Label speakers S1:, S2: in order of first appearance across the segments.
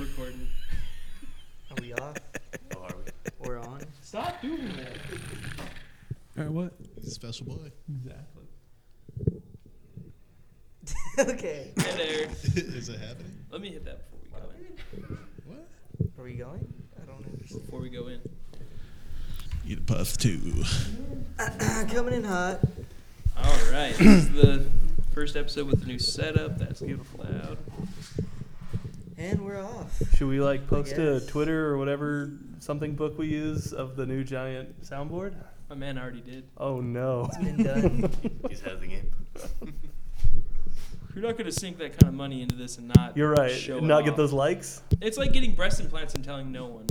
S1: recording.
S2: Are we off?
S3: Oh, are we?
S2: We're on?
S1: Stop doing that.
S4: All right, what?
S5: He's a special boy.
S1: Exactly.
S2: okay.
S1: Hey there.
S5: Is it happening?
S1: Let me hit that before we go in.
S5: What?
S2: Are we going? I don't understand.
S1: Before we go in.
S5: Eat a puff too.
S2: Coming in hot.
S1: All right. This is the first episode with the new setup. That's beautiful out.
S2: And we're off.
S3: Should we like post a
S2: guess.
S3: Twitter or whatever something book we use of the new giant soundboard?
S1: My man already did.
S3: Oh no.
S2: It's been done.
S6: He's out of the game.
S1: You're not gonna sink that kind of money into this and not.
S3: You're right.
S1: Show it
S3: Not get
S1: off.
S3: those likes.
S1: It's like getting breast implants and telling no one.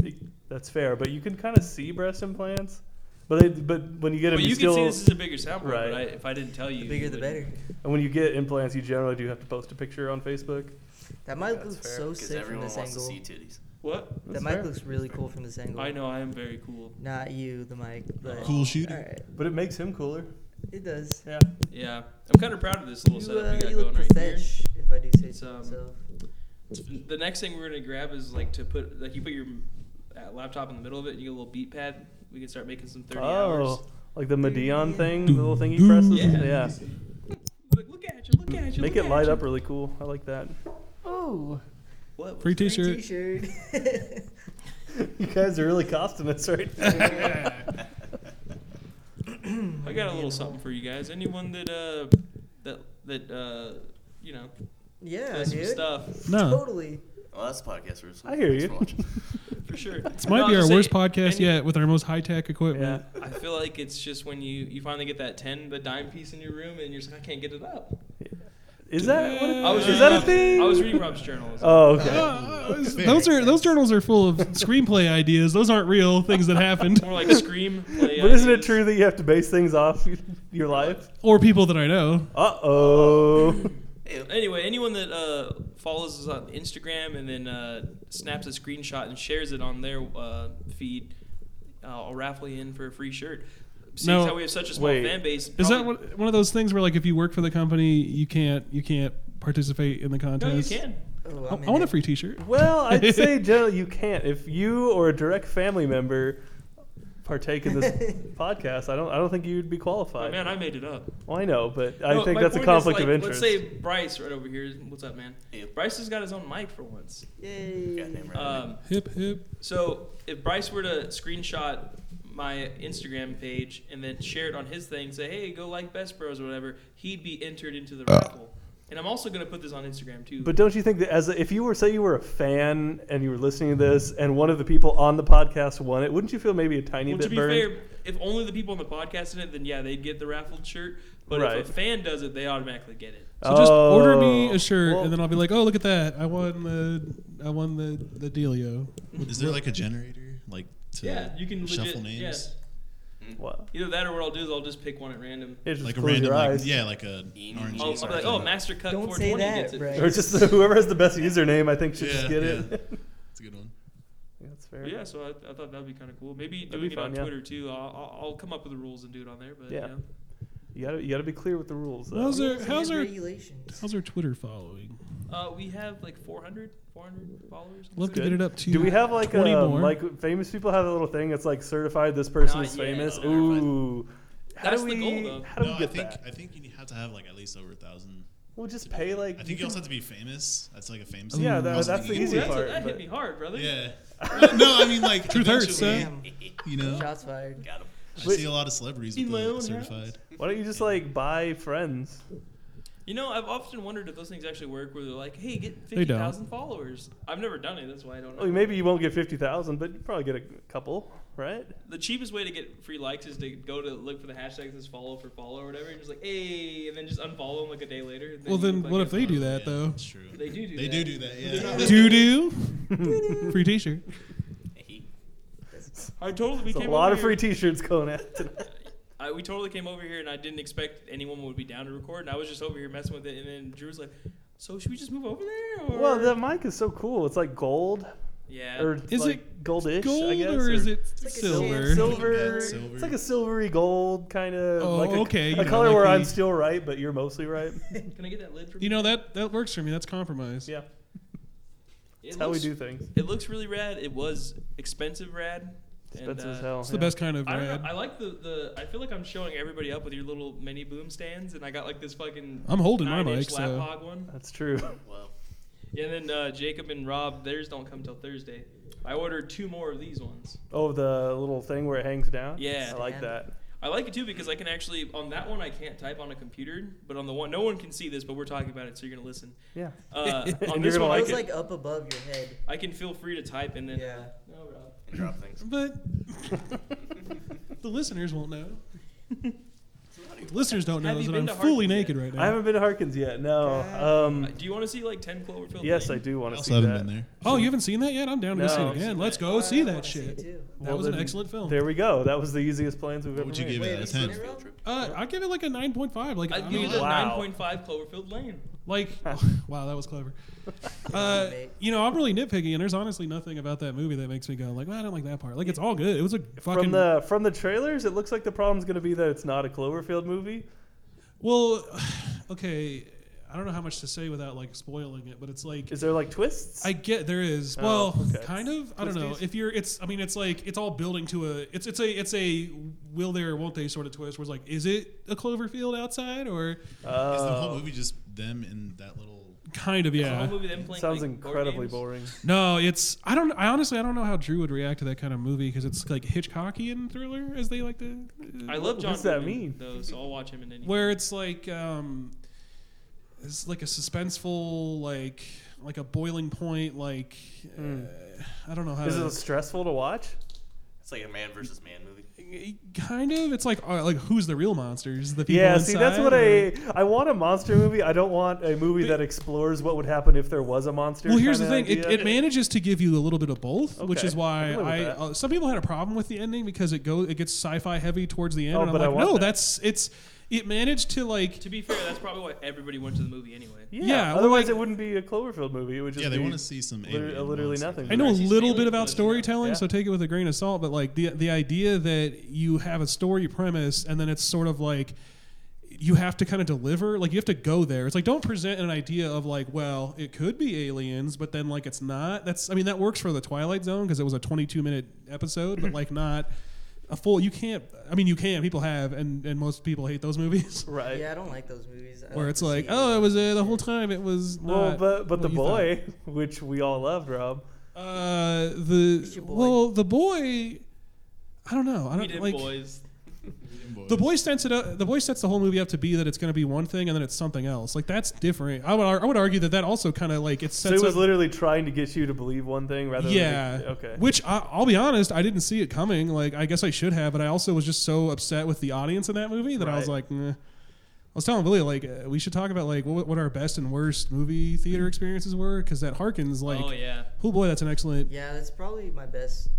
S3: That's fair, but you can kind of see breast implants. But they, but when you get them,
S1: But
S3: you,
S1: you can
S3: still
S1: see this is a bigger soundboard.
S3: Right.
S1: But I, if I didn't tell you,
S2: The
S1: you
S2: bigger the
S1: wouldn't.
S2: better.
S3: and when you get implants, you generally do have to post a picture on Facebook.
S2: That mic
S3: That's
S2: looks
S3: fair,
S2: so
S6: Because
S2: sick from
S6: everyone
S2: this
S6: wants to
S2: angle.
S6: see titties.
S1: What?
S2: That
S3: That's
S2: mic
S3: fair.
S2: looks really cool from this angle.
S1: I know I am very cool.
S2: Not you, the mic. But
S5: Cool shooter.
S2: Alright.
S3: But it makes him cooler.
S2: It does.
S3: Yeah.
S1: Yeah, I'm kind of proud of this little
S2: You,
S1: setup
S2: uh,
S1: we got
S2: you look
S1: going right here.
S2: profesh, if I do say
S1: It's,
S2: so
S1: um,
S2: myself.
S1: The next thing we're gonna grab is like to put like you put your uh, laptop in the middle of it and you get a little beat pad. We can start making some 30 hours.
S3: Oh, like the Medion
S2: Yeah.
S3: thing, the little thing he presses.
S1: Yeah.
S3: yeah.
S1: Look, look at you! Look at you!
S3: Make
S1: look
S3: it
S1: at
S3: light
S1: you.
S3: up really cool. I like that. Oh.
S1: What?
S5: Free
S1: was that?
S5: t-shirt.
S2: T-shirt.
S3: You guys are really costing us right now.
S1: I got a little something for you guys. Anyone that uh that that uh you know
S2: yeah,
S1: does some
S2: dude.
S1: stuff
S5: No.
S2: Totally.
S6: Well, that's the podcast we're listening
S3: I hear
S6: Thanks
S3: you.
S6: for watching.
S1: for sure.
S5: This might
S1: No,
S5: be
S1: I'm
S5: our
S1: just
S5: worst
S1: saying,
S5: podcast
S1: any-
S5: yet with our most high tech
S3: yeah.
S5: equipment.
S1: I feel like it's just when you you finally get that ten the dime piece in your room and you're just like I can't get it up.
S3: Is that what
S1: I was
S3: is
S1: reading
S3: that a
S1: Rob's-
S3: thing?
S1: I was reading Rob's journal.
S3: Oh, okay.
S5: Uh,
S2: Okay.
S5: those are those journals are full of screenplay ideas. Those aren't real things that happened
S1: More like scream. Play
S3: but isn't it
S1: ideas.
S3: true that you have to base things off your life?
S5: or people that I know.
S3: Uh oh.
S6: Hey,
S1: Anyway, anyone that uh, follows us on Instagram and then uh, snaps a screenshot and shares it on their uh, feed, uh, I'll raffle you in for a free shirt. Seeing
S5: No.
S1: how we have such a small
S3: Wait.
S1: fan base,
S5: Is that
S1: probably-
S5: one, one of those things where like if you work for the company, you can't you can't participate in the
S1: No, you
S5: contest?
S1: can.
S2: Oh,
S5: I,
S2: I'm
S5: I
S2: in
S5: want a
S2: it.
S5: free T-shirt.
S3: well, I'd say generally you can't. If you or a direct family member partake in this podcast, I don't. I don't think you'd be
S1: Oh,
S3: qualified.
S1: man, I made it up.
S3: well, I know, but I
S1: No,
S3: think
S1: my
S3: that's a
S1: point is,
S3: conflict of
S1: like,
S3: interest.
S1: Let's say Bryce right over here. What's up, man?
S6: Yeah.
S1: Bryce has got his own mic for once.
S2: Yay.
S6: goddamn right.
S1: Um,
S5: Hip hip.
S1: So if Bryce were to screenshot my Instagram page and then share it on his thing, say, "Hey, go like Best Bros or whatever," he'd be entered into the raffle. And I'm also gonna put this on Instagram too.
S3: Oh. But don't you think that as a, if you were say you were a fan and you were listening to this and one of the people on the podcast won it, wouldn't you feel maybe a tiny
S1: well,
S3: bit
S1: to be
S3: burned?
S1: fair, if only the people on the podcast in it, then yeah, they'd get the raffled shirt. But
S3: Right.
S1: if a fan does it, they automatically get it.
S5: So just order
S3: Oh.
S5: me a shirt,
S3: Well,
S5: and then I'll be like, "Oh, look at that! I won the I won the the Delio."
S7: Is there like a generator, like to
S1: yeah, you can
S7: shuffle
S1: legit,
S7: names?
S3: Wow.
S1: Either that or what I'll do is I'll just pick one at random.
S3: It just
S7: Like a
S3: close
S7: random,
S3: your
S7: like,
S3: eyes.
S7: yeah, like a
S6: Eeny,
S7: orange.
S1: Oh,
S6: meeny,
S1: I'll be like, oh, Master Cut
S2: Don't say
S1: 420
S2: that,
S1: gets it.
S2: Bryce.
S3: Or just whoever has the best username, I think should
S7: Yeah,
S3: just get
S7: yeah.
S3: it.
S7: It's a good one.
S3: That's fair.
S1: But yeah, so I, I thought that'd be kind of cool. Maybe
S3: That'd
S1: doing
S3: be
S1: it on
S3: fun, yeah.
S1: Twitter too. I'll, I'll, I'll come up with the rules and do it on there. But
S3: Yeah.
S1: you know.
S3: You gotta you gotta be clear with the rules. Though.
S5: How's our
S2: Rules
S5: how's
S2: and
S5: our
S2: regulations?
S5: how's our Twitter following?
S1: Uh, we have like 400, 400 followers.
S5: Love to
S3: Good.
S5: get it up to.
S3: Do we have like a
S5: 20 more?
S3: like famous people have a little thing that's like certified this person
S1: Not
S3: is
S1: yet.
S3: famous?
S6: No, never mind.
S3: Ooh. How
S1: That's
S3: do
S1: the
S3: we,
S1: goal, though.
S3: How do
S7: no,
S3: we get
S7: I think
S3: that?
S7: I think you have to have like at least over a thousand.
S3: We'll just pay like.
S7: I think you also have to be famous. That's like a famous.
S3: Yeah,
S7: thing.
S3: that-
S7: I was
S3: that's the
S7: thinking-
S3: easy
S1: that's,
S3: part,
S1: that hit
S3: but-
S1: me hard, brother.
S7: Yeah. Well, no, I mean like
S5: Truth hurts,
S7: eventually,
S5: huh?
S2: Damn.
S7: You know,
S2: Shots fired.
S6: Got him.
S7: I
S3: Wait.
S7: see a lot of celebrities
S1: In
S7: with
S1: my
S7: the
S1: own house.
S7: certified.
S3: Why don't you just like buy friends?
S1: You know, I've often wondered if those things actually work, where they're like, "Hey, get
S5: They
S1: fifty
S5: don't.
S1: thousand followers." I've never done it, that's why I don't know.
S3: Well, Oh, maybe you won't get fifty thousand, but you probably get a couple, right?
S1: the cheapest way to get free likes is to go to look for the hashtags that's follow for follow or whatever, and just like, "Hey," and then just unfollow them like a day later. and
S5: Well,
S1: you
S5: then
S1: look like
S5: what
S1: a
S5: if they do
S1: follower.
S5: that
S7: Yeah,
S5: though?
S7: That's true.
S1: They do do
S7: They
S1: that.
S7: do do that. Yeah.
S5: Do do free T-shirt.
S6: Hey,
S1: I totally we
S3: It's a
S1: came
S3: lot
S1: over
S3: of free
S1: here-
S3: T-shirts going out tonight.
S1: I, we totally came over here, and I didn't expect anyone would be down to record, and I was just over here messing with it, and then Drew was like, "So should we just move over there?" Or?
S3: well, the mic is so cool. It's like gold,
S1: yeah,
S3: or
S5: Is
S3: like goldish?
S5: Gold
S3: I guess,
S5: or is it
S2: like a silver.
S5: silver?
S3: silver?
S7: Yeah, silver.
S3: It's like a silvery gold kind of.
S5: Oh,
S3: like a,
S5: okay,
S3: A
S5: you know,
S3: color
S5: like
S3: where
S5: the-
S3: I'm still right, but you're mostly right.
S1: can I get that lid from
S5: You know that that works for me. That's compromise.
S3: yeah.
S1: It
S3: It's how we
S1: looks-
S3: do things.
S1: It looks really rad. It was expensive rad.
S3: Expensive
S1: and,
S3: as
S1: uh,
S3: hell.
S5: It's
S3: yeah.
S5: the best kind of
S1: I, don't know,
S5: rad.
S1: I like the, the I feel like I'm showing everybody up with your little mini boom stands, and I got like this fucking
S5: I'm holding my
S1: nine-inch
S5: mic, so-
S1: lap hog one.
S3: That's true.
S6: Well,
S1: Yeah, and then uh, Jacob and Rob, theirs don't come till Thursday. I ordered two more of these ones.
S3: Oh, the little thing where it hangs down.
S1: Yeah.
S3: I like that.
S1: I like it too because I can actually on that one I can't type on a computer, but on the one no one can see this, but we're talking about it, so you're gonna listen.
S3: Yeah.
S1: Uh,
S3: And
S1: on
S3: you're
S1: this
S3: gonna
S1: one, I
S3: like
S2: It's
S1: can,
S2: like up above your head.
S1: I can feel free to type and then.
S2: Yeah.
S1: No, Rob.
S6: and drop things.
S5: But the listeners won't know. The listeners don't
S1: Have
S5: know
S1: you
S5: that
S1: been
S5: I'm
S1: to
S5: fully
S1: Harkins
S5: naked
S1: yet?
S5: right
S3: I
S5: now. Oh,
S3: haven't been to Harkins yet. No. Um,
S1: Uh, Do you want to see like ten Cloverfield?
S3: yes, I
S1: Lane?
S3: do want to
S7: also
S3: see
S7: haven't
S3: that.
S7: been there.
S5: Oh, you haven't seen that yet? I'm down to go see
S3: No.
S5: it again. Let's go see that shit. That
S3: Well,
S5: was an
S3: then,
S5: excellent film.
S3: There we go. That was the easiest plans we've
S7: What
S3: ever
S7: would you
S3: made.
S7: give it out of
S6: It's a
S7: 10?
S6: field trip.
S5: Uh, I'll give it like a 9.5. Like,
S1: I'd
S5: I'm
S1: give you
S5: not-
S1: the
S3: Wow.
S1: 9.5 Cloverfield Lane.
S5: Like, wow, that was clever. Uh,
S2: mate.
S5: you know, I'm really nitpicky, and there's honestly nothing about that movie that makes me go like, well, I don't like that part. Like, it's all good. It was a fucking
S3: From the from the trailers, it looks like the problem's going to be that it's not a Cloverfield movie.
S5: well, okay. I don't know how much to say without like spoiling it, but it's like
S3: Is there like twists?
S5: I get there is
S3: Oh,
S5: well,
S3: okay.
S5: kind of. I don't know
S3: Twisties?
S5: if you're. It's. I mean, it's like it's all building to a. It's it's a it's a will they or won't they sort of twist. Where it's like, is it a Cloverfield outside or
S7: Is the
S3: Uh,
S7: whole movie just them in that little?
S5: kind of?
S1: The
S5: Yeah.
S1: whole movie, them playing,
S3: sounds
S1: like, board
S3: incredibly
S1: games.
S3: boring.
S5: No, it's. I don't. I honestly, I don't know how Drew would react to that kind of movie because it's like Hitchcockian thriller, as they like to. uh,
S1: I love John.
S3: does that
S1: Goodman,
S3: mean?
S1: Though, so I'll watch him in any.
S5: where it's like um it's like a suspenseful like like a boiling point like
S3: Mm.
S5: uh, i don't know how
S3: Is
S5: to,
S3: it stressful to watch?
S6: It's like a man versus man movie.
S5: kind of it's like uh, like who's the real monsters the people
S3: Yeah, see, that's
S5: inside,
S3: what
S5: or-
S3: I I want a monster movie. I don't want a movie that explores what would happen if there was a monster.
S5: well here's the
S3: kinda
S5: thing it,
S3: idea.
S5: it manages to give you a little bit of both which
S3: Okay,
S5: is why
S3: I can live with
S5: i
S3: that.
S5: uh, some people had a problem with the ending because it goes it gets sci-fi heavy towards the end
S3: Oh,
S5: and i'm
S3: but I
S5: like
S3: want
S5: no
S3: that.
S5: that's it's it managed to like
S1: To be fair, that's probably why everybody went to the movie anyway.
S3: Yeah.
S5: yeah, well,
S3: otherwise,
S5: like-
S3: it wouldn't be a Cloverfield movie. It would just
S7: Yeah, they
S3: be
S7: want to see some
S3: liter-
S7: alien
S3: literally
S7: monster.
S3: nothing.
S5: I know a
S1: Actually,
S5: little
S1: Staley
S5: bit about
S1: was, you know.
S5: storytelling,
S3: Yeah.
S5: so take it with a grain of salt. But like the the idea that you have a story premise and then it's sort of like you have to kind of deliver, like you have to go there. It's like don't present an idea of like, well, it could be aliens, but then like it's not. That's I mean that works for the Twilight Zone because it was a 22 minute episode, but like not a full. You can't. I mean you can. People have, and and most people hate those movies.
S3: right.
S2: yeah, I don't like those movies. I
S5: Where
S2: to
S5: it's like,
S2: see
S5: oh, it was uh, the whole time. It was
S3: Well,
S5: not
S3: but but
S5: what
S3: the
S5: you thought."
S3: boy, which we all loved, Rob.
S5: Uh, the
S2: It's your boy.
S5: well, the boy. I don't know. I
S1: We
S5: don't
S1: did
S5: like
S1: boys.
S5: the boy sets it up. The boy sets the whole movie up to be that it's going to be one thing and then it's something else. Like that's different. I would ar- I would argue that that also kind of like it
S3: So
S5: sets
S3: it was
S5: up.
S3: literally trying to get you to believe one thing rather than
S5: Yeah.
S3: okay.
S5: Which I, I'll be honest, I didn't see it coming. Like I guess I should have, but I also was just so upset with the audience in that movie that I was
S3: Right.
S5: like. "Nah." I was telling Billy like uh, we should talk about like what, what our best and worst movie theater experiences were because that Harkins like
S1: oh yeah.
S5: oh boy that's an excellent
S2: Yeah, that's probably my best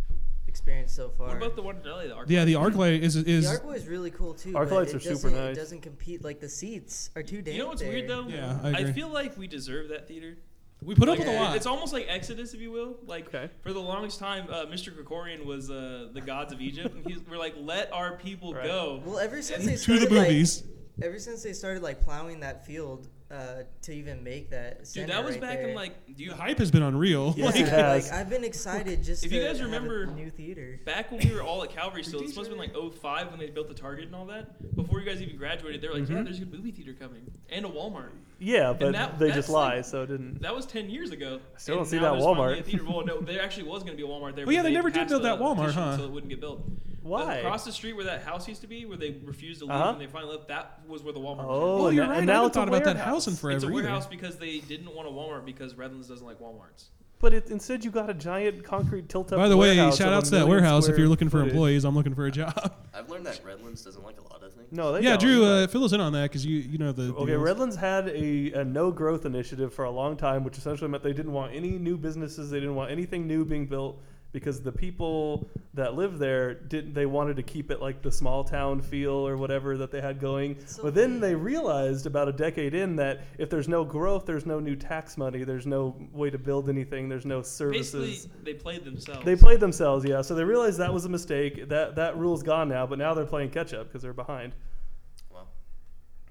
S2: experience so far.
S1: What about the one in LA? The arc?
S5: yeah the ArcLight is
S2: the
S5: is
S2: arc was really cool too.
S3: Arc
S2: but
S3: lights
S2: it
S3: are super
S2: doesn't-
S3: nice.
S2: It doesn't compete. Like the seats are too damn.
S1: You know what's weird though?
S5: Yeah, I agree.
S1: feel like we deserve that theater.
S5: we put
S1: Like,
S5: up with a
S2: Yeah.
S5: lot.
S1: It's almost like Exodus, if you will. Like
S3: Okay.
S1: for the longest time, uh, Mr. Krikorian was uh, the gods of Egypt, and he's, we're like, let our people
S3: Right.
S1: go.
S2: Well, ever since they
S5: to
S2: started
S5: the movies.
S2: like, ever since they started like plowing that field uh, to even make that.
S1: Dude,
S2: center
S1: that was
S2: right
S1: back
S2: there.
S1: in like, do you
S5: the hype has been unreal.
S3: Yeah.
S2: Yeah,
S5: Like,
S3: It has.
S2: like I've been excited just
S1: If
S2: to
S1: you guys
S2: have a
S1: remember-
S2: new theater.
S1: Back when we were all at Calvary still, this must have been like 05 when they built the Target and all that. Before you guys even graduated, they were like, yeah,
S3: Mm-hmm.
S1: there's a movie theater coming and a Walmart.
S3: yeah, but
S1: that-
S3: they
S1: that's
S3: just
S1: like-
S3: lie, so it didn't.
S1: That was 10 years ago.
S3: Still don't
S1: And
S3: see
S1: now
S3: that
S1: there's finally
S3: Walmart.
S1: a theater. Well, no, there actually was going to be a Walmart there.
S5: Well, yeah,
S1: but
S5: they never did
S1: passed
S5: build
S1: a
S5: that Walmart,
S1: petition
S5: huh?
S1: So it wouldn't get built.
S3: Why?
S1: across the street where that house used to be, where they refused to leave
S3: Uh-huh.
S1: and they finally left, that was where the Walmart
S3: Oh,
S1: was.
S5: well,
S3: and
S5: you're
S3: that-
S5: right.
S3: and now
S5: I haven't
S3: it's a
S5: thought about that
S3: warehouse.
S5: house in forever
S1: It's a
S5: either.
S1: warehouse because they didn't want a Walmart because Redlands doesn't like Walmarts.
S3: But it, instead, you got a giant concrete tilt-up.
S5: By the way,
S3: warehouse
S5: shout
S3: of a
S5: out to that
S3: million
S5: warehouse if
S3: square
S5: you're looking for
S3: footage.
S5: employees. I'm looking for a job.
S6: I've learned that Redlands doesn't like a lot of things.
S3: No, they
S5: yeah,
S3: don't.
S5: Drew, uh, fill us in on that because you you know the
S3: Okay,
S5: deals.
S3: Redlands had a, a no growth initiative for a long time, which essentially meant they didn't want any new businesses. They didn't want anything new being built because the people that lived there didn't. They wanted to keep it like the small town feel or whatever that they had going.
S2: It's so
S3: but then
S2: weird.
S3: they realized about a decade in that if there's no growth, there's no new tax money, there's no way to build anything, there's no services.
S1: Basically, they played themselves.
S3: They played themselves, yeah. So they realized that was a mistake. That that rule's gone now, but now they're playing catch up because they're behind.
S6: Well,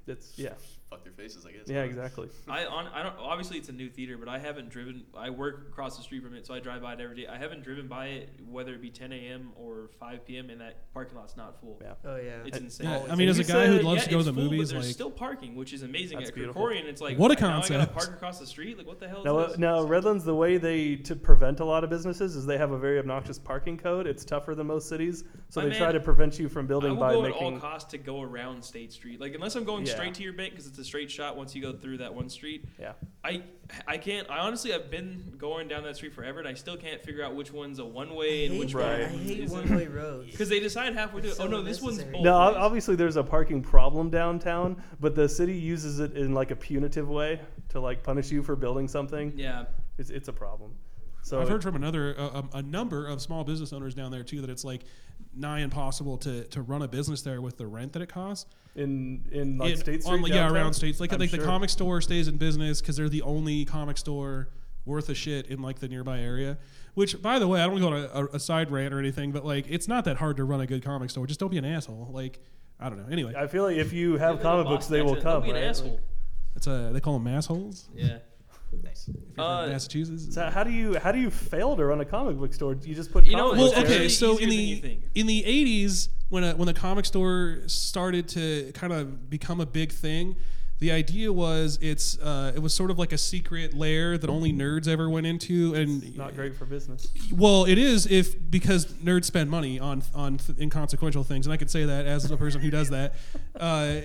S3: It's yeah.
S6: fuck their faces, I guess.
S3: Yeah, exactly.
S1: I on I don't obviously it's a new theater, but I haven't driven. I work across the street from it, so I drive by it every day. I haven't driven by it whether it be 10 a.m. or 5 p.m. and that parking lot's not full.
S3: Yeah.
S2: Oh yeah.
S1: It's
S3: I-
S1: insane.
S5: Yeah, I
S3: So
S5: mean, as
S3: you
S5: a guy who
S3: said-
S5: loves
S1: Yeah,
S5: to go to
S1: it's
S5: the
S1: full,
S5: movies,
S1: but
S5: like
S1: there's still parking, which is amazing
S3: That's
S1: at
S3: beautiful.
S1: Krikorian. It's like
S5: What a
S1: Now I gotta
S5: concept.
S1: park across the street. Like what the hell?
S3: Now,
S1: is
S3: uh,
S1: this?
S3: now Redlands, the way they to prevent a lot of businesses is they have a very obnoxious parking code. It's tougher than most cities, so
S1: My
S3: they try
S1: man,
S3: to prevent you from
S1: I
S3: building
S1: will
S3: by
S1: go
S3: making.
S1: at all costs to go around State Street. Like unless I'm going
S3: Yeah.
S1: straight to your bank because it's a straight shot once you go through that one street.
S3: yeah,
S1: I I can't. I honestly I've been going down that street forever and I still can't figure out which one's a one way and
S2: hate
S1: which
S2: that.
S3: Right.
S2: I
S1: one
S2: hate
S1: isn't.
S2: one-way roads.
S1: Because they decide halfway through.
S2: It's
S1: oh
S2: so
S1: no, this one's
S2: unnecessary.
S1: both.
S3: no, ob-
S1: ways."
S3: obviously there's a parking problem downtown, but the city uses it in like a punitive way to like punish you for building something.
S1: Yeah,
S3: It's it's a problem. So
S5: I've heard from another a, a- a number of small business owners down there too that it's like nigh impossible to to run a business there with the rent that it costs.
S3: in in like
S5: In-
S3: State Street,
S5: on, like, yeah,
S3: downtown,
S5: around states. Like
S3: I'm
S5: like the
S3: sure.
S5: comic store stays in business because they're the only comic store worth a shit in like the nearby area. Which, by the way, I don't go on a, a, a side rant or anything, but like it's not that hard to run a good comic store. Just don't be an asshole. Like I don't know. Anyway,
S3: I feel like if you have
S1: Give it a
S3: comic
S1: Boston
S3: books, they will
S1: accent. Don't
S3: come.
S1: be an
S3: right?
S1: asshole.
S3: Like-
S5: it's a they call them assholes.
S1: yeah.
S6: Nice.
S5: If you're
S1: Uh,
S5: from Massachusetts.
S3: so how do you how do you fail to run a comic book store? You just put
S1: You know,
S3: comic
S5: well,
S1: It's
S3: books there?
S1: actually
S5: okay.
S1: easier
S5: So in
S1: than you
S5: the
S1: think.
S5: in the eighties, when a, when the comic store started to kind of become a big thing, the idea was it's uh, it was sort of like a secret lair that only nerds ever went into, and
S3: not great for business.
S5: Well, it is if because nerds spend money on on th- inconsequential things, and I could say that as a person who does that. Uh,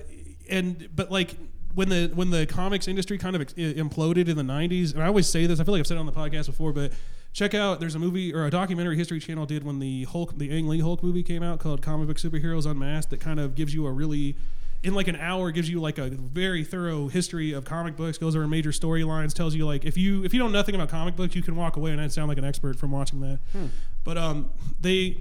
S5: and but like when the when the comics industry kind of ex- imploded in the '90s, and I always say this, I feel like I've said it on the podcast before, but check out there's a movie or a documentary History Channel did when the Hulk, the Ang Lee Hulk movie came out called Comic Book Superheroes Unmasked, that kind of gives you a really in like an hour gives you like a very thorough history of comic books goes over major storylines tells you like if you if you know nothing about comic books you can walk away and I'd sound like an expert from watching that
S3: Hmm.
S5: but um they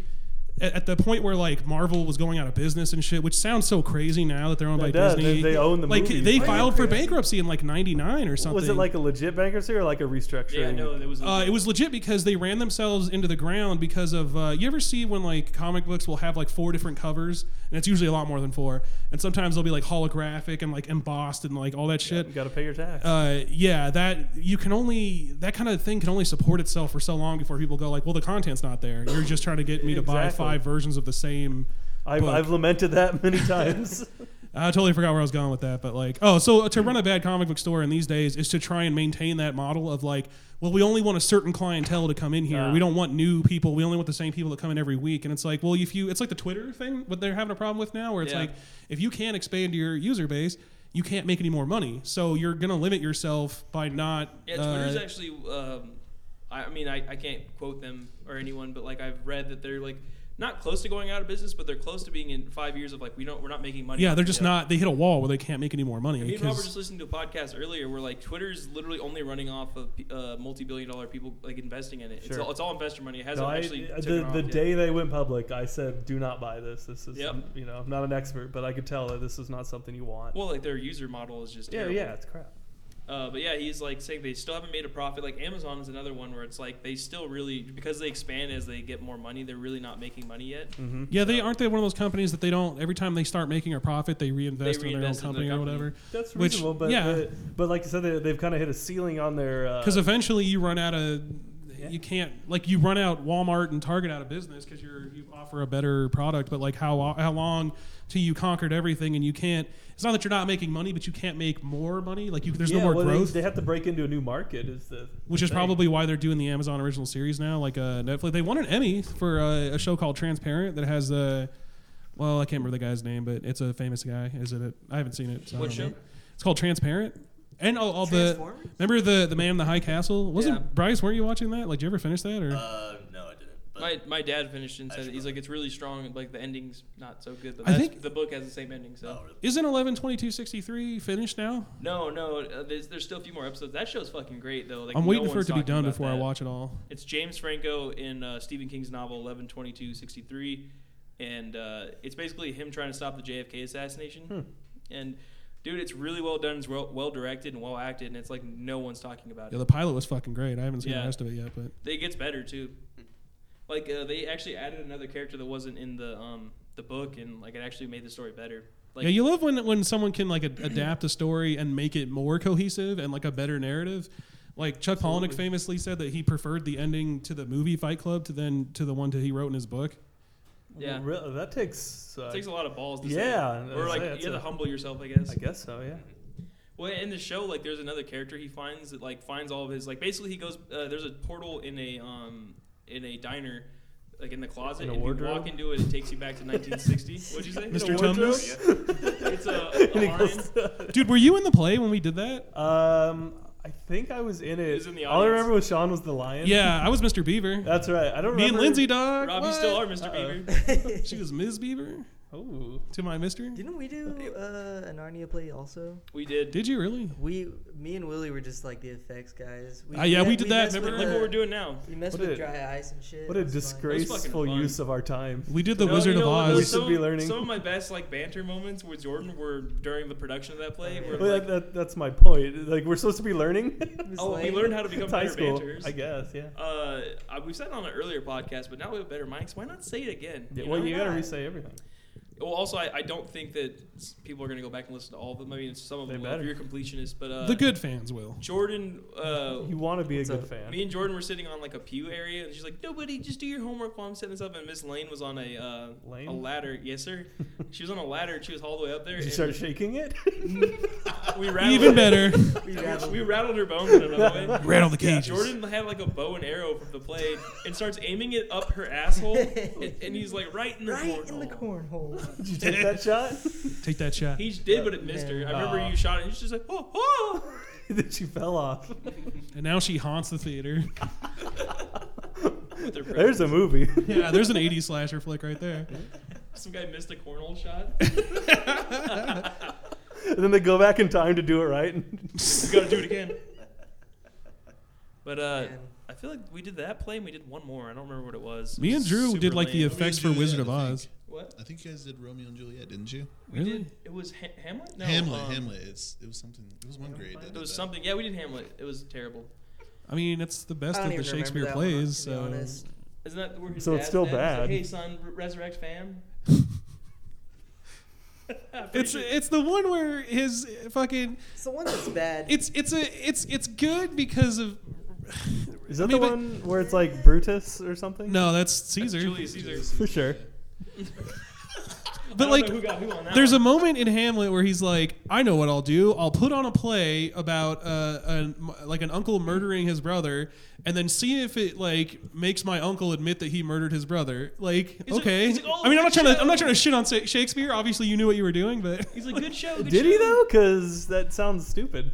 S5: at, at the point where like marvel was going out of business and shit which sounds so crazy now that they're owned
S3: It
S5: by
S3: does.
S5: disney
S3: They- they own the
S5: like
S3: movies. Are
S5: they
S3: you
S5: filed for
S2: crazy?
S5: bankruptcy in like 99 or something
S3: Was it like a legit bankruptcy or like a restructuring?
S1: Yeah, no, there was.
S5: uh, it was legit because they ran themselves into the ground because of uh, you ever see when like comic books will have like four different covers and it's usually a lot more than four and sometimes they'll be like holographic and like embossed and like all that shit
S3: You got to pay your tax.
S5: uh, yeah that you can only that kind of thing can only support itself for so long before people go like well the content's not there you're just trying to get me to buy
S3: Exactly.
S5: five versions of the same
S3: I've,
S5: book.
S3: I've lamented that many times.
S5: I totally forgot where I was going with that, but like, oh, so to run a bad comic book store in these days is to try and maintain that model of like, well, we only want a certain clientele to come in here.
S3: Ah.
S5: We don't want new people. We only want the same people that come in every week. And it's like, well, if you, it's like the Twitter thing, what they're having a problem with now, where it's
S1: Yeah.
S5: like, if you can't expand your user base, you can't make any more money. So you're gonna limit yourself by not.
S1: Yeah, Twitter's
S5: uh,
S1: actually. Um, I, I mean, I, I can't quote them or anyone, but like I've read that they're like not close to going out of business, but they're close to being in five years of like we don't we're not making money.
S5: yeah,
S1: off
S5: they're
S1: of
S5: just
S1: it.
S5: not. They hit a wall where they can't make any more money.
S1: Me and Robert
S5: 'cause-
S1: were just listening to a podcast earlier where like Twitter's literally only running off of uh, multi-billion dollar people like investing in it. It's,
S3: Sure.
S1: all, it's all investor money. It
S3: No,
S1: hasn't
S3: I-
S1: actually
S5: uh,
S3: the
S1: taken off
S3: the
S1: yet.
S3: day they went public, I said, "Do not buy this. This is
S1: Yep.
S3: you know, I'm not an expert, but I could tell that this is not something you want."
S1: Well, like their user model is just
S3: yeah,
S1: terrible.
S3: yeah, it's crap.
S1: Uh, but yeah, he's like saying they still haven't made a profit. Like Amazon is another one where it's like they still really because they expand as they get more money, they're really not making money yet.
S3: Mm-hmm.
S5: Yeah, they aren't they one of those companies that they don't every time they start making a profit they reinvest,
S1: They
S5: in their own
S1: reinvest in
S5: company,
S1: their
S5: or
S1: company.
S5: whatever.
S3: That's
S5: Which-
S3: reasonable, but
S5: yeah.
S3: the- but like you said, they, they've kind of hit a ceiling on their uh,
S5: because eventually you run out of you can't like you run out Walmart and Target out of business because you're you offer a better product. But like how how long till you conquered everything and you can't? It's not that you're not making money, but you can't make more money. Like you, there's
S3: yeah,
S5: no more
S3: well, they-
S5: growth,
S3: They, have to break into a new market. Is the
S5: which
S3: the
S5: is
S3: thing.
S5: probably why they're doing the Amazon original series now. Like uh, Netflix, they won an Emmy for uh, a show called Transparent that has Uh, well, I can't remember the guy's name, but it's a famous guy, isn't it? I haven't seen it. So I
S1: What
S5: don't know.
S1: show?
S5: It's called Transparent. And all, all the
S2: Transformers?
S5: remember the the man in the high castle wasn't
S1: Yeah.
S5: Bryce? Weren't you watching that? Like, did you ever finish that? Or
S6: Uh, no, I didn't. But
S1: My, my dad finished and
S6: I
S1: said
S6: should
S1: he's
S6: probably-
S1: like it's really strong. and, Like the ending's not so good, but
S5: I
S1: that's,
S5: think-
S1: the book has the same ending. So
S6: oh, really?
S5: isn't eleven twenty two sixty three finished now?
S1: no, no, uh, there's, there's still a few more episodes. That show's fucking great though. Like,
S5: I'm
S1: no
S5: waiting for it
S1: one's
S5: to be
S1: talking
S5: done
S1: about
S5: before I
S1: that.
S5: watch it all.
S1: It's James Franco in uh, Stephen King's novel 112263, and uh, it's basically him trying to stop the JFK assassination.
S3: Hmm.
S1: And dude, it's really well done, it's well, well directed and well acted, and it's like no one's talking about
S5: Yeah,
S1: it.
S5: the pilot was fucking great. I haven't seen
S1: Yeah.
S5: the rest of it yet, but
S1: It gets better too. Like uh, they actually added another character that wasn't in the um, the book, and like it actually made the story better. Like,
S5: yeah, you love when when someone can like ad- adapt a story and make it more cohesive and like a better narrative. Like Chuck Palahniuk famously said that he preferred the ending to the movie Fight Club to then to the one that he wrote in his book.
S1: Yeah.
S3: Re- that takes. Uh,
S1: it takes a lot of balls to
S3: Yeah,
S1: say.
S3: I
S1: that.
S3: was
S1: Or
S3: gonna
S1: like
S3: say,
S1: you have
S3: that's
S1: to
S3: a-
S1: humble yourself, I guess.
S3: I guess so. Yeah.
S1: Well, in the show, like there's another character he finds that like finds all of his like basically he goes uh, there's a portal in a um in a diner like in the closet
S3: In a
S1: and you
S3: wardrobe?
S1: walk into it it takes you back to 1960. What'd you say?
S5: Mr.
S3: wardrobe?
S5: Tumnus?
S1: It's a,
S3: And
S1: a
S3: he
S1: line.
S3: goes-
S5: Dude, were you in the play when we did that?
S3: um, I think I was in it.
S1: was in the
S3: All I
S1: audience.
S3: remember was Sean was the lion.
S5: Yeah, I was Mr. Beaver.
S3: That's right. I don't remember.
S5: Me and Lindsay, dog.
S1: Rob, you still are Mr.
S3: Uh-oh.
S1: Beaver.
S5: are. She was Ms. Beaver
S3: Oh.
S5: to my Mister.
S2: Didn't we do uh, a Narnia play also?
S1: We did.
S5: Did you really?
S2: We, me and Willie were just like the effects guys.
S5: Ah, yeah, we
S2: met-
S5: did that,
S2: messed
S5: remember?
S2: with
S1: like what
S2: the-
S1: we're doing now.
S2: We messed
S3: What
S2: with
S3: a-
S2: dry ice and shit.
S3: What a
S2: It was fun.
S3: disgraceful
S1: fun.
S3: use of our time.
S5: We did the
S1: No,
S5: Wizard
S1: you know
S5: of
S1: what,
S5: Oz.
S1: though?
S3: We should
S1: Some,
S3: be learning.
S1: Some of my best like banter moments with Jordan were during the production of that play. Where,
S3: Well,
S1: like,
S3: that, that, that's my point. Like we're supposed to be learning.
S2: It was
S1: oh, we
S2: lame.
S1: learned how to become
S3: it's high
S1: better
S3: school,
S1: banters.
S3: I guess. Yeah.
S1: Uh, I- we said it on an earlier podcast, but now we have better mics. Why not say it again?
S3: yeah
S1: you
S3: well,
S1: know?
S3: you gotta
S2: not?
S3: re-say everything.
S1: Well, also, I, I don't think that s- people are going to go back and listen to all of them. I mean, some of
S3: They
S1: them
S3: better.
S1: will if you're a completionist, but uh,
S5: the good fans will.
S1: Jordan, uh,
S3: You want to be a
S2: What's
S3: good
S2: up?
S3: fan.
S1: me and Jordan were sitting on like a pew area, and she's like, "Nobody, just do your homework while I'm setting this up." And Miss Lane was on a uh,
S3: Lane?
S1: a ladder. Yes, sir. she was on a ladder. and She was all the way up there.
S3: Did you
S1: and
S3: start shaking it?
S1: we rattled
S5: Even better.
S2: We
S1: her-
S2: rattled.
S1: We rattled her bones in another way.
S5: Rattle the cages.
S1: Jordan had like a bow and arrow from the play and starts aiming it up her asshole, and, and he's like right in the
S2: right in the
S1: cornhole.
S2: cornhole.
S3: Did you take that shot?
S5: Take that shot.
S1: He
S2: Oh,
S1: did, but it missed her. I remember
S3: Aw.
S1: you shot it, and she's just like, oh, oh.
S3: that you fell off.
S5: And now she haunts the theater.
S1: With her
S3: There's a movie.
S5: yeah, there's an 80s slasher flick right there.
S1: Some guy missed a cornhole shot.
S3: and then they go back in time to do it right. And
S1: we gotta do it again. But uh,
S2: Man.
S1: I feel like we did that play and we did one more. I don't remember what it was.
S5: Me
S1: It
S5: and
S1: was
S5: Drew
S1: super
S5: did like the
S1: lame.
S5: effects for
S7: Romeo and
S5: Wizard of
S7: Juliet, I
S5: Oz.
S7: think.
S1: What?
S7: I think you guys did Romeo and Juliet, didn't you?
S1: We
S5: Really?
S1: did. It was ha- Hamlet? No.
S7: Hamlet,
S1: um,
S7: Hamlet. It's it was something. It was one grade. that
S1: It
S7: did
S1: was
S7: that.
S1: something. Yeah, we did Hamlet. It was terrible.
S5: I mean, it's the
S2: I
S5: best
S2: don't
S5: of
S2: even
S5: the
S2: remember
S5: Shakespeare
S2: that one,
S5: plays.
S2: to be
S5: So
S2: honest.
S1: Isn't that where his
S3: So it's
S1: dad's
S3: still
S1: dad was like,
S3: bad.
S1: hey, son, re- resurrect fam. I'm pretty
S5: it's
S1: sure-
S5: it's the one where his fucking
S2: It's the one that's bad.
S5: it's it's a it's it's good because of
S3: is that
S5: I
S3: the
S5: mean, but-
S3: one where it's like Brutus or something?
S5: no that's Caesar
S1: Julius Caesar.
S3: for sure.
S1: I
S5: but
S1: don't
S5: like
S1: know who got who on that
S5: There's a
S1: one.
S5: moment in Hamlet where he's like, "I know what I'll do. I'll put on a play about uh, an, like an uncle murdering his brother, and then see if it like makes my uncle admit that he murdered his brother." Like,
S1: He's like-
S5: okay,
S1: he's like, "Oh,
S5: I mean, I'm not
S1: good
S5: trying to
S1: show."
S5: I'm not trying to shit on Sa- Shakespeare. Obviously, you knew what you were doing, but
S1: He's like, good show. Good
S3: Did he
S1: show."
S3: though? Because that sounds stupid.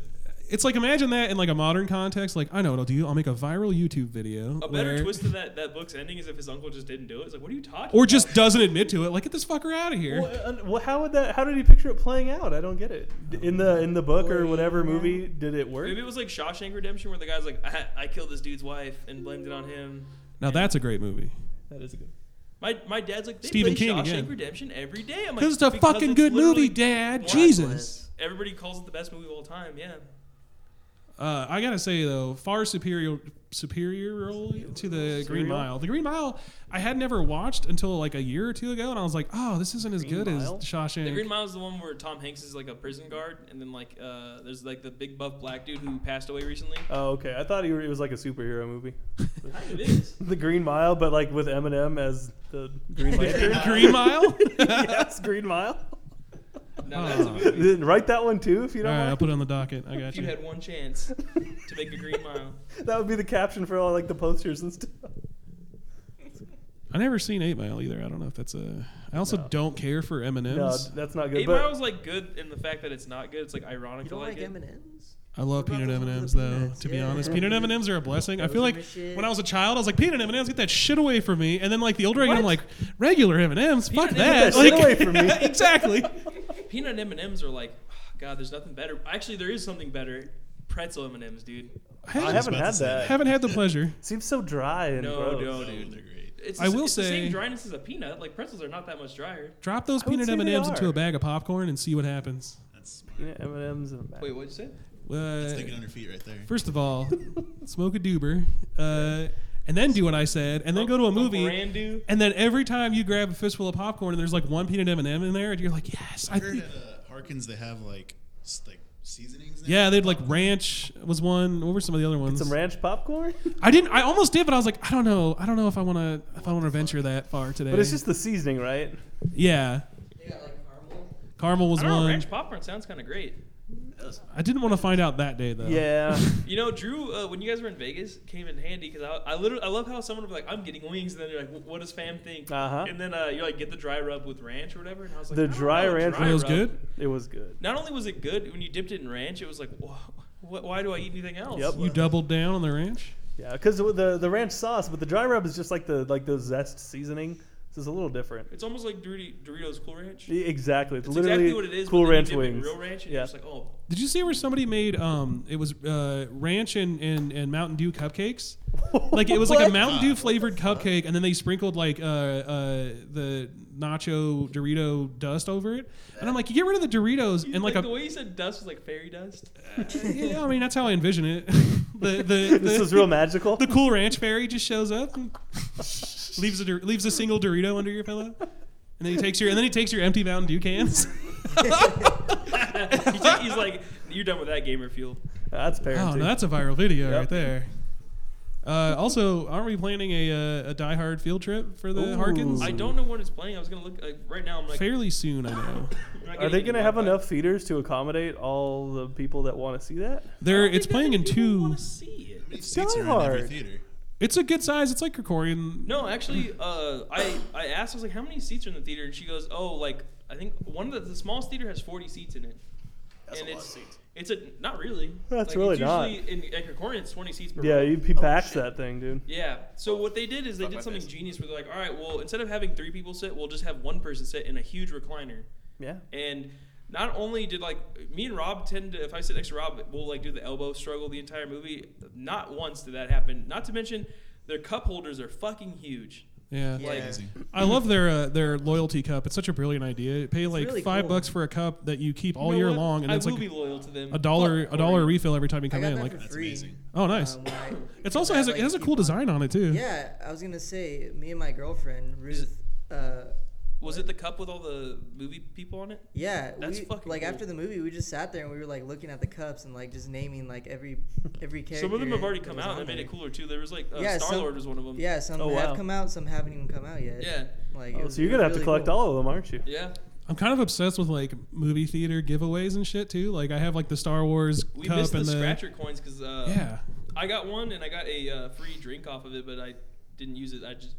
S5: it's like imagine that in like a modern context. Like, I know what I'll do. I'll make a viral YouTube video,
S1: A better
S5: where-
S1: twist to that, that book's ending is if his uncle just didn't do it. It's like, what are you talking
S5: or just doesn't admit to it. Like, get this fucker out of here.
S3: Well, uh, well, how would that? How did he picture it playing out? I don't get it. D- In the in the book or whatever movie, did it work?
S1: Maybe it was like Shawshank Redemption, where the guy's like, I, I killed this dude's wife and blamed it on him.
S5: Now that's a great movie.
S3: That is a good.
S1: My, my dad's like, they
S5: Stephen
S1: play
S5: King
S1: Shawshank
S5: again.
S1: Redemption every day. I'm like,
S5: This is a
S1: "Because
S5: fucking
S1: it's
S5: good movie,
S1: literally-
S5: Dad.
S1: God
S5: Jesus.
S1: Everybody calls it the best movie of all time. Yeah,
S5: Uh, I gotta say though, far superior superior to the Green Mile. The Green Mile I had never watched until like a year or two ago, and I was like, oh, this isn't as
S3: Green
S5: good
S3: Mile?
S5: as Shawshank.
S1: the Green Mile is the one where Tom Hanks is like a prison guard, and then like uh, there's like the big buff black dude who passed away recently.
S2: Uh,
S3: Oh, okay. I thought he were, it was like a superhero movie,
S1: Kind of is.
S3: The Green Mile, but like with Eminem as the Green Lantern.
S5: Green Mile.
S3: yes, Green Mile.
S1: Now that's a
S5: Oh.
S1: movie.
S3: Then write that one too, if you
S5: All
S3: don't
S5: right, I'll
S3: mind.
S5: put it on the docket. I got
S1: If you
S5: you.
S1: had one chance to make a Green Mile,
S3: That would be the caption for all like the posters and stuff.
S5: I never seen Eight Mile either. I don't know if that's a. I also
S3: No.
S5: don't care for M and
S3: No,
S5: M's.
S3: that's not good.
S1: Eight
S3: but
S1: Mile's like good in the fact that it's not good. It's like ironic
S2: you
S1: to
S2: don't like
S1: like it.
S2: M&Ms?
S5: I love
S2: What about
S5: peanut
S2: those
S5: M and M's
S2: little
S5: though.
S2: peanuts?
S5: To be
S2: Yeah.
S5: honest, peanut M and M's are a blessing. I
S2: Those
S5: feel
S2: are
S5: like
S2: my shit.
S5: when I was a child, I was like peanut M and M's. Get that shit away from me. And then like the older I get, I'm like regular M and M's. Fuck
S1: Peanut
S3: M&Ms, get
S5: that.
S3: that
S5: Like-
S3: shit away from me.
S5: exactly.
S1: Peanut M and M's are like, oh, God, there's nothing better. Actually, there is something better. Pretzel M and M's, dude.
S3: I
S5: haven't-
S3: haven't
S7: about to
S3: had
S7: say
S3: that.
S7: that.
S5: haven't had the pleasure.
S3: Seems so dry and
S1: No,
S3: gross.
S1: no,
S7: Oh,
S1: dude.
S7: they're great.
S1: It's
S5: I
S1: the-
S5: will
S1: it's the
S5: say-
S1: same dryness as a peanut. Like pretzels are not that much drier.
S5: Drop those
S3: I would
S5: peanut
S3: say
S5: M and
S3: they
S5: M's into
S3: are.
S5: a bag of popcorn and see what happens.
S7: That's smart.
S3: Yeah, M&Ms in a bag.
S1: Wait, what'd you say?
S5: Uh,
S7: It's thinking on your feet right there.
S5: first of all, smoke a doober. Uh, and then do what I said, and then go to a
S1: Uncle
S5: movie,
S1: Randu?
S5: and then every time you grab a fistful of popcorn and there's like one peanut M and m in there, and you're like, yes, I
S7: I heard
S5: think.
S7: at uh, Harkins they have like s- like seasonings. Now.
S5: Yeah, they'd like ranch was one. What were some of the other ones?
S3: Some ranch popcorn?
S5: I didn't. I almost did, but I was like, I don't know. I don't know if I want to. If I want to venture that far today.
S3: But it's just the seasoning, right?
S5: yeah.
S2: They got like caramel.
S5: Caramel was
S1: I don't know.
S5: one.
S1: Ranch popcorn sounds kind of great.
S5: I didn't want to find out that day though.
S3: Yeah.
S1: You know, Drew, uh, when you guys were in Vegas, came in handy because I, I literally I love how someone would be like, "I'm getting wings," and then you're like, "Wh- "What does fam think?"
S3: Uh-huh.
S1: And then uh, you're like, "Get the dry rub with ranch or whatever." And I was like,
S3: The
S1: "I don't
S3: dry
S1: know,
S3: ranch
S1: dry
S5: It was
S1: rub."
S5: good.
S3: It was good.
S1: Not only was it good when you dipped it in ranch, it was like, wh- wh- "Why do I eat anything else?"
S3: Yep.
S5: You doubled down on the ranch.
S3: Yeah, because the the ranch sauce, but the dry rub is just like the like the zest seasoning. So it's a little different.
S1: It's almost like Dorito- Doritos Cool Ranch.
S3: E- Exactly. It's,
S1: It's
S3: literally
S1: exactly what it is.
S3: cool
S1: but then
S3: ranch
S1: you dip it in
S3: wings.
S1: Real ranch, and
S3: Yeah.
S1: you're just like, "Oh,
S5: Did you see where somebody made um it was uh ranch and and, and Mountain Dew cupcakes? Like it was like a
S3: What?
S5: Mountain
S7: Ah,
S5: Dew
S7: what the
S5: flavored cupcake and then they sprinkled like uh uh the nacho Dorito dust over it. And I'm like, you get rid of the Doritos
S1: You-
S5: and like,
S1: the
S5: a
S1: way you said dust was like fairy dust."
S5: yeah, I mean that's how I envision it. the the,
S3: This
S5: the-
S3: is real magical.
S5: the cool ranch fairy just shows up and leaves a Dor- leaves a single Dorito under your pillow. And then he takes your and then he takes your empty Mountain Dew cans.
S1: he's, like, he's like, "You're done with that gamer fuel."
S3: That's parenting.
S5: Oh, no, that's a viral video
S3: Yep.
S5: right there. Uh, also, aren't we planning a uh, a Die Hard field trip for the
S3: Ooh.
S5: Harkins?
S3: Mm.
S1: I don't know what it's playing. I was gonna look like right now. I'm like,
S5: Fairly soon, I know.
S1: I'm not
S3: Are
S1: getting
S3: they
S1: any
S3: going to have
S1: Wi-Fi.
S3: enough theaters to accommodate all the people that want to see that?
S5: There, it's playing in two.
S1: Want to see it?
S7: How many
S3: It's
S7: seats
S3: Die
S7: are in every
S3: Hard.
S7: theater?
S5: It's a good size. It's like Krikorian.
S1: No, actually, uh, I I asked. I was like, "How many seats are in the theater?" And she goes, "Oh, like I think one of the, the smallest theater has 40 seats in it."
S6: That's
S1: and
S6: a lot
S1: it's
S6: of seats.
S1: it's a not really.
S3: That's
S1: Like,
S3: really
S1: it's
S3: not.
S1: Usually in at Concordia, it's 20 seats per
S3: Yeah,
S1: row.
S3: you he packed that thing, dude.
S1: yeah. So what they did is they
S6: Fuck my
S1: did something
S6: face.
S1: genius where they're like, "All right, well, instead of having three people sit, we'll just have one person sit in a huge recliner."
S3: Yeah.
S1: And not only did like me and Rob tend to, if I sit next to Rob, we'll like do the elbow struggle the entire movie. Not once did that happen. Not to mention, their cup holders are fucking huge.
S5: Yeah.
S2: Yeah.
S1: Like, mm.
S7: Amazing.
S5: I love their uh, their loyalty cup. It's such a brilliant idea. You pay like
S2: really
S5: five
S2: cool.
S5: bucks for a cup that you keep all
S1: You know
S5: year
S1: what?
S5: long, and
S1: I
S5: it's
S1: will
S5: like
S1: be loyal to them.
S5: a dollar
S1: Fuck
S5: a dollar
S1: Corey.
S5: refill every time you
S2: I
S5: come
S2: got
S5: in.
S2: that
S5: Like,
S2: for
S7: That's
S2: free.
S7: amazing.
S5: oh, nice.
S2: Um, I-
S5: It also
S2: I,
S5: has a,
S2: like,
S5: it has a
S2: keep
S5: cool
S2: on-
S5: design on it too.
S2: Yeah, I was gonna say, me and my girlfriend Ruth. Uh,
S1: Was it the cup with all the movie people on it?
S2: yeah,
S1: That's
S2: we,
S1: fucking
S2: like
S1: cool.
S2: after the movie, we just sat there and we were like looking at the cups and like just naming like every every character.
S1: Some of them have already
S2: that
S1: come
S2: was
S1: out
S2: on
S1: and made
S2: there.
S1: it cooler too. There was like uh,
S2: Yeah,
S1: Star Lord
S2: some-
S1: was one of them.
S2: Yeah, some
S3: Oh,
S2: have
S3: wow.
S2: come out, some haven't even come out yet.
S1: Yeah.
S2: Like,
S3: Oh, so you're going to have to collect all of them, aren't you?
S1: Yeah.
S5: I'm kind of obsessed with like movie theater giveaways and shit too. Like I have like the Star Wars
S1: We
S5: cup
S1: missed the
S5: and
S1: scratcher coins because uh,
S5: yeah.
S1: I got one and I got a uh, free drink off of it, but I didn't use it. I just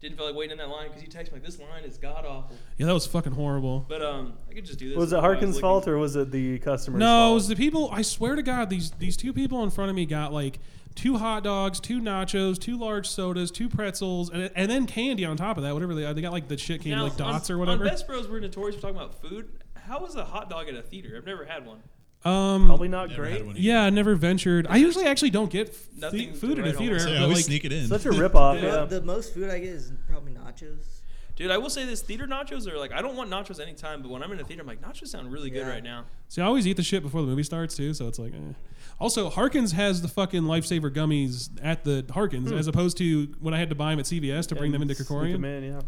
S1: didn't feel like waiting in that line because you text me like this line is god awful.
S5: Yeah, that was fucking horrible.
S1: But um, I could just do this.
S3: Was it Harkins' fault or was it the customer's
S5: No, it
S3: fault?
S5: was the people. I swear to God, these these two people in front of me got like two hot dogs, two nachos, two large sodas, two pretzels, and, and then candy on top of that. Whatever they they got like the shit candy, like dots
S1: on,
S5: or whatever.
S1: On Best Bros, we're notorious for talking about food. How is a hot dog at a theater? I've never had one.
S5: um,
S3: Probably not
S7: Never
S3: great.
S7: had one either.
S5: Yeah, I never ventured. I usually actually don't get f-
S1: Nothing
S5: th-
S1: to
S5: food in a
S1: write home
S5: theater.
S1: about.
S7: So
S5: but,
S7: I always
S5: like,
S7: sneak it in.
S3: Such a ripoff,
S2: The,
S3: yeah.
S2: the most food I get is probably nachos.
S1: Dude, I will say this: theater nachos are like I don't want nachos anytime, but when I'm in a theater, I'm like nachos sound really good
S2: Yeah.
S1: right now.
S5: See, I always eat the shit before the movie starts too, so it's like. Eh. Also, Harkins has the fucking lifesaver gummies at the Harkins,
S1: Hmm.
S5: as opposed to when I had to buy them at CVS to bring them into Krikorian.
S3: Man, yeah.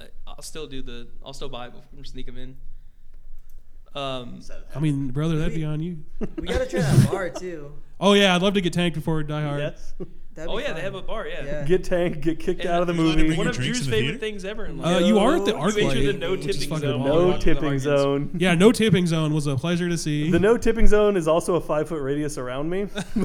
S1: I- I'll still do the. I'll still buy it before sneak them in. Um,
S6: So,
S5: I mean, brother, that'd be on you.
S2: We gotta try that bar too.
S5: Oh yeah, I'd love to get tanked before Die Hard.
S3: Yes.
S2: That'd
S1: oh
S2: be
S1: yeah, they
S2: fun.
S1: have a bar. Yeah.
S2: Yeah.
S3: Get tanked, get kicked
S1: And
S3: out of the
S1: there's
S7: allowed to
S3: movie.
S7: bring
S1: One
S7: your
S1: of
S7: drinks
S1: Drew's
S7: in the
S1: favorite
S7: theater?
S1: things ever in life.
S5: Uh, you are at the
S2: No
S5: art
S1: You made sure the
S5: plate.
S1: no
S5: which is
S1: tipping
S5: fucking
S1: zone.
S5: wild.
S3: No
S1: Harkins.
S3: tipping zone.
S5: Yeah, no tipping zone was a pleasure to see.
S3: The no tipping zone is also a five foot radius around me.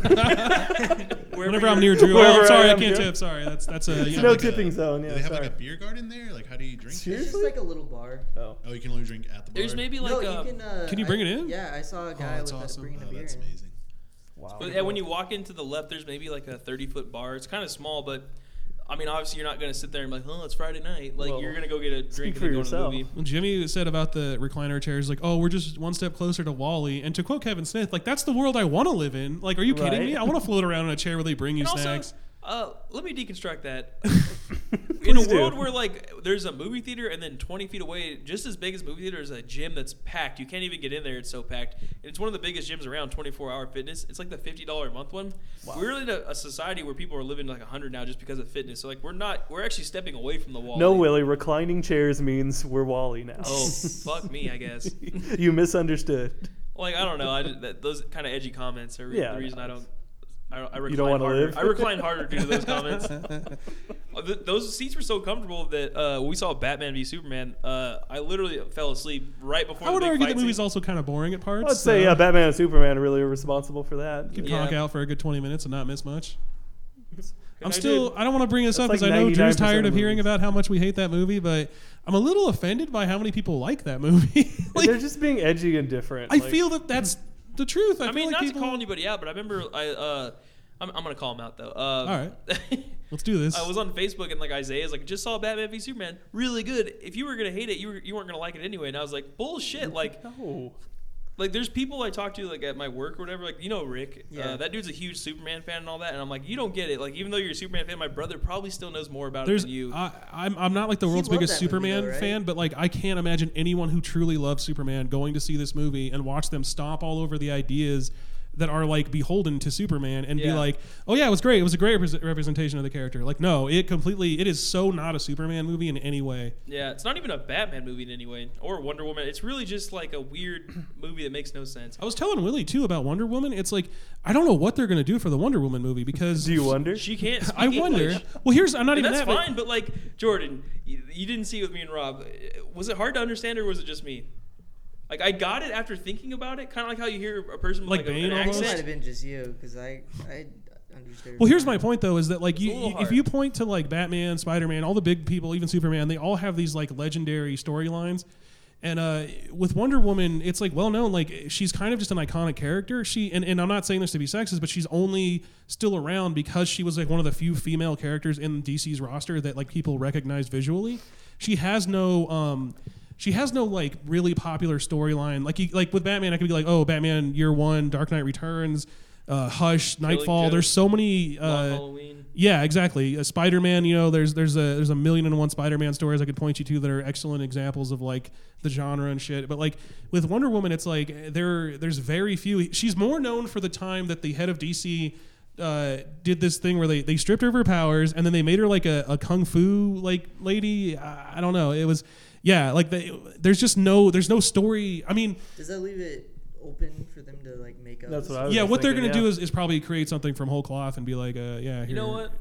S5: Whenever
S1: you're-
S5: I'm near Drew, oh,
S3: Wherever
S5: I'm sorry,
S3: I
S5: I,
S3: am,
S5: can't
S3: yeah.
S5: tip. Sorry, that's that's a.
S7: Is
S5: You
S7: it
S5: know,
S3: No
S7: a-
S3: tipping zone, yeah,
S7: Do they have
S3: sorry.
S7: like a beer garden there? Like, how do you drink?
S3: Seriously?
S7: this?
S2: It's just like a little bar.
S3: Oh.
S7: Oh, you can only drink at the bar.
S1: There's maybe like
S2: no,
S1: um,
S2: you can. Uh,
S5: Can you
S2: I-
S5: bring it in?
S2: Yeah, I saw a guy
S5: that's
S2: with
S5: awesome.
S2: a, bringing a
S7: Oh,
S2: beer.
S7: that's
S2: in.
S7: amazing.
S3: Wow.
S1: But yeah, when you walk into the left, there's maybe like a 30 foot bar. It's kind of small, but I mean, obviously, you're not going to sit there and be like, oh, it's Friday night. Like,
S3: Well,
S1: you're going to go get a drink
S3: speak
S1: and then
S3: for
S1: go
S3: yourself.
S1: to the movie.
S5: when Jimmy said about the recliner chairs, like, oh, we're just one step closer to Wally. And to quote Kevin Smith, like, that's the world I want to live in. Like, are you kidding
S3: Right.
S5: me? I want to float around in a chair where they bring you
S1: And
S5: snacks.
S1: also, Uh, let me deconstruct that. In a
S3: Please do.
S1: world where like there's a movie theater and then 20 feet away, just as big as movie theater is a gym that's packed. You can't even get in there; it's so packed. And it's one of the biggest gyms around. 24 Hour Fitness. It's like the 50 dollar a month one. We're in a, a society where people are living like 100 now just because of fitness. So like we're not. We're actually stepping away from the wall.
S3: No, Willie, reclining chairs means we're Wally now.
S1: Oh fuck me, I guess.
S3: you misunderstood.
S1: Like I don't know. I just, that, those kind of edgy comments are re-
S3: Yeah,
S1: the reason I
S3: no,
S1: don't. I, I recline
S3: You don't wanna
S1: harder.
S3: live?
S1: I recline harder due to those comments. Uh, th- those seats were so comfortable that uh, when we saw Batman v Superman, uh, I literally fell asleep right before.
S5: I would
S1: the big
S5: argue
S1: fight
S5: that movie's
S1: scene.
S5: also kind of boring at parts.
S3: Let's say
S5: so
S3: uh, Batman and Superman are really responsible for that.
S5: You could
S1: Yeah.
S5: conk out for a good 20 minutes and not miss much. I'm
S1: I
S5: still.
S1: did.
S5: I don't want to bring this up
S3: That's
S5: because
S3: like
S5: I know
S3: 99%
S5: Drew's tired
S3: of
S5: of hearing
S3: movies.
S5: about how much we hate that movie, but I'm a little offended by how many people like that movie. like,
S3: They're just being edgy and different.
S5: I
S3: like-
S5: feel that that's the truth. I,
S1: I
S5: feel
S1: mean,
S5: like
S1: not
S5: people,
S1: to call anybody out, but I remember I. Uh, I'm, I'm gonna call him out though. Uh, All
S5: right. Let's do this.
S1: I was on Facebook and like Isaiah's like just saw Batman v Superman, really good. If you were gonna hate it, you were, you weren't gonna like it anyway. And I was like, bullshit. Like
S3: No.
S1: like there's people I talk to like at my work or whatever like you know Rick
S2: Yeah.
S1: uh, that dude's a huge Superman fan and all that and I'm like you don't get it like even though you're a Superman fan my brother probably still knows more about
S5: There's,
S1: it than you
S5: I, I'm, I'm not like the world's
S2: loved
S5: biggest
S2: that movie,
S5: Superman
S2: though, right?
S5: fan, but like I can't imagine anyone who truly loves Superman going to see this movie and watch them stomp all over the ideas that are like beholden to Superman and be
S1: Yeah.
S5: like, oh yeah, it was great. It was a great repres representation of the character. Like, no, it completely, it is so not a Superman movie in any way.
S1: yeah it's not even a Batman movie in any way or Wonder Woman it's really just like a weird movie that makes no sense
S5: I was telling Willie too about Wonder Woman. It's like I don't know what they're gonna do for the Wonder Woman movie because
S3: Do you wonder?
S1: she can't speak
S5: I wonder.
S1: English.
S5: Well, here's I'm not
S1: And
S5: even
S1: that's
S5: that. but-
S1: fine but like Jordan you, you didn't see it with me and Rob Uh, was it hard to understand or was it just me like I got it after thinking about it kind of like how you hear a person with
S5: Like
S1: like, a-
S5: Bane
S1: an
S5: almost?
S2: It might
S1: accent
S2: have been just you because I I understood.
S5: Well, here's my point though: is that like you,
S1: a little
S5: you- if
S1: hard.
S5: you point to like Batman, Spider Man, all the big people, even Superman, they all have these like legendary storylines. And uh, with Wonder Woman, it's like well known. Like she's kind of just an iconic character. She and, and I'm not saying this to be sexist, but she's only still around because she was like one of the few female characters in DC's roster that like people recognize visually. She has no um, she has no like really popular storyline. Like you, like with Batman, I could be like, oh, Batman Year One, Dark Knight Returns, uh, Hush, Nightfall.
S1: Joke.
S5: There's so many.
S1: Long
S5: Uh,
S1: Halloween
S5: yeah, exactly. Uh, Spider Man, you know, there's there's a there's a million and one Spider Man stories I could point you to that are excellent examples of like the genre and shit. But like with Wonder Woman, it's like eh, there there's very few. She's more known for the time that the head of DC. Uh, did this thing where they, they stripped her of her powers and then they made her like a, a kung fu like lady I, I don't know it was yeah like they, there's just no there's no story I mean
S2: Does that leave it open for them to like make up?
S3: That's what I was
S5: yeah
S3: just
S5: what they're
S3: thinking,
S5: gonna do
S3: yeah.
S5: is, is probably create something from whole cloth and be like uh, yeah
S1: You know
S5: here.
S1: what?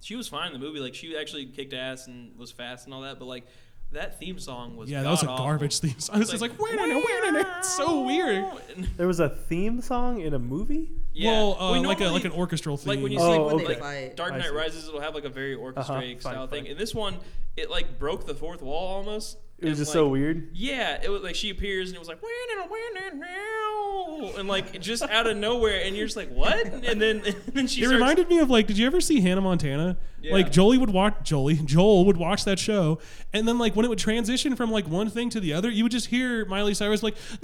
S1: She was fine in the movie. Like she actually kicked ass and was fast and all that. But like that theme song was
S5: Yeah, that was a
S1: god-awful.
S5: garbage theme song. It's,
S1: It's
S5: like,
S1: like,
S5: wait a minute, wait a minute. It's so weird.
S1: And-
S3: There was a theme song in a movie?
S1: yeah.
S5: Well, uh,
S1: We
S5: like a
S1: normally-
S5: like an orchestral theme.
S1: like when you
S3: Oh,
S1: see
S2: when
S1: like,
S2: they fight.
S1: Dark
S3: I
S1: Knight
S3: see.
S1: Rises, it'll have like a very orchestrated
S3: Uh-huh. fine,
S1: style
S3: fine.
S1: thing. And this one, it like broke the fourth wall almost.
S3: It was
S1: and,
S3: just
S1: like,
S3: so weird.
S1: Yeah, it was like she appears and it was like "Wah, nah, nah, nah, nah," and like just out of nowhere, and you're just like, what? And then and then she
S5: it
S1: starts-
S5: reminded me of like, did you ever see Hannah Montana?
S1: Yeah.
S5: Like Jolie would watch Jolie Joel would watch that show, and then like when it would transition from like one thing to the other, you would just hear Miley Cyrus like,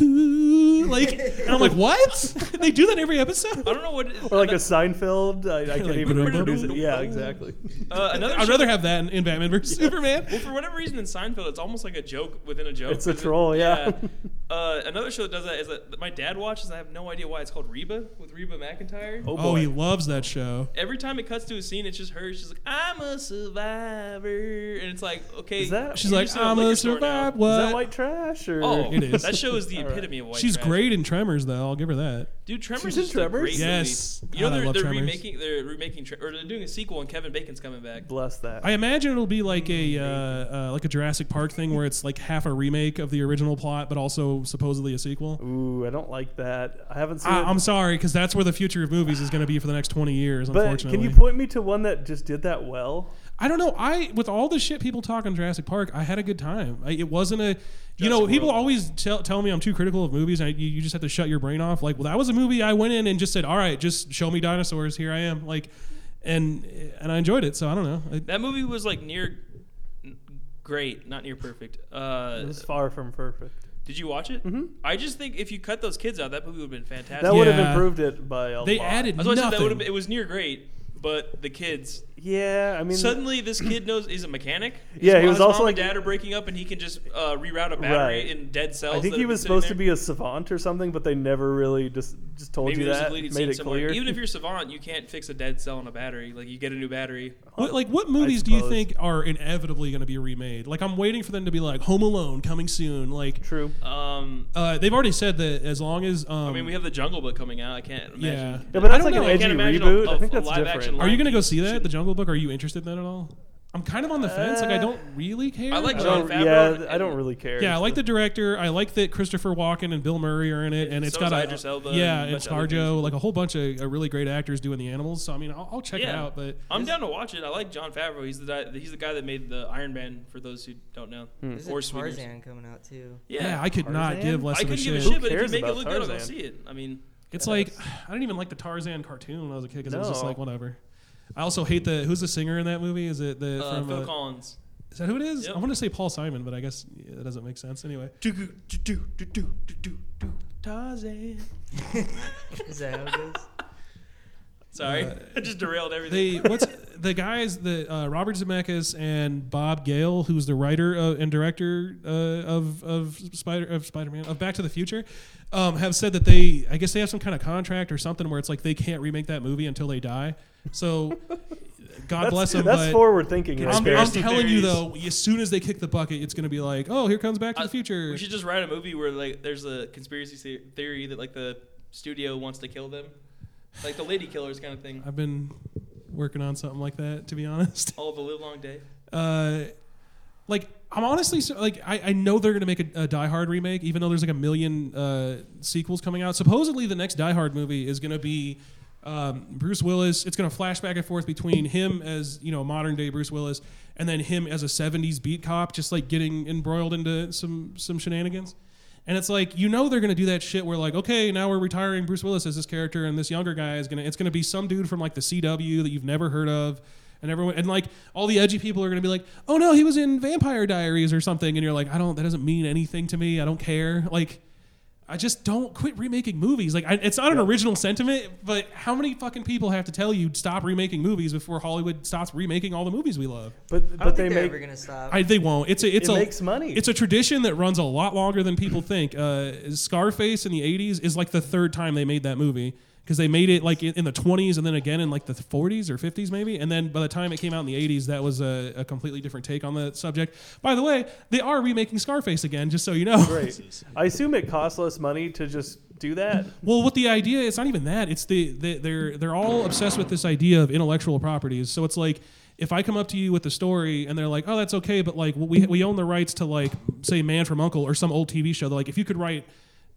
S5: like, and I'm like, what? they do that every episode.
S1: I don't know what. it-
S3: Or like a Seinfeld. I, I can't
S5: Like,
S3: even reproduce it. Yeah,
S1: "Ba-dum-dum-dum-dum."
S3: exactly.
S1: uh, another.
S5: I'd rather have that in, in Batman versus Superman.
S1: Well, for whatever reason in Seinfeld, it's almost like a joke within a joke.
S3: It's a
S1: Is it-
S3: troll, yeah.
S1: Uh, another show that does that is that my dad watches. and I have no idea why it's called Reba with Reba McIntyre.
S3: Oh, boy.
S5: Oh, he loves that show.
S1: Every time it cuts to a scene, it's just her. She's like, "I'm a survivor," and it's like, okay,
S3: Is that-
S5: She's
S1: you're
S5: like,
S1: just in
S5: I'm a
S1: liquor store now."
S5: survivor.
S3: is that white trash? Or
S1: Uh, Oh,
S5: It is.
S1: that show is the
S3: All right.
S1: epitome of white.
S5: She's
S1: trash.
S5: great in Tremors, though. I'll give her that.
S1: dude. Tremors
S3: She's in
S1: is just a
S3: Tremors?
S1: great
S5: Yes.
S1: movie.
S5: God,
S1: You
S5: I
S1: know they're,
S5: love
S1: they're
S5: Tremors.
S1: remaking, they're remaking, Tre- or they're doing a sequel, and Kevin Bacon's coming back.
S3: Bless that.
S5: I imagine it'll be like a uh, uh, like a Jurassic Park thing where it's like half a remake of the original plot, but also supposedly a sequel.
S3: Ooh, I don't like that. I haven't seen
S5: I,
S3: it.
S5: Ah, I'm sorry, because that's where the future of movies is going to be for the next 20 years.
S3: but
S5: unfortunately,
S3: can you point me to one that just did that well?
S5: I don't know. I with all the shit people talk on Jurassic Park, I had a good time. I, it wasn't a, you know,
S1: Jurassic
S5: people
S1: World.
S5: always tell, tell me I'm too critical of movies. And I, you, you just have to shut your brain off. Like, well, that was a movie I went in and just said, all right, just show me dinosaurs. Here I am. Like, and and I enjoyed it. So I don't know. I-
S1: That movie was like near n- great, not near perfect. Uh,
S3: It was far from perfect.
S1: Did you watch it?
S3: Mhm.
S1: I just think if you cut those kids out, that movie would have been fantastic.
S3: That would have
S5: Yeah.
S3: improved it by a
S5: They
S3: lot.
S5: added
S1: That's why I said that would have.
S5: nothing.
S1: It was near great, but the kids.
S3: Yeah, I mean,
S1: Suddenly, this kid knows he's a mechanic. His
S3: Yeah, he
S1: mo-
S3: was
S1: his
S3: also
S1: mom
S3: like-
S1: and dad are breaking up, and he can just uh, reroute a battery
S3: Right.
S1: in dead cells.
S3: I think
S1: that have
S3: he
S1: been
S3: was
S1: sitting
S3: supposed to
S1: there.
S3: be a savant or something, but they never really just just told
S1: Maybe
S3: you
S1: there's a
S3: that.
S1: deleted
S3: Made
S1: scene
S3: it
S1: somewhere.
S3: clear.
S1: Even if you're savant, you can't fix a dead cell in a battery. Like you get a new battery.
S5: What, like, what movies do you
S3: suppose.
S5: think are inevitably going to be remade? Like, I'm waiting for them to be like Home Alone coming soon. Like,
S3: True.
S1: Um,
S5: uh, they've already said that as long as um,
S1: I mean, we have the Jungle Book coming out. I can't imagine.
S5: yeah.
S3: Yeah, but
S5: I
S3: that's
S5: don't
S3: like
S5: know.
S3: an
S5: I
S3: edgy
S1: can't imagine a-
S3: reboot. I
S1: a-
S3: think
S1: a
S3: that's
S1: live-action
S3: different.
S5: Are you gonna go
S1: Lion
S5: see that?
S1: King.
S5: The Jungle Book? Are you interested in that at all? I'm kind of on the fence. Like I don't really care.
S1: I like
S3: Uh, I
S5: but-
S1: John
S3: don't,
S1: Favreau
S3: yeah,
S1: and-
S3: I don't really care.
S5: Yeah, I
S3: It's
S5: like the
S3: the-
S5: director. I like that Christopher Walken and Bill Murray are in it, and it's
S1: So is
S5: got a
S1: Idris Elba
S5: yeah,
S1: and a
S5: and
S1: bunch of other
S5: Scarjo, like a whole bunch of uh, really great actors doing the animals. So I mean, I'll, I'll check it
S1: Yeah.
S5: out. But
S1: I'm down to watch it. I like John Favreau. He's the guy, he's the guy that made the Iron Man. For those who don't know,
S3: Hmm.
S2: There's
S1: or
S2: a
S1: Swingers.
S2: Tarzan coming out too.
S1: Yeah,
S5: yeah, I could not
S3: Tarzan?
S5: give less
S1: I
S5: of a
S1: couldn't
S5: shit.
S1: give a shit, but if you
S3: cares
S1: make it
S3: about
S1: look good, I'll go
S3: Tarzan?
S1: see it. I mean,
S5: It's like I didn't even like the Tarzan cartoon when I was a kid because it was just
S3: No.
S5: like whatever. I also hate the who's the singer in that movie? Is it the
S1: uh,
S5: from
S1: Phil
S5: uh,
S1: Collins.
S5: is that who it is?
S1: Yep.
S5: I want to say Paul Simon, but I guess yeah, that doesn't make sense anyway.
S1: Tarzan.
S2: Is that how it goes?
S1: Sorry, I just derailed everything.
S5: They what's the guys the uh, Robert Zemeckis and Bob Gale, who's the writer uh, and director uh, of of Spider of Spider Man of Back to the Future, um, have said that they I guess they have some kind of contract or something where it's like they can't remake that movie until they die. So God
S3: That's,
S5: bless them.
S3: That's
S5: but
S3: forward thinking. Right
S5: I'm,
S3: there.
S5: I'm
S1: Conspiracy
S5: telling you
S1: theories.
S5: though, as soon as they kick the bucket, it's going to be like, oh, here comes Back to
S1: I-
S5: the Future.
S1: we should just write a movie where like there's a conspiracy se- theory that like the studio wants to kill them, like the Lady Killers kind of thing.
S5: I've been working on something like that, to be honest.
S1: All the live long day.
S5: uh, like I'm honestly so- like I, I know they're gonna make a, a Die Hard remake, even though there's like a million uh, sequels coming out. Supposedly the next Die Hard movie is gonna be um, Bruce Willis. It's gonna flash back and forth between him as you know modern day Bruce Willis and then him as a '70s beat cop, just like getting embroiled into some some shenanigans. And it's like you know they're gonna do that shit where like okay now we're retiring Bruce Willis as this character and this younger guy is gonna it's gonna be some dude from like the CW that you've never heard of and everyone and like all the edgy people are gonna be like oh no he was in Vampire Diaries or something and you're like I don't that doesn't mean anything to me I don't care like I just don't quit remaking movies like I, it's not an original sentiment but how many fucking people have to tell you stop remaking movies before Hollywood stops remaking all the movies we love
S3: but
S2: I don't
S3: but they
S2: think they're
S3: make
S2: ever gonna stop.
S5: I, they won't. It's a. It's
S3: It
S5: a.
S3: makes money.
S5: It's a tradition that runs a lot longer than people think. Uh, Scarface in the '80s is like the third time they made that movie because they made it like in in the 20s and then again in like the 40s or 50s maybe and then by the time it came out in the 80s that was a, a completely different take on the subject by the way they are remaking scarface again just so you know
S3: great. I assume it costs less money to just do that.
S5: Well, what the idea? It's not even that. It's the, the they're they're all obsessed with this idea of intellectual properties. So it's like if I come up to you with a story and they're like, "Oh, that's okay," but like we we own the rights to like say Man from Uncle or some old TV show. They're like, if you could write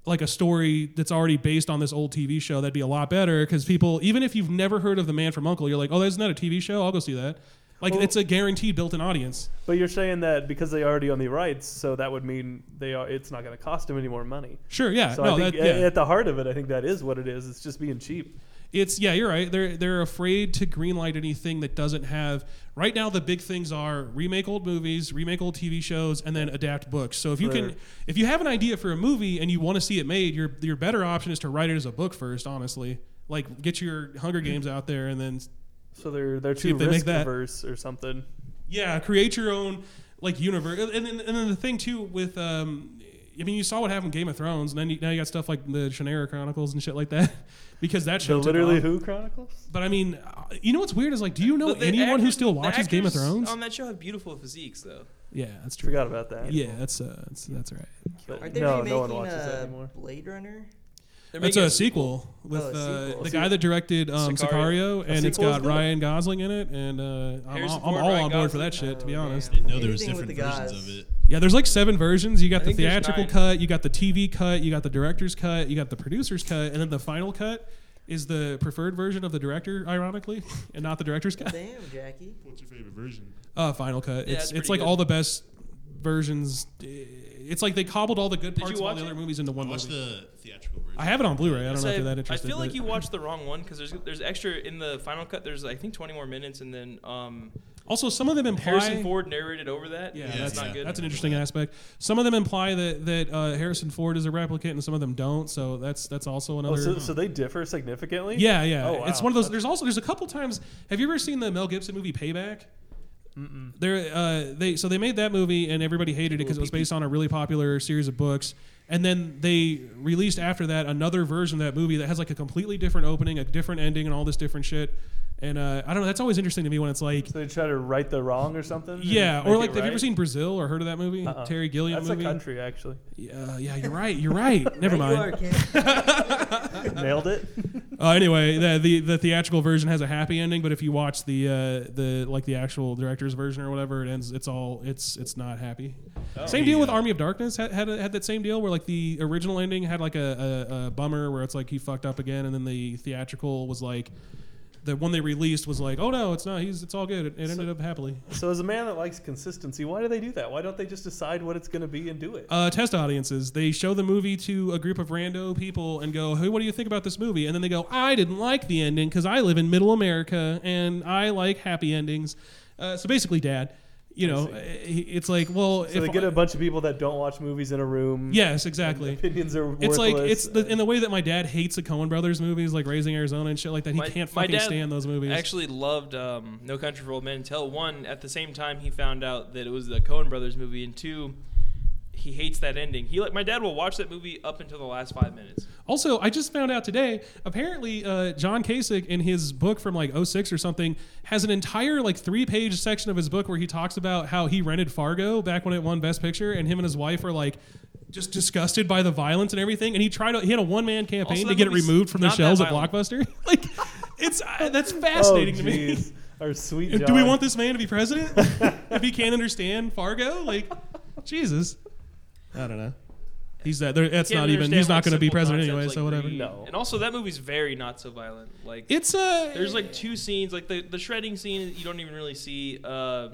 S5: like a story that's already based on this old TV show, that'd be a lot better because people, even if you've never heard of the Man from Uncle, you're like, "Oh, isn't that a TV show? I'll go see that." Like
S3: Well-
S5: it's a guaranteed built-in audience.
S3: But you're saying that because they already own the rights, so that would mean they are. It's not going to cost them any more money.
S5: Sure, yeah,
S3: So
S5: Uh, no,
S3: I think
S5: that,
S3: a-
S5: yeah.
S3: at the heart of it, I think that is what it is. It's just being cheap.
S5: it's yeah, you're right. They're they're afraid to greenlight anything that doesn't have. Right now, the big things are remake old movies, remake old TV shows, and then adapt books. So if you
S3: Right.
S5: can, if you have an idea for a movie and you want to see it made, your your better option is to write it as a book first. Honestly, like get your Hunger Games out there and then
S3: So they're they're
S5: See
S3: too
S5: if they make
S3: risk
S5: that.
S3: averse or something.
S5: yeah, create your own like universe. And then, and then the thing too with um, I mean, you saw what happened in Game of Thrones, and then you, now you got stuff like the Shannara Chronicles and shit like that, because that
S3: The
S5: show took
S3: literally
S5: off.
S3: Who Chronicles.
S5: But I mean, uh, you know what's weird is like, do you know
S1: But the
S5: anyone who
S1: actors-
S5: still
S1: the
S5: watches Game of
S1: actors
S5: Thrones?
S1: on that show have beautiful physiques though.
S5: yeah, that's true.
S3: Forgot about that.
S5: Yeah, that's uh, that's, that's right.
S3: But
S2: Aren't they
S3: no,
S2: remaking
S3: no one watches that
S2: uh,
S3: anymore.
S2: Blade Runner?
S1: They're
S5: That's
S1: making
S5: a sequel with
S2: Oh, a
S5: uh,
S2: sequel.
S5: the guy that directed um, Sicario,
S1: Sicario.
S5: and it's
S3: sequel's
S5: got
S3: good.
S5: Ryan Gosling in it, and uh, I'm,
S1: Harrison
S5: all- I'm
S1: Ford,
S5: all
S1: Ryan
S5: on board for
S1: Gosling.
S5: that shit. To be
S2: Oh,
S5: honest,
S2: man.
S7: Didn't know there was
S2: Anything
S7: different
S2: with the
S7: versions
S2: guys.
S7: of it.
S5: yeah, there's like seven versions. You got
S1: I
S5: the
S1: think there's
S5: theatrical
S1: nine.
S5: cut, you got the TV cut, you got the director's cut, you got the producer's cut, and then the final cut is the preferred version of the director, ironically, and not the director's cut.
S2: Damn, Jackie.
S7: What's your favorite version?
S5: Uh, Final Cut.
S1: Yeah,
S5: it's
S1: it's
S5: it's
S1: pretty
S5: like
S1: good.
S5: all the best versions. It's like they cobbled all the good
S1: Did
S5: parts
S1: you
S5: of all
S1: watch
S5: the
S1: it?
S5: other movies into
S7: I
S5: one
S7: watched
S5: movie.
S7: the theatrical version.
S5: I have it on Blu-ray. I don't
S1: So
S5: know if
S1: I,
S5: you're that
S1: I
S5: interested.
S1: feel like
S5: but-
S1: you watched the wrong one because there's there's extra in the final cut. There's I think 20 more minutes, and then um,
S5: Also, some of them imply
S1: Harrison Ford narrated over that.
S5: Yeah,
S1: that's
S7: that's-
S1: not
S7: yeah.
S1: good.
S5: That's an interesting aspect. Some of them imply that that uh, Harrison Ford is a replicant, and some of them don't. So that's that's also another.
S3: Oh, so, so they differ significantly.
S5: yeah, yeah.
S3: Oh, wow.
S5: It's one of those. There's also there's a couple times. Have you ever seen the Mel Gibson movie Payback? There, uh, they so they made that movie and everybody hated it because it was based on a really popular series of books. And then they released after that another version of that movie that has like a completely different opening, a different ending, and all this different shit. And uh, I don't know. That's always interesting to me when it's like,
S3: So they try to right the wrong or something.
S5: yeah,
S3: and
S5: or
S3: make
S5: like,
S3: Mm-hmm. it
S5: have you ever
S3: right?
S5: seen Brazil or heard of that movie?
S3: Uh-uh.
S5: Terry Gilliam
S3: That's
S5: movie.
S3: a country actually.
S5: Yeah, yeah, you're right. You're right. Never
S2: Right you are,
S5: mind.
S2: kid.
S3: Nailed it.
S5: Uh, anyway, the, the the theatrical version has a happy ending, but if you watch the uh, the like the actual director's version or whatever, it ends. It's all it's it's not happy. same deal with
S7: Yeah.
S5: Army of Darkness had had, had that same deal where like the original ending had like a, a, a bummer where it's like he fucked up again, and then the theatrical was like. The one they released was like, oh no, it's not. He's it's all good. It, it ended up happily.
S3: So as a man that likes consistency, why do they do that? Why don't they just decide what it's going to be and do it?
S5: uh, test audiences. They show the movie to a group of rando people and go, "Hey, what do you think about this movie?" And then they go, "I didn't like the ending because I live in Middle America and I like happy endings." Uh, so basically, Dad, you know, uh, he- it's like, well,
S3: so they get a bunch of people that don't watch movies in a room.
S5: yes, exactly.
S3: Opinions are worthless.
S5: It's like it's the, in the way that my dad hates the Coen Brothers movies, like Raising Arizona and shit like that. He
S1: My-
S5: can't
S1: my
S5: fucking
S1: dad
S5: stand those movies.
S1: Actually, loved um, No Country for Old Men until one. At the same time, he found out that it was the Coen Brothers movie, and two, he hates that ending. He like my dad will watch that movie up until the last five minutes.
S5: Also, I just found out today. Apparently, uh, John Kasich in his book from like 06 or something has an entire like three page section of his book where he talks about how he rented Fargo back when it won Best Picture, and him and his wife are like just disgusted by the violence and everything. And he tried to, he had a one man campaign
S1: Also,
S5: to
S1: that
S5: get it
S1: movie's
S5: removed from the
S1: not that
S5: shelves at
S1: violent.
S5: Blockbuster. like, it's uh, that's
S3: oh,
S5: fascinating to me.
S3: jeez. Our sweet.
S5: Do we
S3: John.
S5: want this man to be president if he can't understand Fargo? Like, Jesus,
S7: I don't know.
S5: he's that. there- That's
S1: Can't
S5: not even.
S1: understand,
S5: He's
S1: like,
S5: not going to be
S1: simple concepts
S5: president anyway.
S1: like
S5: so whatever.
S1: greed.
S3: No.
S1: And also, that movie's very not so violent. Like
S5: It's a.
S1: there's like two scenes, like the the shredding scene. You don't even really see uh,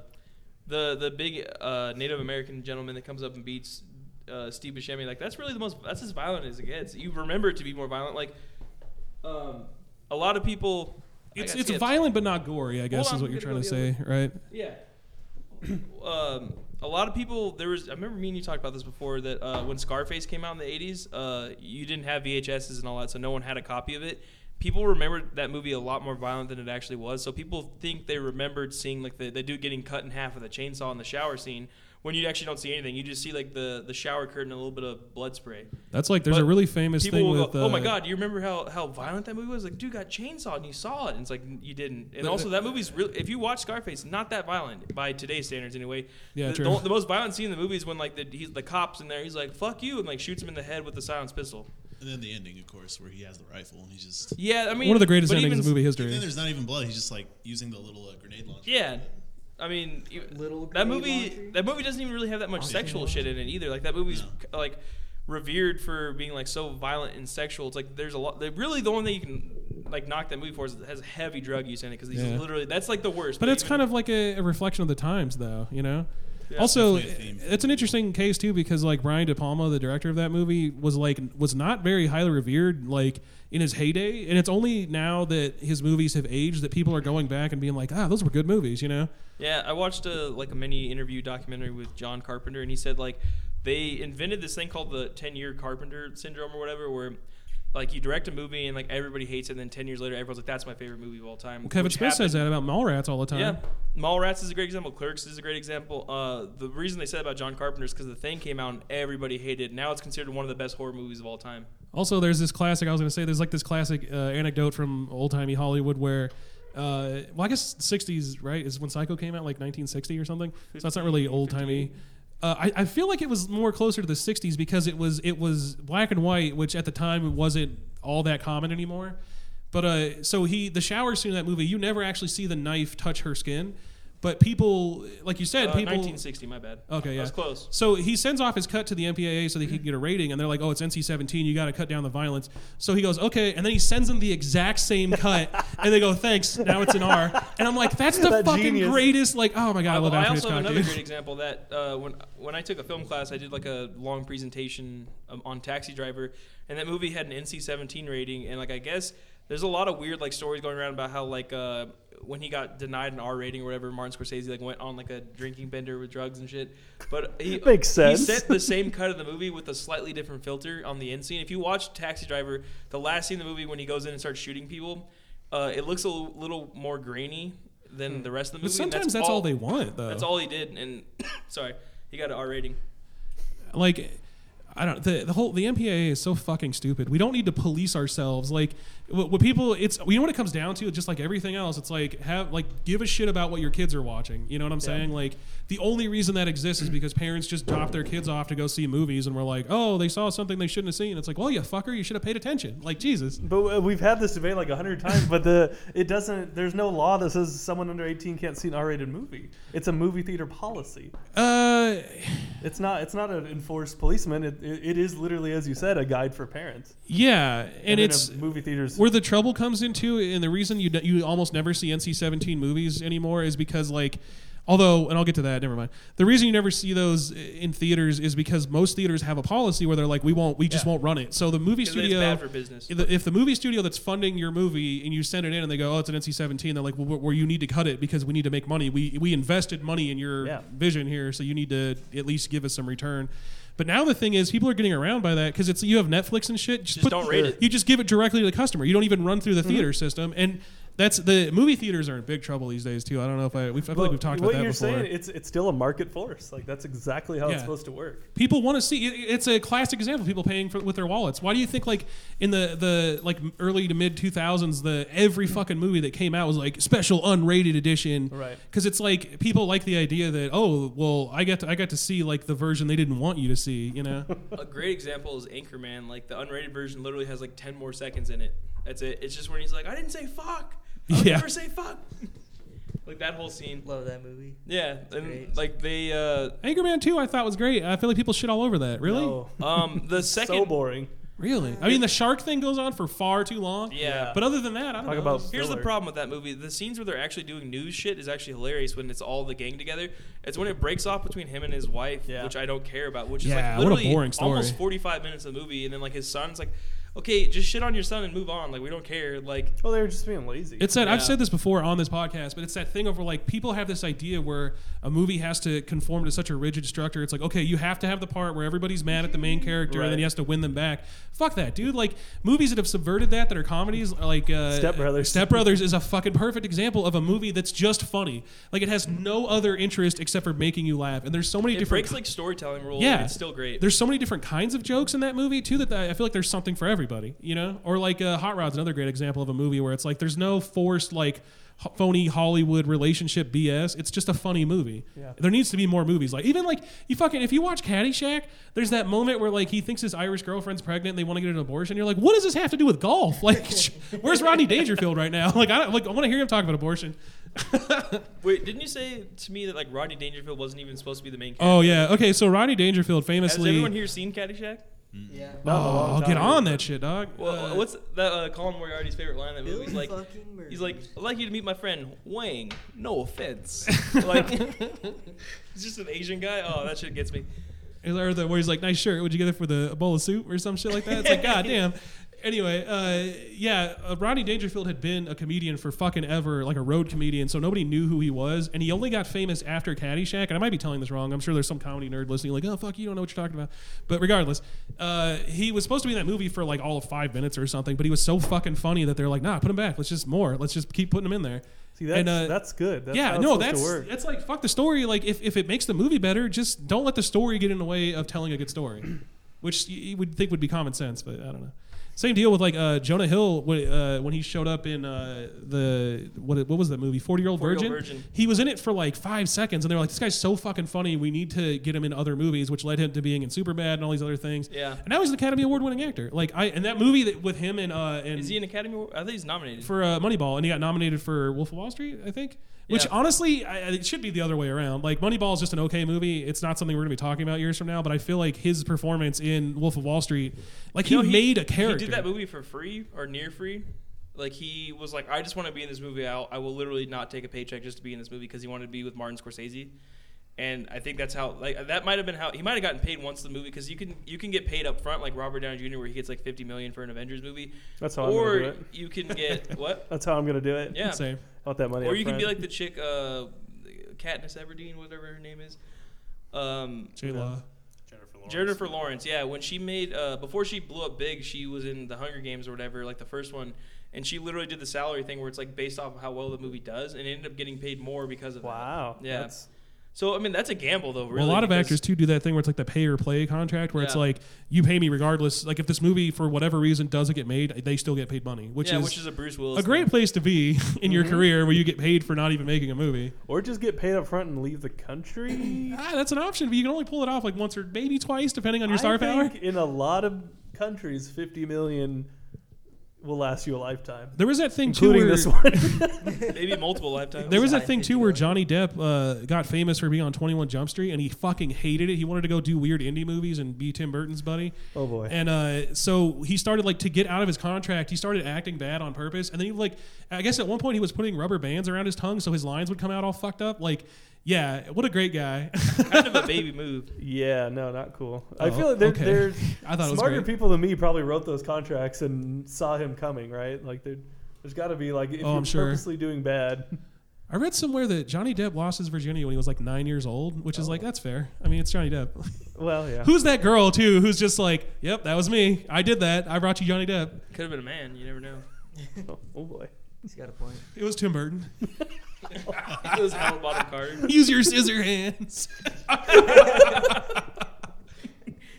S1: the the big uh, Native American gentleman that comes up and beats uh, Steve Buscemi. Like that's really the most. That's as violent as it gets. You remember it to be more violent. Like um, a lot of people. I
S5: It's
S1: got
S5: it's
S1: skipped.
S5: violent but not gory, I guess,
S1: Hold on,
S5: is what
S1: I'm
S5: you're
S1: gonna
S5: trying to
S1: go the
S5: say, right?
S1: Yeah. um, a lot of people there was. I remember me and you talked about this before that uh, when Scarface came out in the '80s, uh, you didn't have VHSs and all that, so no one had a copy of it. People remembered that movie a lot more violent than it actually was. So people think they remembered seeing like the, the dude getting cut in half with a chainsaw in the shower scene when you actually don't see anything. You just see like the, the shower curtain and a little bit of blood spray.
S5: That's like there's a
S1: But
S5: really famous
S1: People
S5: thing
S1: will
S5: with.
S1: go,
S5: uh,
S1: "Oh my god, you remember how, how violent that movie was? Like, dude got chainsawed and you saw it." And it's like "N- you didn't. And
S5: The-
S1: also,
S5: the-
S1: that movie's really. If you watch Scarface, not that violent by today's standards, anyway.
S5: Yeah,
S1: the,
S5: true.
S1: The, the most violent scene in the movie is when like the he's, the cops in there. He's like, "Fuck you!" and like shoots him in the head with the silenced pistol.
S7: And then the ending, of course, where he has the rifle and he's just.
S1: Yeah, I mean,
S5: one of the greatest
S1: but
S5: endings in
S1: even-
S5: movie
S7: And
S5: history.
S7: then there's not even blood. He's just like using the little uh, grenade launcher.
S1: Yeah, I mean, e-
S2: Little
S1: that
S2: grenade
S1: movie.
S2: launcher?
S1: That movie doesn't even really have that much sexual shit in it either. Like that movie's
S7: No.
S1: c- like revered for being like so violent and sexual. It's like there's a lot. they- Really, the only thing you can like knock that movie for is it has heavy drug use in it because these
S5: Yeah.
S1: literally that's like the worst.
S5: But it's kind of like a, a reflection of the times, though, you know?
S1: Yeah.
S5: also,
S7: Definitely a theme.
S5: it's an interesting case too because like Brian De Palma, the director of that movie, was like was not very highly revered like in his heyday, and it's only now that his movies have aged that people are going back and being like, ah, those were good movies, you know?
S1: Yeah, I watched a like a mini interview documentary with John Carpenter, and he said like they invented this thing called the ten year Carpenter syndrome or whatever, where like you direct a movie and like everybody hates it, and then ten years later everyone's like that's my favorite movie of all time.
S5: Well, Kevin
S1: which
S5: Smith says that about Mallrats all the time.
S1: Yeah, Mallrats is a great example. Clerks is a great example. Uh, the reason they said about John Carpenter is because the thing came out and everybody hated. it. Now it's considered one of the best horror movies of all time.
S5: Also, there's this classic. I was going to say there's like this classic uh, anecdote from old timey Hollywood where, uh, well, I guess 60s right is when Psycho came out, like 1960 or something. So that's not really old timey. Uh, I, I feel like it was more closer to the 60s because it was it was black and white, which at the time wasn't all that common anymore. But uh, so he the shower scene in that movie, you never actually see the knife touch her skin, but people, like you said,
S1: Uh,
S5: people
S1: 1960, my bad.
S5: Okay, yeah.
S1: That's close.
S5: So he sends off his cut to the MPAA so they can get a rating, and they're like, "Oh, it's NC-17. You got to cut down the violence." So he goes, "Okay," and then he sends them the exact same cut, and they go, "Thanks. Now it's an R." And I'm like, "That's the
S3: That
S5: fucking
S3: genius.
S5: greatest!" Like, oh my god, I love
S1: Well, I
S5: Alfred
S1: also have
S5: Hitchcock,
S1: another
S5: dude.
S1: great example that uh, when when I took a film class, I did like a long presentation um, on Taxi Driver, and that movie had an NC-17 rating, and like I guess there's a lot of weird like stories going around about how like uh, when he got denied an R rating or whatever, Martin Scorsese like went on like a drinking bender with drugs and shit. But he
S3: Makes sense.
S1: He sent the same cut of the movie with a slightly different filter on the end scene. If you watch Taxi Driver, the last scene of the movie when he goes in and starts shooting people, uh, it looks a l- little more grainy than the rest of the movie.
S5: Hmm. But
S1: and
S5: sometimes that's, all, they want, though.
S1: That's all he did, and sorry, he got an R rating.
S5: like I don't the, the whole the MPAA is so fucking stupid. We don't need to police ourselves. Like what, what people it's you know what it comes down to just like everything else. It's like have like give a shit about what your kids are watching. You know what I'm saying? Like the only reason that exists is because parents just drop their kids off to go see movies and we're like, "Oh, they saw something they shouldn't have seen." It's like, "Well, you fucker, you should have paid attention." Like Jesus.
S3: But uh, we've had this debate like a hundred times. But the it doesn't. There's no law that says someone under 18 can't see an R-rated movie. It's a movie theater policy.
S5: Uh
S3: It's not. It's not an enforced policeman. It, it, it is literally, as you said, a guide for parents.
S5: yeah,
S3: in
S5: and, it's
S3: a movie theaters.
S5: where the trouble comes into and the reason you you almost never see NC-17 movies anymore is because like although and I'll get to that never mind. The reason you never see those in theaters is because most theaters have a policy where they're like we won't we just won't run it. So the movie
S1: 'Cause then it's
S5: studio
S1: bad for business.
S5: if the- if the movie studio that's funding your movie and you send it in and they go oh it's an NC-17 they're like well, where- where you need to cut it because we need to make money. We we invested money in your
S3: Yeah.
S5: vision here, so you need to at least give us some return. But now the thing is, people are getting around by that because it's you have Netflix and shit. Just,
S1: Just don't rate it.
S5: You just give it directly to the customer. You don't even run
S3: Mm-hmm.
S5: through the theater system, and that's the movie theaters are in big trouble these days too. I don't know if I, we've, I feel like we've talked
S3: what
S5: about that
S3: you're
S5: before.
S3: saying, it's it's still a market force. Like that's exactly how
S5: Yeah.
S3: it's supposed to work.
S5: people want to see it- it's a classic example of people paying for, with their wallets why do you think like in the the like early to mid 2000s the every fucking movie that came out was like special unrated edition
S3: Right.
S5: because it's like people like the idea that oh well i got to i got to see like the version they didn't want you to see you know
S1: A great example is Anchorman. Like the unrated version literally has like ten more seconds in it. That's it. It's just when he's like, I didn't say fuck. I would
S5: Yeah.
S1: never say fuck. like that whole scene.
S2: Love that movie.
S1: Yeah, and
S2: great.
S1: like they uh
S5: anchorman 2 i thought was great i feel like people shit all over that really
S3: No.
S1: um the
S3: so
S1: second
S3: boring.
S5: really i mean the shark thing goes on for far too long
S1: yeah.
S5: but other than that i don't
S3: Talk
S5: know
S3: about
S1: Here's the
S3: filler.
S1: problem with that movie. The scenes where they're actually doing news shit is actually hilarious when it's all the gang together. It's when it breaks off between him and his wife,
S3: Yeah.
S1: which I don't care about, which is
S5: Yeah,
S1: like
S5: what a
S1: literally
S5: boring story.
S1: almost 45 minutes of the movie and then like his son's like, "Okay, just shit on your son and move on. Like we don't care." Like
S3: Well, they were just being lazy.
S5: It's that I've
S1: Yeah.
S5: said this before on this podcast, but it's that thing over like people have this idea where a movie has to conform to such a rigid structure. It's like okay, you have to have the part where everybody's mad at the main character and then
S3: Right.
S5: he has to win them back. Fuck that, dude! Like movies that have subverted that that are comedies, are like uh,
S3: Step Brothers.
S5: Step Brothers is a fucking perfect example of a movie that's just funny. Like it has no other interest except for making you laugh. And there's so many
S1: it
S5: different
S1: breaks like storytelling rules.
S5: Yeah.
S1: and it's still great.
S5: there's so many different kinds of jokes in that movie too that I I feel like there's something for everybody, you know. Or like uh, Hot Rod's another great example of a movie where it's like there's no forced like ho- phony Hollywood relationship BS. It's just a funny movie.
S3: Yeah.
S5: There needs to be more movies like even like you fucking if you watch Caddyshack, there's that moment where like he thinks his Irish girlfriend's pregnant, and they want to get an abortion. You're like, what does this have to do with golf? Like, where's Rodney Dangerfield right now? Like, I don't, like I want to hear him talk about abortion.
S1: Wait, didn't you say to me that like Rodney Dangerfield wasn't even supposed to be the main character?
S5: Oh yeah, okay. So Rodney Dangerfield
S1: Has
S5: famously.
S1: everyone here seen Caddyshack?
S2: Yeah.
S3: Not in a long
S5: Oh,
S3: time.
S5: get on that shit, dog.
S1: Well,
S5: Uh,
S1: what's that? Uh, Colin Moriarty's favorite line in that
S2: Bill
S1: movie? He's like,
S2: fucking Murray.
S1: he's like, I'd like you to meet my friend Wang. No offense. like, he's just an Asian guy. Oh, that shit gets me.
S5: or the where he's like, "Nice shirt. Would you get it for the a bowl of soup or some shit like that?" It's like, God damn. Anyway, uh, yeah, uh, Rodney Dangerfield had been a comedian for fucking ever, like a road comedian, so nobody knew who he was, and he only got famous after Caddyshack. And I might be telling this wrong. I'm sure there's some comedy nerd listening, like, "Oh fuck, you don't know what you're talking about." But regardless, uh, he was supposed to be in that movie for like all of five minutes or something, but he was so fucking funny that they're like, "Nah, put him back. Let's just more. Let's just keep putting him in there."
S3: See, that's,
S5: And, uh,
S3: that's good. That's how
S5: yeah,
S3: it's
S5: no,
S3: supposed to
S5: that's
S3: work.
S5: that's like fuck the story. Like if, if it makes the movie better, just don't let the story get in the way of telling a good story, which you, you would think would be common sense, but I don't know. Same deal with like uh, Jonah Hill when, uh, when he showed up in uh, the what what was that movie Forty Year Old
S1: 40-Year-Old
S5: Virgin?
S1: Virgin.
S5: He was in it for like five seconds, and they were like, "This guy's so fucking funny. We need to get him in other movies," which led him to being in Superbad and all these other things.
S1: Yeah.
S5: and now he's an Academy Award winning actor. Like I and that movie that with him and uh, and
S1: Is he an Academy? Award- I think he's nominated.
S5: for uh, Moneyball, and he got nominated for Wolf of Wall Street, I think. Which
S1: Yeah.
S5: honestly, I, I- it should be the other way around. Like Moneyball is just an okay movie. It's not something we're going to be talking about years from now. But I feel like his performance in Wolf of Wall Street, like
S1: You know,
S5: he made a character.
S1: He did that movie for free or near free. Like he was like, I just want to be in this movie. I'll, I will literally not take a paycheck just to be in this movie because he wanted to be with Martin Scorsese. And I think that's how like that might have been how he might have gotten paid once the movie because you can you can get paid up front like Robert Downey Jr. where he gets like 50 million for an Avengers movie.
S3: That's how I'm
S1: or
S3: gonna do it.
S1: you can get what?
S3: That's how I'm gonna do it.
S1: Yeah.
S5: Same.
S3: I want that money.
S1: or
S3: up
S1: you can be
S3: front.
S1: like the chick, uh, Katniss Everdeen, whatever her name is. Um,
S5: J Law.
S6: Jennifer Lawrence.
S1: Jennifer Lawrence, yeah, when she made uh, before she blew up big, she was in the Hunger Games or whatever, like the first one, and she literally did the salary thing where it's like based off of how well the movie does, and ended up getting paid more because of that.
S3: wow.
S1: Yeah.
S3: that's-
S1: So I mean, that's a gamble though. Really,
S5: well, a lot of
S1: because-
S5: actors too do that thing where it's like the pay or play contract, where it's
S1: Yeah.
S5: like you pay me regardless. Like if this movie for whatever reason doesn't get made, they still get paid money, which
S1: yeah,
S5: is
S1: which is a Mm-hmm. Bruce Willis.
S5: a great place to be in your career, where you get paid for not even making a movie.
S3: Or just get paid up front and leave the country.
S5: Ah, that's an option, but you can only pull it off like once or maybe twice, depending on your
S3: I
S5: star power.
S3: think in a lot of countries, 50 million will last you a lifetime,
S5: There was that thing too,
S3: including
S5: where-
S3: this one.
S1: thing. Maybe multiple lifetimes.
S5: There was
S2: Yeah,
S5: that thing
S2: I
S5: too
S2: think
S5: where
S2: you're
S5: Johnny Depp uh, got famous for being on 21 Jump Street and he fucking hated it. He wanted to go do weird indie movies and be Tim Burton's buddy.
S3: oh boy.
S5: And uh, so he started like to get out of his contract. He started acting bad on purpose, and then he like, I guess at one point he was putting rubber bands around his tongue so his lines would come out all fucked up. Like, yeah, what a great guy.
S1: kind of a baby move.
S3: yeah, no, not cool. I
S5: Oh,
S3: feel like there,
S5: okay.
S3: there's
S5: I thought it was
S3: smarter
S5: great.
S3: people than me probably wrote those contracts and saw him coming, right? Like there- there's got to be like if
S5: Oh,
S3: you're
S5: I'm sure.
S3: purposely doing bad.
S5: I read somewhere that Johnny Depp lost his virginity when he was like nine years old, which is like that's fair. I mean, it's Johnny Depp.
S3: Well, yeah.
S5: who's that girl too? Who's just like, yep, that was me. I did that. I brought you Johnny Depp.
S1: Could have been a man. You never know.
S3: Oh, oh boy.
S2: He's got a point.
S5: It was Tim Burton.
S1: It was hollow bottom card.
S5: Use your scissor hands.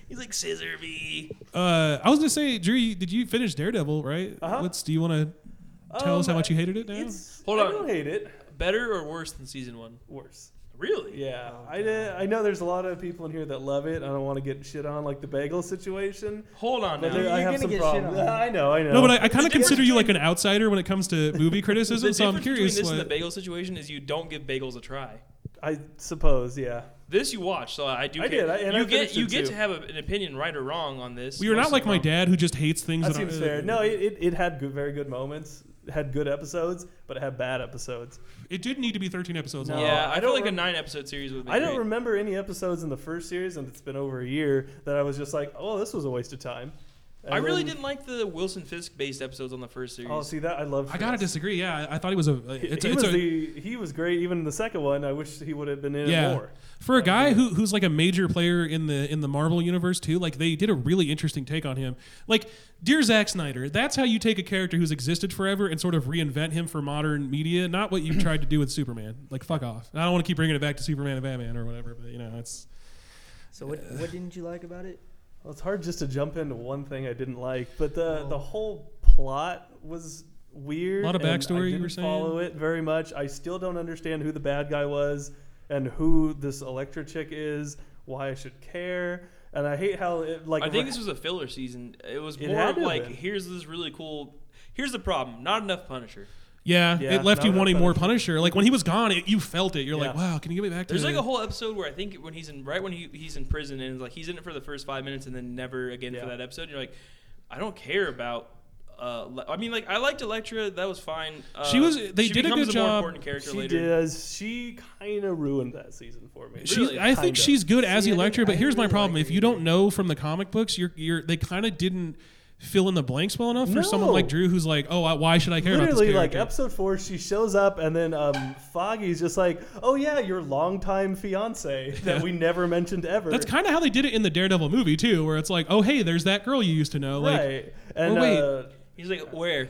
S1: He's like scissor me.
S5: Uh, I was gonna say, Drew, you- did you finish Daredevil? Right.
S3: Uh-huh.
S5: What's do you want to tell us how
S3: Um,
S5: much you hated it? Now?
S3: It's,
S1: Hold
S3: I
S1: on.
S3: don't hate it.
S1: Better or worse than season one?
S3: Worse.
S1: Really?
S3: Yeah,
S2: Oh,
S3: I did, I know there's a lot of people in here that love it. I don't want to get shit on like the bagel situation,
S1: Hold on
S3: but
S1: now.
S3: there,
S2: You're
S3: I have
S2: gonna
S3: some
S2: get shit
S3: problems.
S2: on.
S3: I know, I know.
S5: No, but I, I kind
S1: The
S5: of
S1: difference
S5: consider you like an outsider when it comes to movie criticism.
S1: the
S5: so I'm
S1: difference between
S5: curious.
S1: this and the
S5: What,
S1: bagel situation is you don't give bagels a try.
S3: I suppose, yeah.
S1: This you watch, so I do.
S3: I
S1: care.
S3: did, I- and
S1: you
S3: I
S1: get
S3: finished
S1: you
S3: it
S1: get
S3: too.
S1: to have a, an opinion, right or wrong, on this.
S5: well, you're
S1: Most
S5: not
S1: of
S5: like my
S1: them.
S5: dad who just hates things.
S3: That
S5: that uh, I-
S3: seems fair. No, it, it, it had good, very good moments, it had good episodes, but it had bad episodes.
S5: it did need to be 13 episodes
S3: No.
S5: long.
S1: Yeah,
S3: I
S1: I, feel
S3: don't
S1: like a
S3: rem-
S1: nine episode series would. Be
S3: I don't
S1: great.
S3: remember any episodes in the first series, and it's been over a year that I was just like, oh, this was a waste of time. And
S1: I really
S3: then-
S1: didn't like the Wilson Fisk based episodes on the first series.
S3: Oh, see that I love.
S5: I gotta disagree. Yeah, I, I thought he was a. It's,
S3: he
S5: it's
S3: was
S5: a
S3: the he was great even in the second one. I wish he would have been in
S5: yeah.
S3: it more.
S5: For a guy who, who's like a major player in the in the Marvel universe too, like they did a really interesting take on him. Like, dear Zack Snyder, that's how you take a character who's existed forever and sort of reinvent him for modern media. Not what you tried to do with Superman. Like, fuck off. And I don't want to keep bringing it back to Superman and Batman or whatever. But you know, it's
S2: So what? What didn't you like about it?
S3: Well, it's hard just to jump into one thing I didn't like, but the
S2: Well-
S3: the whole plot was weird.
S5: Lot of
S3: and
S5: backstory you
S3: I didn't
S5: were saying?
S3: follow it very much. I still don't understand who the bad guy was and who this Electra chick is. Why I should care, and I hate how it like.
S1: I think
S3: ra-
S1: this was a filler season. It was
S3: It
S1: more
S3: had
S1: of
S3: to have
S1: like,
S3: been.
S1: here's this really cool. Here's the problem: not enough Punisher.
S5: yeah,
S3: Yeah,
S5: it left
S3: not
S5: you
S3: enough
S5: wanting more Punisher. Like when he was gone, it, you felt it. You're like,
S3: Yeah.
S5: wow, can you get me back to?
S1: There's like a whole episode where I think when he's in right when he, he's in prison and like he's in it for the first five minutes and then never again
S3: Yeah.
S1: for that episode. you're like, I don't care about. Uh, Le- I mean, like I liked Elektra. That was fine. Uh,
S5: She was- they did a
S1: becomes
S5: good
S1: More
S5: job.
S1: important character
S3: she
S1: later.
S3: does. She kind of ruined that season for me.
S5: She's,
S1: Really?
S5: I think
S3: Kinda.
S5: she's good as
S2: See, I didn't-
S5: Electra,
S2: I
S5: but
S2: didn't
S5: here's my
S2: really
S5: problem:
S2: like
S5: if
S2: her
S5: you don't
S2: either.
S5: know from the comic books, you're you're they kind of didn't fill in the blanks well enough for someone
S3: No.
S5: like Drew, who's like, oh, I, why should I care about
S3: Literally,
S5: this
S3: like
S5: character?
S3: episode four, she shows up, and then um, Foggy's just like, "Oh yeah, your longtime fiance that
S5: Yeah.
S3: we never mentioned ever."
S5: That's kind of how they did it in the Daredevil movie too, where it's like, oh, hey, there's that girl you used to know. Like,
S3: right. And
S5: Well, wait.
S3: uh,
S1: He's like, where?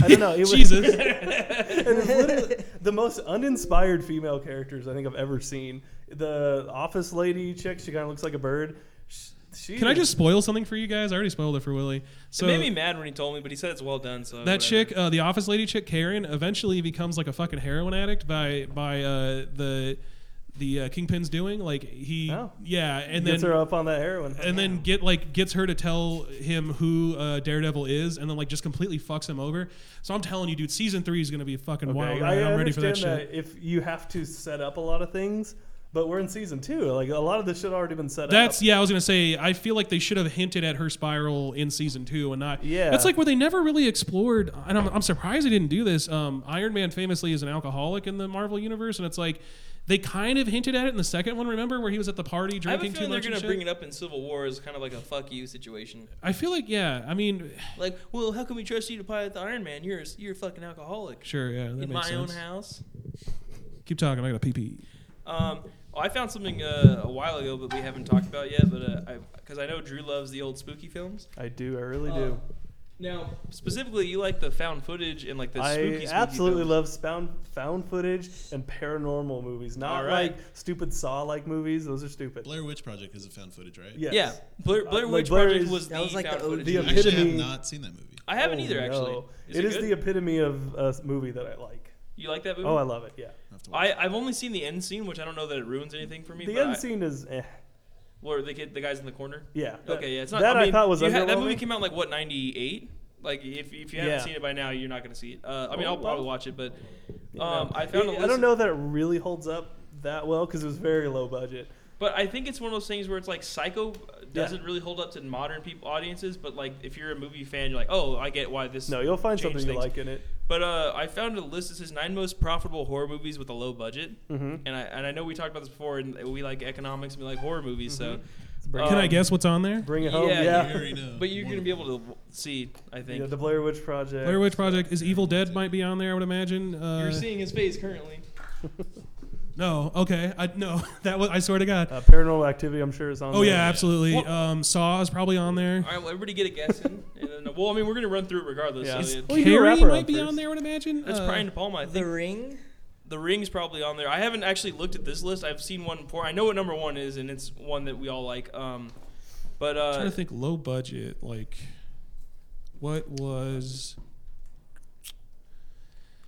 S3: I don't know. It was,
S5: Jesus.
S3: it was literally the most uninspired female characters I think I've ever seen. The office lady chick, she kind of looks like a bird. Sh- She,
S5: Can I just spoil something for you guys? I already spoiled it for Willie. So
S1: it made me mad when he told me, but he said it's well done. So whatever.
S5: that chick, uh, the office lady chick Karen, eventually becomes like a fucking heroin addict by by uh, the the uh, kingpin's doing. Like he,
S3: Oh.
S5: yeah, and
S3: gets
S5: then
S3: her up on that heroin?
S5: and then get like gets her to tell him who uh, Daredevil is, and then like just completely fucks him over. So I'm telling you, dude, season three is gonna be a fucking
S3: Okay,
S5: wild
S3: I
S5: ride. I'm ready for that,
S3: understand
S5: shit.
S3: that if you have to set up a lot of things, But we're in season two. Like a lot of this shit already been set
S5: That's
S3: up.
S5: yeah. I was gonna say. I feel like they should have hinted at her spiral in season two and not.
S3: Yeah.
S5: That's like where they never really explored. And I'm, I'm surprised they didn't do this. Um, Iron Man famously is an alcoholic in the Marvel universe, and it's like they kind of hinted at it in the second one. Remember where he was at the party
S1: I have a
S5: drinking too
S1: feeling they're
S5: much? and
S1: gonna
S5: shit?
S1: bring it up in Civil War as kind of like a fuck you situation.
S5: I feel like yeah. I mean,
S1: Like, well, how can we trust you to pilot the Iron Man? You're a, you're a fucking alcoholic.
S5: sure. Yeah. That
S1: in
S5: makes
S1: my
S5: sense.
S1: own house.
S5: Keep talking. I got a PP.
S1: Um, oh, I found something uh, a while ago, but we haven't talked about yet. But uh, I, because I know Drew loves the old spooky films.
S3: I do. I really
S1: Uh,
S3: do.
S1: Now, specifically, you like the found footage and like the
S3: I
S1: spooky. spooky
S3: absolutely
S1: films.
S3: love found found footage and paranormal movies, not
S1: All right.
S3: like stupid Saw like movies. Those are stupid.
S7: Blair Witch Project is a found footage, right?
S3: Yes.
S1: Yeah, Blair,
S3: Uh,
S1: Blair
S3: like,
S1: Witch
S3: Blair
S1: Project
S3: is-
S1: was
S2: That
S1: the
S2: was like
S1: found
S2: the OG.
S1: footage.
S3: The
S1: movie.
S7: I actually
S3: Epitome.
S7: have not seen that movie.
S1: I haven't
S3: Oh,
S1: either actually.
S3: no.
S1: Is
S3: it
S1: it
S3: is
S1: good?
S3: the epitome of a s- movie that I like.
S1: You like that movie?
S3: Oh, I love it. Yeah.
S7: I have to watch
S1: I, I've only seen the end scene, which I don't know that it ruins anything for me.
S3: The
S1: but
S3: end
S1: I-
S3: scene is eh.
S1: where the kid, the guys in the corner.
S3: Yeah. that-
S1: Okay, yeah, it's not
S3: that
S1: I,
S3: I,
S1: mean,
S3: thought was
S1: you had- that movie
S3: underwhelming.
S1: came out in, like what ninety eight. Like if, if you haven't
S3: Yeah.
S1: seen it by now, you're not gonna see it. Uh, I mean,
S3: Oh,
S1: I'll
S3: wow.
S1: probably watch it, but
S3: You know,
S1: um, I found. a
S3: it-
S1: list
S3: I don't know that it really holds up that well because it was very low budget.
S1: But I think it's one of those things where it's like Psycho doesn't really hold up to modern people audiences, but like if you're a movie fan, you're like, oh, I get why this.
S3: No, you'll find
S1: changed
S3: something you
S1: things.
S3: like in it.
S1: But uh, I found a list that says nine most profitable horror movies with a low budget,
S3: hmm
S1: and I and I know we talked about this before, and we like economics, and we like horror movies,
S3: Mm-hmm.
S1: so.
S5: Can
S1: um,
S5: I guess what's on there?
S3: Bring it home.
S1: yeah,
S3: Yeah.
S7: it. I already know.
S1: But you're gonna
S7: One-
S1: be able to w- see, I think.
S3: Um, Yeah, the Blair Witch Project.
S5: Blair Witch Project is Evil Dead might be on there. I would imagine. Uh,
S1: you're seeing his face currently.
S5: no. Okay. I no. That was. I swear to God.
S3: Uh, Paranormal Activity, I'm sure is on.
S5: Oh
S3: there.
S5: yeah, absolutely.
S1: Well-
S5: um, Saw is probably on there.
S1: All right, well, everybody get a guess. In, and then, uh, well, I mean, we're gonna run through it regardless.
S3: Yeah.
S1: So
S3: It's-
S1: it-
S3: Well, you do a
S5: Carrie
S3: wrap-around
S5: might be on
S3: first.
S5: there, I would imagine.
S1: that's
S5: Uh,
S1: Brian De Palma. I think
S2: The Ring.
S1: The Ring's probably on there. I haven't actually looked at this list. I've seen one before. I know what number one is, and it's one that we all like. Um, but
S5: I'm trying
S1: uh,
S5: to think low budget. Like, what was.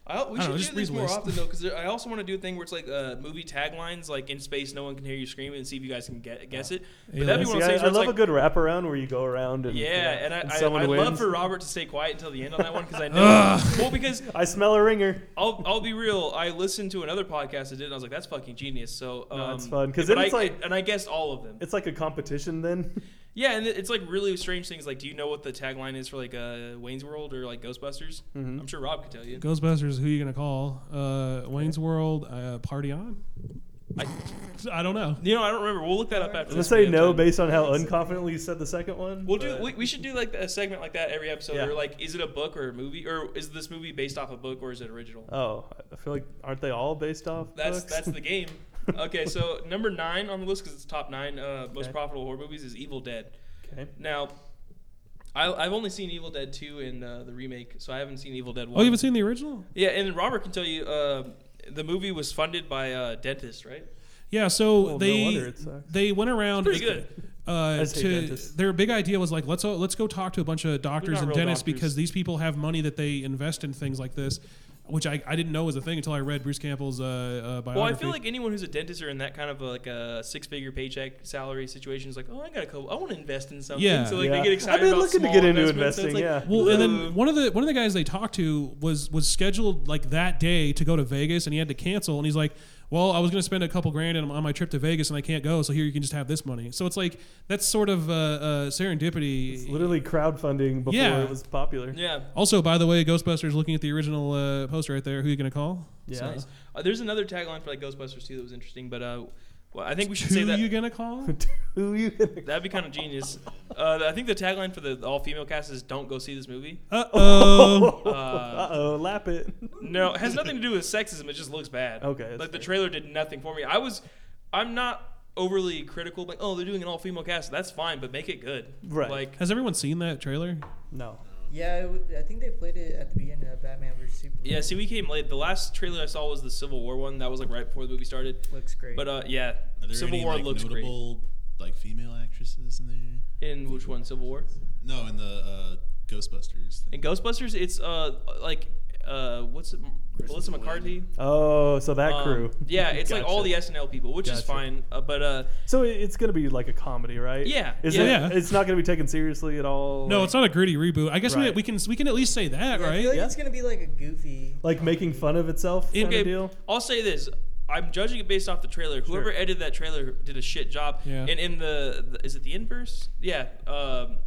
S1: I, we
S5: I don't know,
S1: should
S5: just
S1: do these
S5: read
S1: more
S5: list.
S1: often though, because I also want to do a thing where it's like uh, movie taglines, like "In space, no one can hear you scream," and see if you guys can get, guess it. But that'd be
S5: Aliens.
S1: one of
S3: See,
S1: those
S3: I,
S1: things
S3: I
S1: where it's
S3: love a
S1: like,
S3: good wraparound where you go around and
S1: yeah, and I, I,
S3: someone
S1: I'd love
S3: wins.
S1: for Robert to stay quiet until the end on that one because I know. well, because
S3: I smell a ringer.
S1: I'll, I'll be real. I listened to another podcast that did, it, and I was like, "That's fucking genius." So um,
S3: No, it's fun, 'cause
S1: but
S3: then it's
S1: I-
S3: like-
S1: and I guessed all of them.
S3: It's like a competition then.
S1: Yeah, and it- it's like really strange things. Like, do you know what the tagline is for like uh, Wayne's World or like Ghostbusters?
S3: Mhm.
S1: I'm sure Rob could tell you.
S5: Ghostbusters, who you going to call? Uh, Wayne's World, uh, Party On?
S1: I,
S5: I don't know.
S1: you know, I don't remember. We'll look that up after.
S3: I'm gonna
S1: this
S3: say
S1: if we have
S3: no
S1: time.
S3: based on how unconfidently you said the second one.
S1: We'll do.
S3: but-
S1: We, we should do like a segment like that every episode.
S3: Yeah.
S1: Or like, is it a book or a movie, or is this movie based off a book or is it original?
S3: oh, I feel like aren't they all based off?
S1: That's
S3: books?
S1: that's the game. Okay, so number nine on the list because it's top nine uh, most
S3: Okay.
S1: profitable horror movies is Evil Dead.
S3: okay.
S1: Now, I, I've only seen Evil Dead two and uh, the remake, so I haven't seen Evil Dead one.
S5: Oh, you haven't seen the original?
S1: Yeah, and Robert can tell you uh, the movie was funded by uh, dentists, right?
S5: Yeah, so
S3: Well, no
S5: they
S3: wonder it sucks.
S5: they went around.
S1: It's pretty good.
S5: Uh,
S3: just hate
S5: to,
S3: dentists.
S5: their big idea was like let's uh, let's go talk to a bunch of doctors
S1: not
S5: and
S1: real
S5: dentists
S1: doctors.
S5: because these people have money that they invest in things like this, which I, I didn't know was a thing until I read Bruce Campbell's uh, uh, biography.
S1: Well, I feel like anyone who's a dentist or in that kind of a, like a six-figure paycheck salary situation is like, oh, I got to co- I want to invest in something.
S5: Yeah.
S1: so like
S3: Yeah.
S1: they get excited.
S3: I've been
S1: about
S3: looking to
S1: small
S3: get into
S1: investments, so it's
S3: investing,
S1: like,
S3: yeah.
S5: Well, and
S1: "Ooh."
S5: then one of the one of the guys they talked to was was scheduled like that day to go to Vegas, and he had to cancel. And he's like, "Well, I was going to spend a couple grand on on my trip to Vegas, and I can't go. So here you can just have this money." So it's like that's sort of uh, uh, serendipity.
S3: It's literally crowdfunding before
S5: Yeah.
S3: it was popular.
S1: yeah.
S5: also, by the way, Ghostbusters looking at the original uh, poster right there. Who you going to call?
S3: Yeah.
S5: So-
S1: Nice. Uh, there's another tagline for like Ghostbusters too that was interesting, but uh, well, I think we should
S5: Who
S1: say that.
S5: you going to call?
S3: Who you gonna?
S1: That'd be kind of genius. Uh, I think the tagline for the all-female cast is "Don't go see this movie."
S5: Uh oh.
S1: Uh,
S3: Uh oh, lap it.
S1: No, it has nothing to do with sexism. It just looks bad.
S3: Okay, that's
S1: Like the
S3: fair.
S1: trailer did nothing for me. I was, I'm not overly critical. Like, oh, they're doing an all female cast. That's fine, but make it good.
S3: Right.
S1: Like,
S5: Has everyone seen that trailer?
S3: No.
S2: Yeah, it w- I think they played it at the beginning of Batman vs Superman.
S1: yeah. See, we came late. The last trailer I saw was the Civil War one. That was like right before the movie started.
S2: looks great.
S1: But uh, yeah,
S7: Are there
S1: Civil
S7: any,
S1: War
S7: like,
S1: looks
S7: notable like female actresses in there?
S1: great. In which one? Civil War.
S7: No, in the uh, Ghostbusters.
S1: In
S7: Thing.
S1: Ghostbusters, it's uh like uh what's it? Melissa McCarthy.
S3: Oh, so that
S1: Um,
S3: crew.
S1: yeah, it's like all
S3: Gotcha.
S1: the SNL people, which is
S3: Gotcha.
S1: fine. Uh, but uh,
S3: So it- it's gonna be like a comedy, right?
S1: Yeah,
S3: Is
S1: yeah.
S3: it?
S5: Yeah.
S3: It's not gonna be taken seriously at all.
S5: No,
S3: like-
S5: it's not a gritty reboot. I guess we,
S3: Right.
S5: we can we can at least say that,
S2: yeah, I
S5: right?
S2: feel like
S3: Yeah.
S2: it's gonna be like a goofy.
S3: like making fun of itself
S5: It-
S3: kind
S1: okay,
S3: of deal.
S1: I'll say this. I'm judging it based off the trailer. Whoever edited that trailer did a shit job.
S5: Yeah.
S1: And in the, the is it the inverse? Yeah. Um,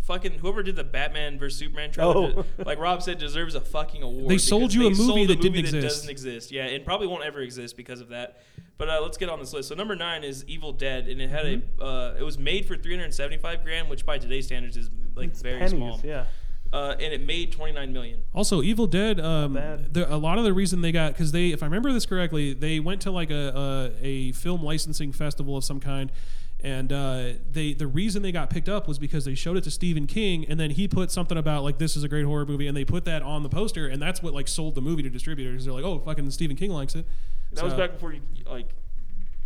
S1: fucking whoever did the Batman versus Superman trailer,
S3: Oh.
S1: did- like Rob said, deserves a fucking award.
S5: They sold
S1: because
S5: you a
S1: they
S5: movie
S1: sold
S5: that didn't
S1: that
S5: exist.
S1: doesn't exist. Yeah, and probably won't ever exist because of that. But uh, let's get on this list. So number nine is Evil Dead, and it had
S5: Mm-hmm.
S1: a uh, it was made for 375 grand, which by today's standards is like very
S3: Pennies,
S1: small.
S3: yeah.
S1: Uh, and it made 29 million.
S5: Also, Evil Dead. Um,
S3: Bad.
S5: the, a lot of the reason they got because they, if I remember this correctly, they went to like a a, a film licensing festival of some kind, and uh, they the reason they got picked up was because they showed it to Stephen King, and then he put something about like this is a great horror movie, and they put that on the poster, and that's what like sold the movie to distributors. They're like, oh, fucking Stephen King likes it.
S1: That was
S5: So-
S1: back before you like.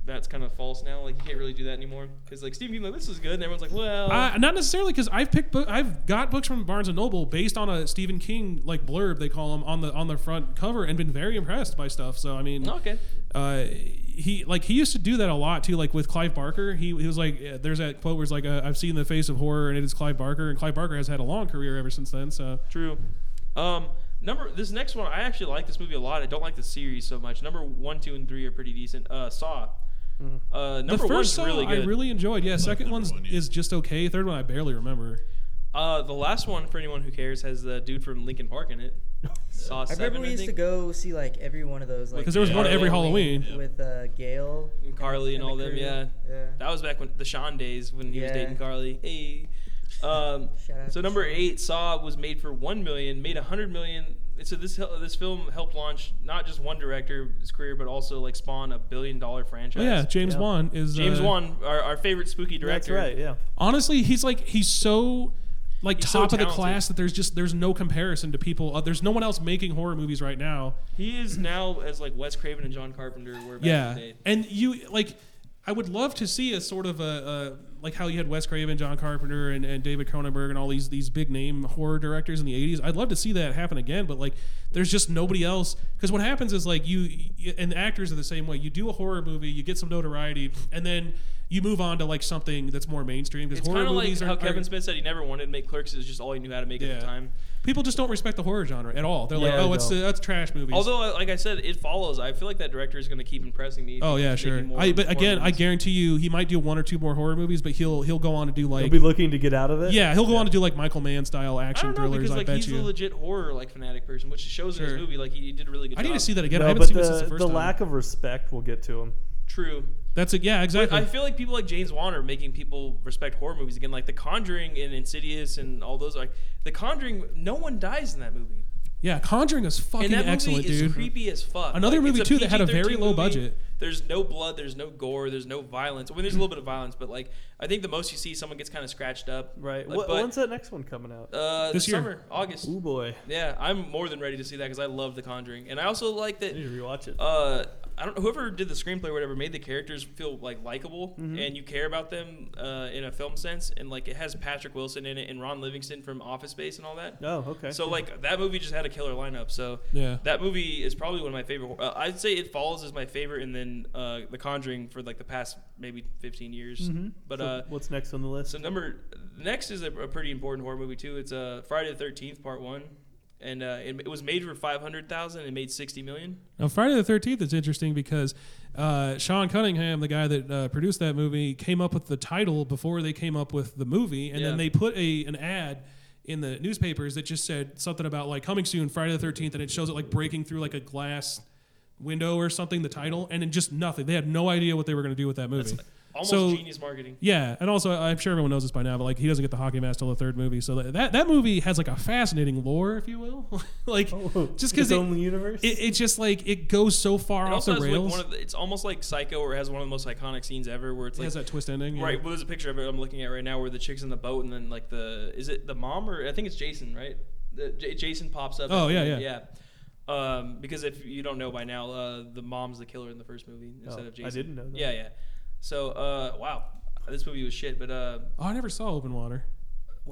S1: That's kind of false now. Like you can't really do that anymore because like Stephen King, like this is good, and everyone's like, well,
S5: Uh, not necessarily because I've picked book, I've got books from Barnes and Noble based on a Stephen King like blurb they call them on the on the front cover and been very impressed by stuff. So I mean,
S1: okay.
S5: uh, he like he used to do that a lot too. Like with Clive Barker, he, he was like, uh, there's that quote where it's like, uh, "I've seen the face of horror, and it is Clive Barker." And Clive Barker has had a long career ever since then. So
S1: True. Um, number this next one, I actually like this movie a lot. I don't like the series so much. Number one, two, and three are pretty decent. Uh, Saw. Uh, number
S5: Mm-hmm. the
S1: one's
S5: first one
S1: really good.
S5: I really enjoyed. Yeah, second
S7: number
S5: one's
S7: one, yeah.
S5: is just okay. Third one I barely remember.
S1: uh, the last one for anyone who cares has the dude from Lincoln Park in it. Saw
S2: I
S1: seven,
S2: remember we used
S1: think.
S2: to go see like every one of those, like
S5: 'Cause there was
S1: one every
S5: Halloween.
S7: Yeah.
S2: with uh, Gail
S1: And Carly and all
S2: the
S1: them,
S2: crew.
S1: yeah.
S2: yeah.
S1: That was back when the Sean days when he was
S2: Yeah.
S1: dating Carly. Hey. Um,
S2: Shout out
S1: so
S2: to
S1: number
S2: Sean.
S1: eight, Saw was made for one million, made a hundred million. So this hel- this film helped launch not just one director's career, but also like spawn a billion dollar franchise.
S5: Oh, yeah, James
S3: Yeah.
S5: Wan is
S1: James
S5: uh,
S1: Wan, our, our favorite spooky
S3: That's
S1: director.
S3: right. Yeah.
S5: honestly he's like he's so like
S1: He's so
S5: top of the
S1: talented.
S5: class that there's just there's no comparison to people uh, there's no one else making horror movies right now
S1: He is now as like Wes Craven and John Carpenter were back in
S5: yeah
S1: the day.
S5: and you like i would love to see a sort of a, a like how you had wes craven john carpenter and, and david cronenberg and all these these big name horror directors in the 80s i'd love to see that happen again but like there's just nobody else because what happens is like you y- and actors are the same way you do a horror movie you get some notoriety and then you move on to like something that's more mainstream because
S1: It's
S5: horror
S1: kind of like
S5: movies
S1: how
S5: are,
S1: Kevin
S5: are,
S1: Smith said he never wanted to make Clerks. It was just all he knew how to make at
S5: Yeah.
S1: the time.
S5: people just don't respect the horror genre at all. They're
S3: Yeah,
S5: like, oh,
S3: they
S5: it's
S3: don't.
S5: that's trash movies.
S1: Although, uh, like I said, it follows. I feel like that director is going to keep impressing me.
S5: oh yeah,
S1: making
S5: sure.
S1: more-
S5: I, but
S1: more
S5: again, I
S1: movies.
S5: guarantee you, he might do one or two more horror movies, but he'll he'll go on to do
S3: He'll
S5: like
S3: be looking to get out of it.
S5: yeah, he'll go on to do like Michael Mann style
S1: I
S5: action
S1: don't know
S5: thrillers.
S1: because
S5: I
S1: like
S5: bet
S1: he's a
S5: you.
S1: legit horror like fanatic person, which shows in
S5: Sure.
S1: his movie. Like he, he did a really good.
S5: I need
S1: job.
S5: to see that again.
S3: No,
S5: I haven't
S3: but
S5: seen
S3: the,
S5: it since the first
S3: the
S5: time.
S3: lack of respect will get to him.
S1: True.
S5: That's it. Yeah,
S1: But
S5: exactly.
S1: I feel like people like James Wan are making people respect horror movies again, like The Conjuring and Insidious and all those. Like The Conjuring, no one dies in that movie.
S5: yeah, Conjuring is fucking
S1: and that
S5: excellent,
S1: movie
S5: dude.
S1: is creepy as fuck.
S5: Another
S1: Like,
S5: movie,
S1: it's
S5: too, that had a
S1: PG-13
S5: very low
S1: movie.
S5: budget.
S1: There's no blood, there's no gore, there's no violence. I mean, there's a little bit of violence, but like I think the most you see, someone gets kind of scratched up.
S3: Right.
S1: Like,
S3: What,
S1: but,
S3: when's that next one coming out?
S1: uh,
S5: This
S1: this
S5: year.
S1: summer, August.
S3: Ooh boy.
S1: Yeah, I'm more than ready to see that because I love The Conjuring, and I also like
S3: I
S1: that.
S3: need to rewatch it.
S1: Uh, I don't. Whoever did the screenplay, or whatever, made the characters feel like likable, and you care about them uh, in a film sense, and like it has Patrick Wilson in it and Ron Livingston from Office Space and all that.
S3: oh, okay.
S1: So like that movie just had a killer lineup. So
S5: Yeah.
S1: that movie is probably one of my favorite. Uh, I'd say It Falls is my favorite, and then uh, The Conjuring for like the past maybe 15 years.
S3: Mhm.
S1: But
S3: So
S1: uh,
S3: what's next on the list?
S1: so number next is a, a pretty important horror movie too. It's uh, Friday the Thirteenth Part One, and uh, it, it was made for five hundred thousand and made sixty million.
S5: Now, Friday the Thirteenth is interesting because uh, Sean Cunningham, the guy that uh, produced that movie, came up with the title before they came up with the movie, and then
S1: Yeah.
S5: they put a an ad in the newspapers that just said something about like coming soon, Friday the Thirteenth, and it shows it like breaking through like a glass window or something, the title, and then just nothing. They had no idea what they were going to do with that movie.
S1: Almost
S5: So-
S1: genius marketing.
S5: Yeah, and also I'm sure everyone knows this by now, but like he doesn't get the hockey mask till the third movie, so that that, that movie has like a fascinating lore, if you will, like
S3: Oh,
S5: just
S3: its
S5: because
S3: only universe.
S5: it, it just like it goes so far
S1: It
S5: off
S1: also
S5: the
S1: has like
S5: rails.
S1: one of the, it's almost like Psycho, where it has one of the most iconic scenes ever, where it's
S5: it
S1: like
S5: has that twist ending. yeah.
S1: Right. Well, there's a picture of it I'm looking at right now where the chick's in the boat, and then like the is it the mom or I think it's Jason, right? The, J- Jason pops up.
S5: Oh,
S1: at-
S5: yeah,
S1: yeah. Um, because if you don't know by now, uh, the mom's the killer in the first movie instead
S3: Oh,
S1: of
S3: I
S1: Jason.
S3: didn't know that.
S1: Yeah, yeah. So, uh, wow, this movie was shit. But uh,
S5: Oh, I never saw Open Water.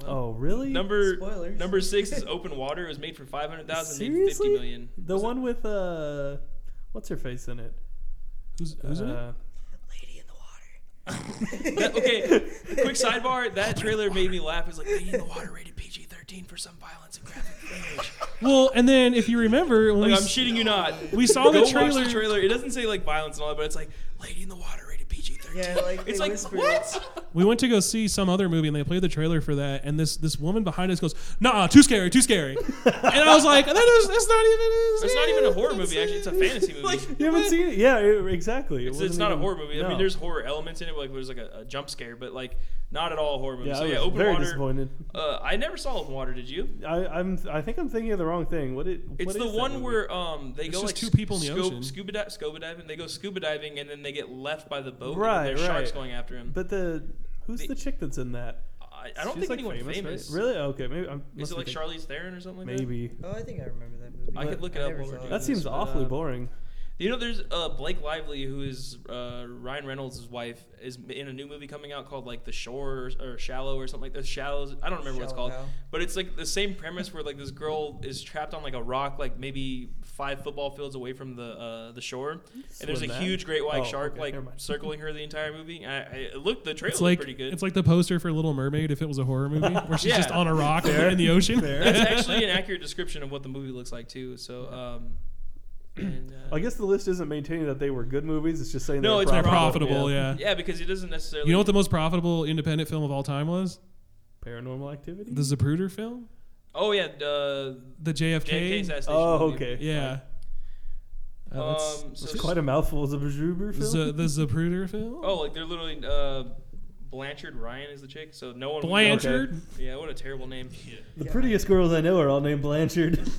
S3: oh, really?
S1: number
S2: Spoilers.
S1: number six is Open Water. It was made for five hundred thousand, made fifty
S3: Seriously?
S1: million.
S3: The one with uh, what's her face in it?
S5: Who's, who's in it?
S3: Uh,
S2: Lady in the water.
S1: That- okay, quick sidebar. That trailer made me laugh. It's like Lady in the Water rated PG-13. 13 for some violence and graphic language.
S5: Well, and then if you remember, when
S1: Like,
S5: we,
S1: I'm
S5: s-
S1: shitting you not.
S5: we saw
S1: Go
S5: the
S1: watch
S5: trailer.
S1: the trailer. It doesn't say like violence and all that, but it's like Lady in the Water rated PG 13.
S2: Yeah, like they
S1: it's like
S2: whisper
S1: what?
S5: We went to go see some other movie, and they played the trailer for that. And this this woman behind us goes, "Nah, too scary, too scary." and I was like, "That is that's not even
S1: It's not even a horror movie. Actually, it's a fantasy movie.
S3: You haven't seen it? Yeah, it, exactly. It
S1: It's, it's
S3: wasn't
S1: not a
S3: even-
S1: horror movie. I
S3: no.
S1: mean, there's horror elements in it, like there's like a, a jump scare, but like not at all a horror movie.
S3: Yeah,
S1: so
S3: I
S1: yeah,
S3: was
S1: open
S3: very
S1: water.
S3: disappointed.
S1: Uh, I never saw open water. Did you?
S3: I, I'm. I think I'm thinking of the wrong thing. What it?
S1: It's
S3: what
S1: the
S3: is that
S1: one
S3: movie?
S1: where um they
S5: It's
S1: go
S5: just
S1: like
S5: two people in the
S1: scope-
S5: ocean.
S1: scuba di- scuba diving. They go scuba diving and then they get left by the boat.
S3: Right,
S1: and then there's Sharks
S3: right.
S1: going after him.
S3: But the who's the,
S1: The-
S3: chick that's in that?
S1: I, I don't
S3: She's,
S1: think
S3: like,
S1: anyone
S3: famous,
S1: famous.
S3: right? Really? Okay, maybe. I'm,
S1: Is it
S3: must be
S1: like
S3: thinking-
S1: Charlie's Theron or something like that?
S3: Maybe.
S2: Oh, I think I remember that movie.
S1: I could look it up
S2: never
S1: while we're
S2: saw
S1: doing
S2: it.
S3: That seems
S2: But,
S3: awfully
S2: uh,
S3: boring.
S1: You know, there's uh, Blake Lively, who is uh, Ryan Reynolds' wife, is in a new movie coming out called like The Shore or, or Shallow or something like that. Shallows. I don't remember what it's
S2: Shallow
S1: called,
S2: Hal.
S1: but it's like the same premise where like this girl is trapped on like a rock, like maybe five football fields away from the uh, the shore, and there's a
S3: Swim that?
S1: huge great white
S3: Oh,
S1: shark
S3: okay,
S1: like
S3: never mind.
S1: circling her the entire movie. I, I it looked the trailer
S5: It's like
S1: looked pretty good.
S5: it's like the poster for Little Mermaid if it was a horror movie, where she's
S1: Yeah.
S5: just on a rock in the ocean.
S1: That's actually an accurate description of what the movie looks like too. So. Um, and, uh,
S3: I guess the list isn't maintaining that they were good movies. It's just saying
S1: No,
S3: they're
S1: it's
S5: They're
S1: Profitable,
S5: profitable, yeah.
S1: yeah, because it doesn't necessarily.
S5: You know what the most profitable independent film of all time was?
S3: Paranormal Activity.
S5: The Zapruder film,
S1: oh yeah, uh,
S5: the JFK.
S1: JFK station.
S3: oh,
S1: movie.
S3: okay.
S5: yeah, Uh, that's-
S1: Um, so
S3: It's quite a mouthful. The Zoober film.
S5: Z- the Zapruder film.
S1: oh, like they're literally uh, Blanchard Ryan is the chick, so no one. would know.
S5: Blanchard,
S1: Yeah, what a terrible name.
S3: the prettiest girls I know are all named Blanchard.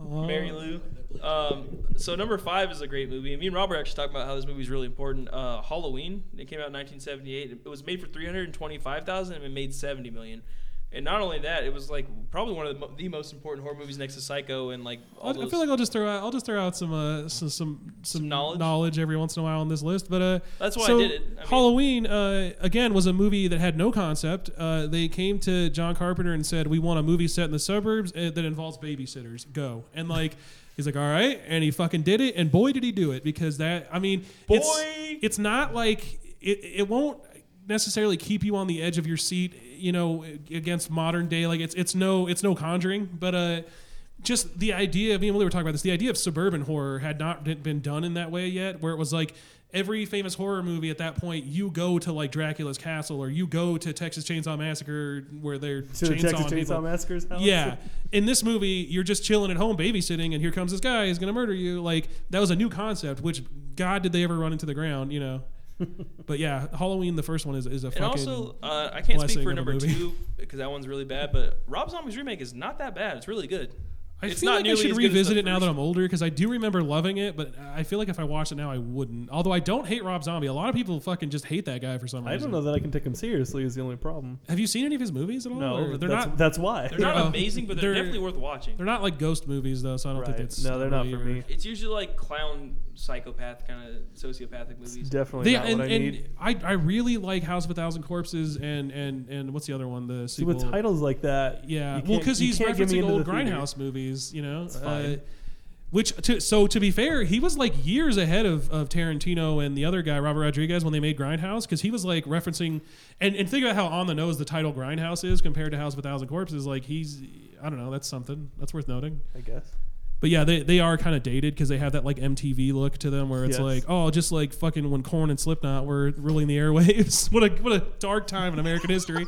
S5: Oh.
S1: Mary Lou. Um, so number five is a great movie. And me and Robert actually talked about how this movie is really important. Uh, Halloween. It came out in 1978. It was made for 325 thousand and it made 70 million. And not only that, it was like probably one of the, mo- the most important horror movies next to Psycho and like all
S5: I, I
S1: those.
S5: feel like I'll just throw out I'll just throw out some uh, some, some some
S1: knowledge?
S5: every once in a while on this list, but uh,
S1: That's why I
S5: so
S1: did it. I mean-
S5: Halloween uh, again was a movie that had no concept. Uh, they came to John Carpenter and said, "We want a movie set in the suburbs uh, that involves babysitters. Go!" And like he's like, "All right," and he fucking did it, and boy did he do it because that I mean, it's
S1: Boy!
S5: it's not like it it won't necessarily keep you on the edge of your seat, you know, against modern day. Like it's it's no it's no conjuring, but uh just the idea. I mean, we were talking about this. The idea of suburban horror had not been- been done in that way yet, where it was like every famous horror movie at that point, you go to like Dracula's Castle or you go to Texas Chainsaw Massacre, where they're
S3: to the Texas
S5: chainsawing
S3: Chainsaw
S5: people.
S3: Massacre's house.
S5: Yeah, in this movie, you're just chilling at home babysitting, and here comes this guy. He's gonna murder you. Like that was a new concept. Which God did they ever run into the ground? You know. but yeah, Halloween, the first one is is a
S1: And
S5: fucking.
S1: also, uh, I can't
S5: blessing
S1: speak for
S5: of a
S1: number
S5: movie.
S1: two because that one's really bad. But Rob Zombie's remake is not that bad. It's really good.
S5: I
S1: it's
S5: feel
S1: not
S5: like I
S1: nearly
S5: should
S1: as good as the
S5: revisit it now that
S1: first.
S5: I'm older because I do remember loving it, but I feel like if I watched it now, I wouldn't. Although I don't hate Rob Zombie. A lot of people fucking just hate that guy for some
S3: I
S5: reason.
S3: don't know that I can take him seriously. Is the only problem.
S5: Have you seen any of his movies at all?
S3: No,
S5: Or they're
S3: that's,
S5: not.
S3: That's why.
S1: They're not
S5: Uh,
S1: amazing, but they're,
S5: they're-
S1: definitely worth watching.
S5: They're not like ghost movies though, so I don't think
S3: Right.
S5: that's
S3: No, they're not
S5: really
S3: for
S5: your-
S3: me.
S1: It's usually like clown, psychopath, kind of sociopathic movies.
S3: Definitely
S5: They,
S3: not
S5: and,
S3: what I need.
S5: and I, I really like House of a Thousand Corpses and and and what's the other one? The
S3: See,
S5: sequel.
S3: with titles like that,
S5: Yeah,
S3: you
S5: well,
S3: can't-
S5: because
S3: you
S5: he's
S3: can't get me
S5: referencing
S3: into
S5: old
S3: the theater.
S5: Grindhouse movies, you know. Uh,
S3: fine.
S5: which to, so to be fair, he was like years ahead of, of Tarantino and the other guy Robert Rodriguez when they made Grindhouse because he was like referencing and, and think about how on the nose the title Grindhouse is compared to House of a Thousand Corpses. Like he's I don't know that's something that's worth noting.
S3: I guess.
S5: But yeah, they, they are kind of dated because they have that like MTV look to them where it's
S3: Yes.
S5: like oh just like fucking when Corn and Slipknot were ruling the airwaves. what a what a dark time in American history.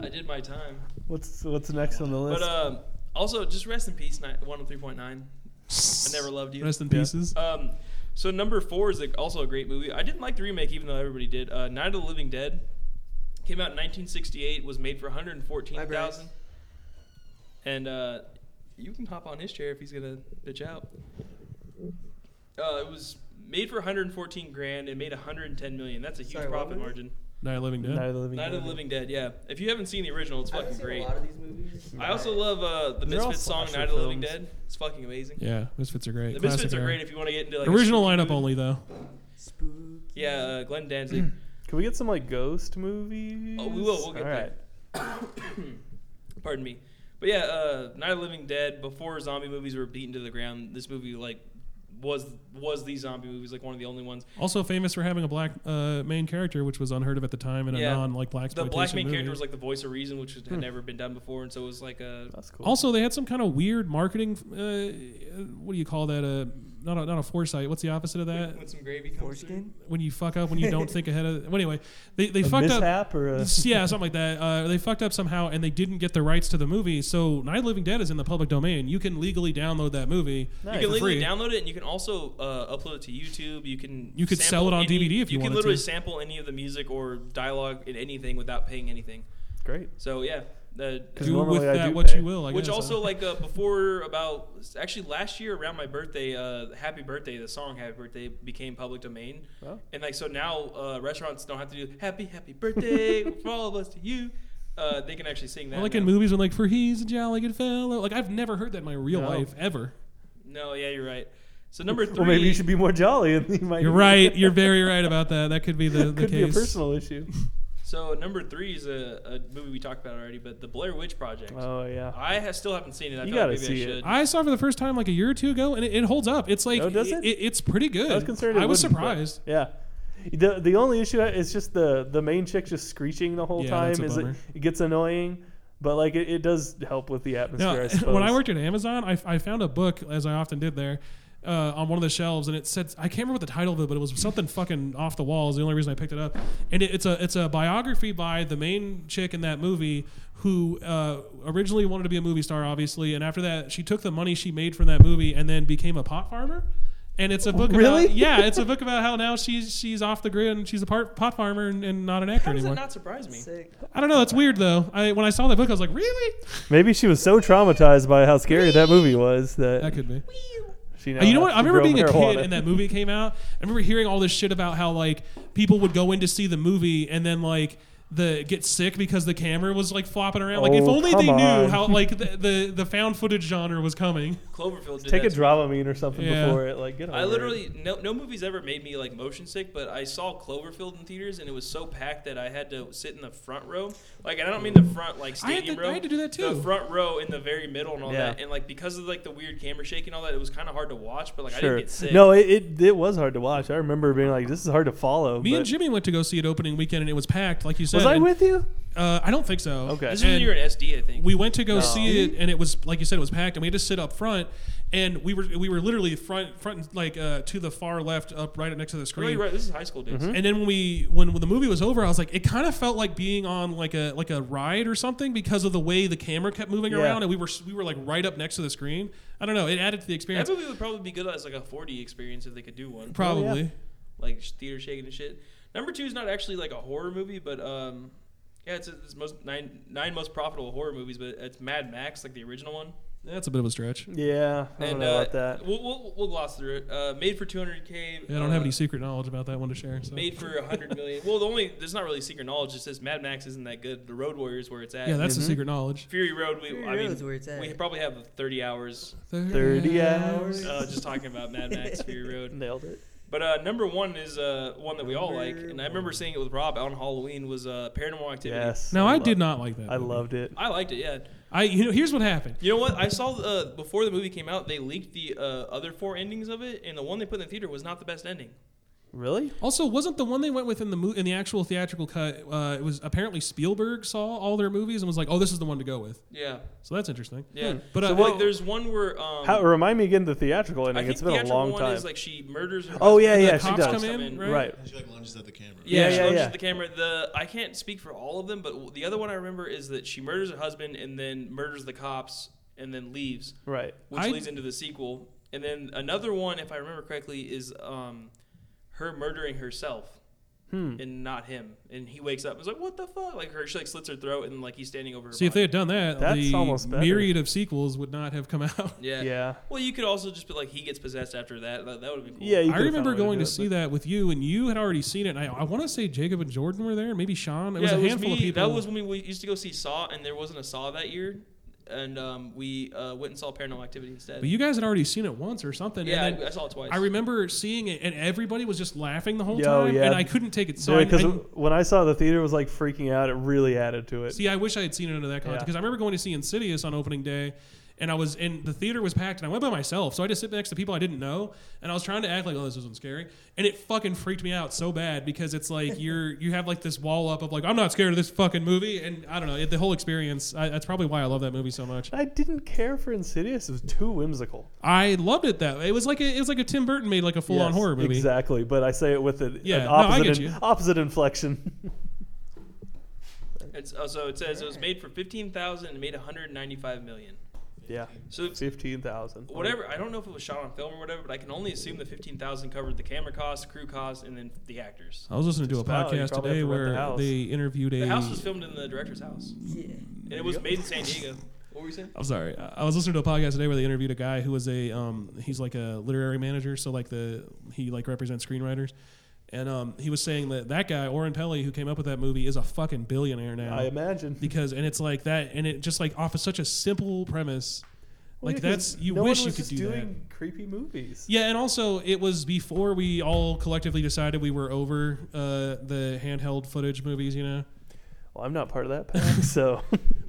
S1: I did my time.
S3: What's what's next on the list?
S1: But um, also, just rest in peace, ni- 103.9. I never loved you.
S5: Rest in
S3: Yeah.
S5: pieces.
S1: Um, so number four is like, also a great movie. I didn't like the remake, even though everybody did. Uh, Night of the Living Dead came out in 1968. Was made for 114,000. And uh, you can hop on his chair if he's gonna bitch out. Uh, it was made for 114 grand and made 110 million. That's a huge
S2: Sorry, what
S1: profit
S2: movie?
S1: margin.
S5: Night of the Living Dead.
S3: Night of the Living.
S1: Night of the
S3: Dead.
S1: Living Dead. Yeah. If you haven't seen the original, it's
S2: I've
S1: fucking
S2: seen
S1: great.
S2: a lot of these movies.
S1: I also love uh, the
S3: They're all
S1: Misfits song
S3: slasher
S1: "Night of the Living
S3: films.
S1: Dead." It's fucking amazing.
S5: Yeah, Misfits are great.
S1: The
S5: Classic
S1: Misfits are
S5: era.
S1: great if you want to get into like a
S5: Original
S1: spooky
S5: lineup
S1: mood.
S5: only though.
S2: Spooky.
S1: Yeah, uh, Glenn Danzig.
S3: Can we get some like ghost movies?
S1: Oh, we will. We'll get
S3: All
S1: there.
S3: right.
S1: Pardon me. But yeah, uh, Night of the Living Dead. Before zombie movies were beaten to the ground, this movie like was was the zombie movies like one of the only ones.
S5: Also famous for having a black uh, main character, which was unheard of at the time in a
S1: Yeah.
S5: non like black
S1: The black main
S5: movie. Hmm.
S1: character was like the voice of reason, which had never been done before, and so it was like a
S3: That's cool.
S5: Also, they had some kind of weird marketing. Uh, what do you call that? Uh, not a, not a foresight. What's the opposite of that?
S1: when some gravy comes through.
S2: Foreskin?
S5: When you fuck up, when you don't think ahead of. Well, anyway, they they
S3: a
S5: fucked up.
S3: mishap or a
S5: yeah, something like that. Uh, they fucked up somehow, and they didn't get the rights to the movie. So, Night of the Living Dead is in the public domain. You can legally download that movie.
S3: Nice.
S1: You can
S5: for
S1: legally
S5: free.
S1: download it, and you can also uh, upload it to YouTube. You can
S5: You could sell
S1: sample
S5: it on
S1: any-
S5: DVD if you
S1: can
S5: wanted
S1: literally
S5: to.
S1: sample any of the music or dialogue in anything without paying anything.
S3: great.
S1: So yeah, the,
S3: 'Cause
S5: Do
S3: normally
S5: with
S3: I
S5: that
S3: do
S5: what
S3: pay.
S5: you will. I
S1: which
S5: guess.
S1: also like uh, before about actually last year around my birthday, uh, Happy Birthday, the song Happy Birthday became public domain,
S3: Well,
S1: and like so now uh, restaurants don't have to do Happy Happy Birthday from all of us to you. Uh, they can actually sing that.
S5: Or like
S1: now.
S5: in movies when like for he's a jolly good fellow. Like I've never heard that in my real
S3: No.
S5: life ever.
S1: No, yeah, you're right. So number three.
S3: well, maybe you should be more jolly, and you might.
S5: You're right. You're very right about that. That could be the, the
S3: Could be
S5: case.
S3: a personal issue.
S1: So number three is a, a movie we talked about already, but the Blair Witch Project.
S3: Oh yeah.
S1: I ha still haven't seen it. I
S3: You
S1: thought
S3: gotta
S1: maybe
S3: see
S1: I
S3: it.
S1: should.
S5: I saw it for the first time like a year or two ago, and it, it holds up. It's like
S3: Oh, does it?
S5: it's pretty good.
S3: I was concerned. it
S5: I was
S3: wouldn't, but-
S5: surprised.
S3: Yeah. The, the only issue I- is just the the main chick just screeching the whole
S5: Yeah,
S3: time
S5: that's a
S3: is it,
S5: bummer.
S3: it gets annoying, but like it, it does help with the
S5: Now,
S3: atmosphere. I suppose.
S5: when I worked at Amazon, I, I found a book as I often did there. Uh, on one of the shelves, and it said I can't remember what the title of it, but it was something fucking off the walls. The only reason I picked it up, and it, it's a it's a biography by the main chick in that movie who uh, originally wanted to be a movie star, obviously, and after that she took the money she made from that movie and then became a pot farmer. And it's a book.
S3: Really?
S5: About, yeah, it's a book about how now she's she's off the grid and she's a part, pot farmer and, and not an actor
S1: How does it
S5: anymore.
S1: not surprise me?
S2: Sick.
S5: I don't know. It's weird though. I when I saw that book, I was like, really?
S3: Maybe she was so traumatized by how scary that movie was that,
S5: That could be.
S3: she. Now
S5: Uh, you
S3: has
S5: know what?
S3: to
S5: I remember
S3: grow
S5: being a
S3: marijuana.
S5: kid and that movie came out. I remember hearing all this shit about how like people would go in to see the movie and then like the get sick because the camera was like flopping around. Like if
S3: Oh,
S5: only they
S3: come
S5: knew
S3: on.
S5: how like the, the the found footage genre was coming.
S1: Cloverfield. Did
S3: Take a
S1: that to me.
S3: Dramamine or something
S5: Yeah.
S3: before it. Like get.
S1: I
S3: over it.
S1: literally no no movies ever made me like motion sick, but I saw Cloverfield in theaters and it was so packed that I had to sit in the front row. Like and I don't mean the front like
S5: I had
S1: stadium
S5: to-
S1: row.
S5: I had to do that,
S1: The
S5: too.
S1: front row in the very middle and all
S3: Yeah.
S1: that. And like because of like the weird camera shake and all that, it was kind of hard to watch. But like I
S3: Sure.
S1: didn't get sick.
S3: No, it, it it was hard to watch. I remember being like, "This is hard to follow."
S5: Me and
S3: but-
S5: Jimmy went to go see it opening weekend and it was packed, like you said.
S3: was I
S5: and,
S3: with you?
S5: Uh, I don't think so.
S3: Okay.
S1: this is
S5: And-
S1: when you were in SD, I think.
S5: we went to go
S3: No.
S5: see it, and it was like you said, it was packed, and we had to sit up front, and we were we were literally front front like uh, to the far left, up right next to the
S1: No,
S5: screen.
S1: you're right. This is high school days.
S3: Hmm?
S5: And then when we when, when the movie was over, I was like, it kind of felt like being on like a like a ride or something because of the way the camera kept moving
S3: Yeah.
S5: around, and we were we were like right up next to the screen. I don't know. It added to the
S1: That
S5: experience.
S1: movie would probably be good as like a 4D experience if they could do one.
S5: Probably.
S3: Oh, yeah.
S1: like sh- theater shaking and shit. Number two is not actually like a horror movie, but um, yeah, it's, it's most nine nine most profitable horror movies, but it's Mad Max, like the original one.
S5: That's a bit of a stretch.
S3: Yeah, I don't
S1: and,
S3: know
S1: uh,
S3: about that.
S1: We'll, we'll, we'll gloss through it. Uh, made for 200k.
S5: Yeah, I don't have
S1: uh,
S5: any secret knowledge about that one to share. So.
S1: Made for 100 million. well, the only there's not really secret knowledge. It says Mad Max isn't that good. The Road Warriors where it's at.
S5: yeah,
S3: Mm-hmm.
S5: that's the secret knowledge.
S1: Fury Road. We
S2: Fury
S1: I mean
S2: Road's where it's at.
S1: we probably have 30 hours
S3: Thirty hours.
S1: uh, just talking about Mad Max Fury Road.
S3: Nailed it.
S1: But uh, number one is uh, one that we all like,
S2: Number
S1: and I remember seeing it with Rob on Halloween was uh, Paranormal Activity.
S3: Yes.
S5: No, I
S3: loved-
S5: did not like that.
S3: I
S5: movie.
S3: loved it.
S1: I liked it. Yeah.
S5: I you know here's what happened.
S1: You know what? I saw uh, before the movie came out, they leaked the uh, other four endings of it, and the one they put in the theater was not the best ending.
S3: Really?
S5: Also, wasn't the one they went with in the mo- in the actual theatrical cut? Uh, it was apparently Spielberg saw all their movies and was like, "Oh, this is the one to go with."
S1: Yeah.
S5: So that's interesting.
S3: Hmm.
S1: Yeah.
S5: But uh,
S1: So, like, there's one where um,
S3: How, remind me again the theatrical
S1: I
S3: ending.
S1: think
S3: It's been a
S1: theatrical
S3: long
S1: one
S3: time.
S1: is like she murders. Her
S3: oh yeah,
S5: the
S3: yeah, she
S5: cops
S3: does.
S5: come in, right?
S3: Right.
S7: She like lunges at the camera.
S1: Yeah,
S3: Yeah,
S1: she
S3: yeah,
S1: looks
S3: yeah.
S1: at the camera. The I can't speak for all of them, but the other one I remember is that she murders her husband and then murders the cops and then leaves.
S3: Right.
S1: which
S5: I-
S1: leads into the sequel. And then another one, if I remember correctly, is um, her murdering herself
S5: Hmm.
S1: and not him. And he wakes up and is like, "What the fuck?" Like her, she like slits her throat, and like he's standing over her.
S5: See, if they
S1: body.
S5: had done that,
S3: That's
S5: the
S3: almost better.
S5: myriad of sequels would not have come out.
S1: yeah.
S3: Yeah.
S1: Well, you could also just be like, he gets possessed after that. That, that would have been cool.
S3: Yeah. you
S5: I
S3: could've
S5: remember
S3: found a way
S5: going to
S3: do it,
S5: see
S3: but-
S5: that with you, and you had already seen it. And I, I want to say Jacob and Jordan were there, maybe Sean. It was
S1: Yeah,
S5: a
S1: it was
S5: handful
S1: me.
S5: of people.
S1: That was when we used to go see Saw, and there wasn't a Saw that year, and um, we uh, went and saw Paranormal Activity instead.
S5: but you guys had already seen it once or something.
S1: yeah,
S5: and
S1: I, I
S5: then
S1: saw it twice.
S5: I remember seeing it, and everybody was just laughing the whole
S3: Yo,
S5: time,
S3: yeah.
S5: and I couldn't take it. So
S3: Yeah,
S5: I,
S3: because
S5: I-
S3: when I saw the theater was like freaking out, it really added to it.
S5: See, I wish I had seen it under that context
S3: Yeah.
S5: because I remember going to see Insidious on opening day, And I was and the theater was packed, and I went by myself, so I just sit next to people I didn't know, and I was trying to act like, oh, this isn't scary, and it fucking freaked me out so bad because it's like you're you have like this wall up of like I'm not scared of this fucking movie, and I don't know it, the whole experience. I, that's probably why I love that movie so much.
S3: I didn't care for Insidious. It was too whimsical.
S5: I loved it though. It was like a, it was like a Tim Burton made like a full on
S3: Yes,
S5: horror movie.
S3: Exactly, but I say it with an,
S5: Yeah,
S3: an
S5: no, I
S3: opposite,
S5: get
S3: in-
S5: you.
S3: opposite inflection.
S1: It's, uh, so it says it was made for fifteen thousand and made one hundred ninety five million.
S3: yeah,
S1: So
S3: fifteen thousand.
S1: whatever, I don't know if it was shot on film or whatever, but I can only assume the fifteen thousand covered the camera cost, crew cost, and then the actors.
S5: I was listening to a
S3: Just about, you
S5: podcast
S3: probably have
S5: today
S3: to rent the
S5: where
S3: house.
S5: they interviewed a.
S1: The house was filmed in the director's house,
S2: Yeah.
S1: and it was made in San Diego. What were you saying?
S5: I'm sorry. I I was listening to a podcast today where they interviewed a guy who was a um, he's like a literary manager, so like the he like represents screenwriters, and um, he was saying that that guy Oren Pelly who came up with that movie is a fucking billionaire now.
S3: I imagine.
S5: because and it's like that and it just like off of such a simple premise,
S3: Well,
S5: like
S3: yeah, 'cause
S5: that's you
S3: no one
S5: wish you
S3: was
S5: could
S3: just
S5: do that.
S3: doing creepy movies.
S5: Yeah, and also it was before we all collectively decided we were over uh, the handheld footage movies. You know,
S3: Well, I'm not part of that pack, so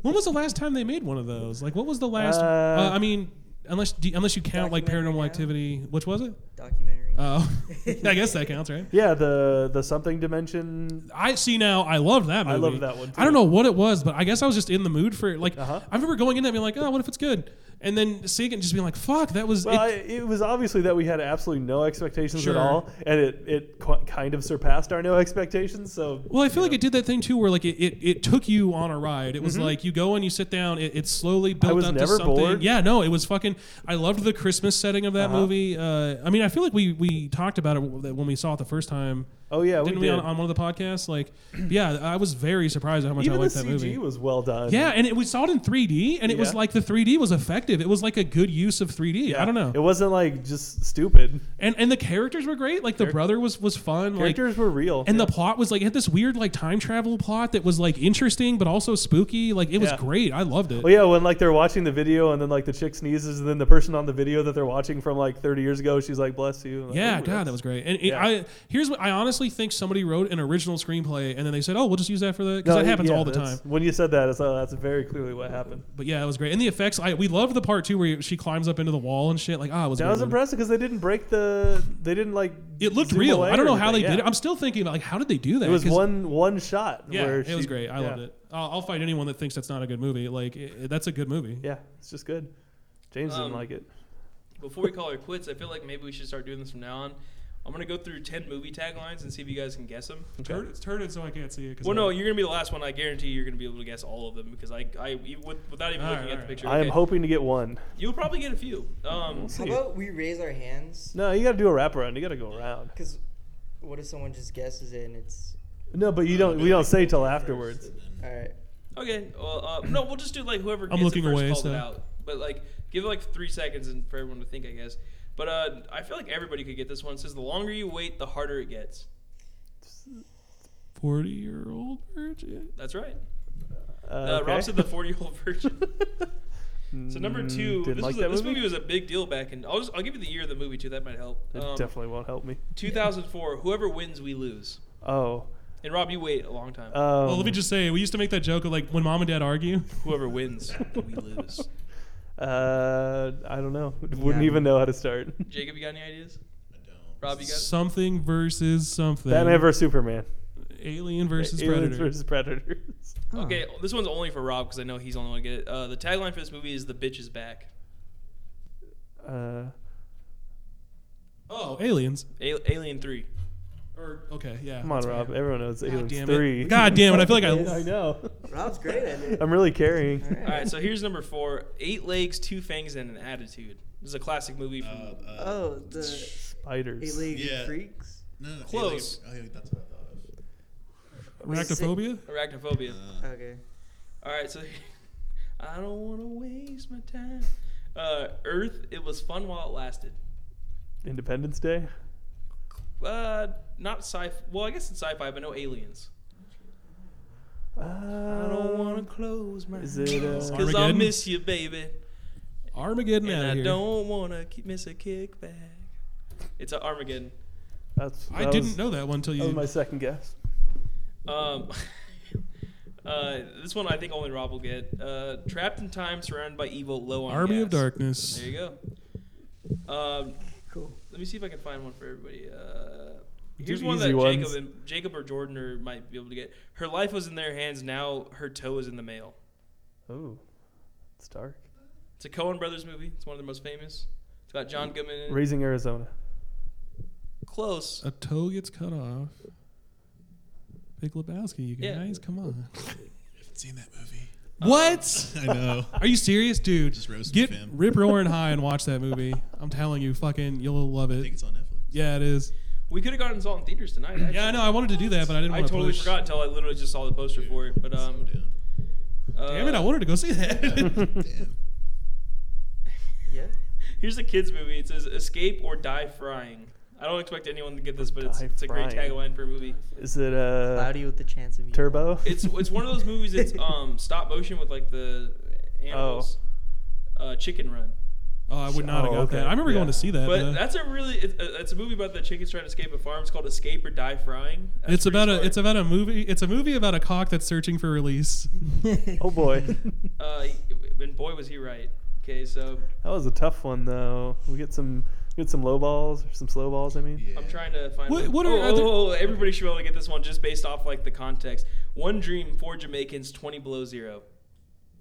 S5: when was the last time they made one of those? Like, what was the last?
S3: Uh,
S5: Uh, I mean, unless do, unless you count like
S2: Documentary
S5: Paranormal
S2: now?
S5: Activity, which was it?
S2: Documentary.
S3: Uh,
S5: Oh, I guess that counts, right?
S3: yeah, the the something dimension.
S5: I see now. I love that
S3: I
S5: movie.
S3: love that one, too.
S5: I don't know what it was, but I guess I was just in the mood for it. Like,
S3: Uh-huh.
S5: I remember going in there and being like, "Oh, what if it's good?" And then seeing it and just being like, "Fuck, that was."
S3: Well,
S5: it,
S3: it, it was obviously that we had absolutely no expectations
S5: Sure.
S3: at all, and it it qu- kind of surpassed our no expectations. So
S5: Well, I feel like it did that thing too, where like it, it, it took you on a ride. It was like you go and you sit down. It, it slowly built
S3: Mm-hmm. was
S5: up
S3: never
S5: to something.
S3: bored.
S5: Yeah, no, it was fucking. I loved the Christmas setting of that
S3: Uh-huh.
S5: movie. Uh, I mean, I feel like we we talked about it when we saw it the first time.
S3: oh yeah,
S5: Didn't
S3: we
S5: we
S3: did.
S5: on, on one of the podcasts? Like, yeah, I was very surprised at how much
S3: Even
S5: I
S3: the
S5: liked that
S3: CG
S5: movie.
S3: was well done.
S5: Yeah, and it, we saw it in 3D, and it was
S3: Yeah.
S5: like the 3D was effective. It was like a good use of 3D. I don't know.
S3: It wasn't like just stupid.
S5: and and the characters were great. Like the brother was was fun. Like
S3: Characters were real.
S5: and the plot was like it had this weird like time travel plot that was like interesting but also spooky. Like it was
S3: Yeah.
S5: great. I loved it.
S3: Well, yeah, when like they're watching the video and then like the chick sneezes and then the person on the video that they're watching from like 30 years ago, she's like, "Bless you." I'm like,
S5: Yeah,
S3: "Ooh,
S5: God, that was great. And it,
S3: Yeah.
S5: I here's what I honestly think somebody wrote an original screenplay and then they said, "Oh, we'll just use that for the
S3: No,
S5: because that happens
S3: yeah,
S5: all the time."
S3: that's- When you said that, it's, uh, that's very clearly what happened.
S5: But yeah, it was great. And the effects, I we loved the part too where she climbs up into the wall and shit. Like, ah, it was
S3: That was
S5: amazing.
S3: impressive because they didn't break the. They didn't like.
S5: It looked
S3: zoom
S5: real.
S3: away
S5: I don't
S3: or
S5: know how they
S3: anything,
S5: did
S3: yeah.
S5: it. I'm still thinking about like how did they do that?
S3: It was
S5: 'Cause-
S3: one one shot.
S5: Yeah,
S3: where
S5: it was
S3: she-
S5: great. I
S3: yeah.
S5: loved it. I'll, I'll fight anyone that thinks that's not a good movie. Like it, it- that's a good movie.
S3: Yeah, it's just good. James
S1: Um,
S3: didn't like it.
S1: Before we call it quits, I feel like maybe we should start doing this from now on. I'm gonna go through ten movie taglines and see if you guys can guess them.
S5: Turn, it- turn it so I can't see it. 'cause
S1: Well,
S5: I-
S1: no, you're gonna be the last one. I guarantee you're gonna be able to guess all of them because I, I with, without even
S5: All
S1: looking
S5: right,
S1: at the
S5: all right.
S1: picture,
S3: I am
S1: okay.
S3: hoping to get one.
S1: you'll probably get a few. Um,
S2: How about we raise our hands?
S3: No, you got to do a wraparound. You got to go around.
S2: Because what if someone just guesses it and it's
S3: No, but
S1: Uh,
S3: you don't. We don't say till afterwards.
S2: all right?
S1: okay, well, uh, no, we'll just do like whoever.
S5: I'm
S1: gets
S5: looking
S1: it first
S5: away,
S1: calls
S5: so-
S1: it out. But like, give like three seconds and for everyone to think, I guess. But uh, I feel like everybody could get this one. It says the longer you wait, the harder it gets.
S5: 40 year old virgin.
S1: That's right.
S3: Uh,
S1: Uh,
S3: okay.
S1: Rob said the 40 year old virgin. so number
S3: Mm,
S1: 2
S3: didn't
S1: this,
S3: like
S1: was a-
S3: that
S1: this
S3: movie?
S1: movie was a big deal back in. I'll just I'll give you the year of the movie too. That might help.
S3: It
S1: Um,
S3: definitely won't help me.
S1: 2004. Whoever wins, we lose.
S3: Oh.
S1: And Rob, you wait a long time.
S3: Um,
S5: well, let me just say, we used to make that joke of like when mom and dad argue.
S1: Whoever wins, we lose.
S3: Uh, I don't know. Wouldn't
S2: Yeah.
S3: even know how to start.
S1: Jacob, you got any ideas?
S7: I don't.
S1: Rob, you got?
S5: Something versus something.
S3: Batman vs Superman.
S5: Alien versus
S3: Aliens
S5: Predator.
S3: versus Predators.
S1: Okay, this one's only for Rob because I know he's the only one to get it. Uh, the tagline for this movie is "The bitch is back."
S3: Uh,
S5: Oh, aliens.
S1: A- Alien Three.
S5: Or okay, yeah.
S3: come on,
S5: that's
S3: Rob.
S5: right.
S3: Everyone knows
S5: God
S3: Aliens
S5: damn it.
S3: Three.
S5: God damn it! I feel like
S3: I
S5: I.
S3: know.
S2: Rob's great at it.
S3: I'm really carrying.
S1: All right, so here's number four: Eight legs, two fangs, and an attitude. This is a classic movie
S7: Uh,
S1: from.
S7: uh,
S2: Oh, the eight
S3: Spiders.
S2: legged
S7: Yeah.
S2: freaks.
S7: no, no, no,
S1: Close.
S7: Alien- oh, yeah, that's what I thought of.
S5: Arachnophobia.
S1: Arachnophobia.
S7: Uh,
S2: Okay.
S1: All right, so I don't want to waste my time. Uh, Earth, it was fun while it lasted.
S3: Independence Day.
S1: Uh, not sci. Well, I guess it's sci-fi, but no aliens.
S3: Uh,
S1: I don't want to close my
S3: Is it? Uh,
S1: because I
S5: Armageddon?
S1: miss you, baby,
S5: Armageddon.
S1: and
S5: outta
S1: I
S5: here.
S1: don't want to miss a kickback. It's a Armageddon.
S3: that's.
S5: I
S3: that
S5: didn't
S3: was-
S5: know that one until
S3: That
S5: you.
S3: was my second guess.
S1: Um, Uh, this one I think only Rob will get. Uh, trapped in time, surrounded by evil, low on
S5: Army of
S1: gas.
S5: Darkness.
S1: There you go. Um,
S2: Cool.
S1: let me see if I can find one for everybody. Uh,
S3: Do
S1: here's one
S3: easy
S1: that
S3: ones.
S1: Jacob and Jacob or Jordan or might be able to get. Her life was in their hands. Now her toe is in the mail.
S3: Oh, it's dark.
S1: It's a Coen Brothers movie. It's one of the most famous. It's got John Goodman. In it.
S3: Raising Arizona.
S1: Close.
S5: A toe gets cut off. Big Lebowski, you
S1: Yeah.
S5: guys, come on.
S7: I haven't seen that movie.
S3: Uh,
S5: what?
S7: I know.
S5: Are you serious, dude?
S7: Just roasting
S5: Get
S7: the fam.
S5: rip roaring high and watch that movie. I'm telling you, fucking, you'll love
S7: I think
S5: it.
S7: it's on Netflix.
S5: Yeah, it is.
S1: We could have gotten this all in theaters tonight. Actually.
S5: Yeah, I know. I wanted to do that, but I didn't.
S1: I
S5: wanna
S1: totally
S5: push.
S1: forgot until I literally just saw the poster for it. But um,
S7: So
S1: uh,
S5: Damn it! I wanted to go see that.
S7: down. Damn.
S2: Yeah.
S1: Here's a kids movie. It says "Escape or Die Frying." I don't expect anyone to get this, but it's,
S3: Die
S1: it's a great
S3: Frying.
S1: tagline for a movie.
S3: Is it uh,
S2: Cloudy with the chance of you.
S3: Turbo?
S1: It's it's one of those movies that's um stop motion with like the animals. Uh, Chicken Run.
S5: oh, I would not have
S3: Oh,
S5: got
S3: okay.
S5: that. I remember going
S3: Yeah.
S5: to see that.
S1: But
S5: uh,
S1: that's a really it's a, it's a movie about the chickens trying to escape a farm. It's called "Escape or Die Frying." That's
S5: it's
S1: pretty
S5: about a
S1: smart.
S5: it's about a movie. It's a movie about a cock that's searching for release.
S3: Oh boy,
S1: Uh, and boy, was he right. Okay, so
S3: that was a tough one though. We get some, we get some low balls or some slow balls. I mean,
S7: Yeah.
S1: I'm trying to find.
S5: What-
S1: one.
S5: what are
S1: oh, oh,
S5: other-
S1: oh, everybody should be able to get this one just based off like the context. One dream, four Jamaicans, twenty below zero.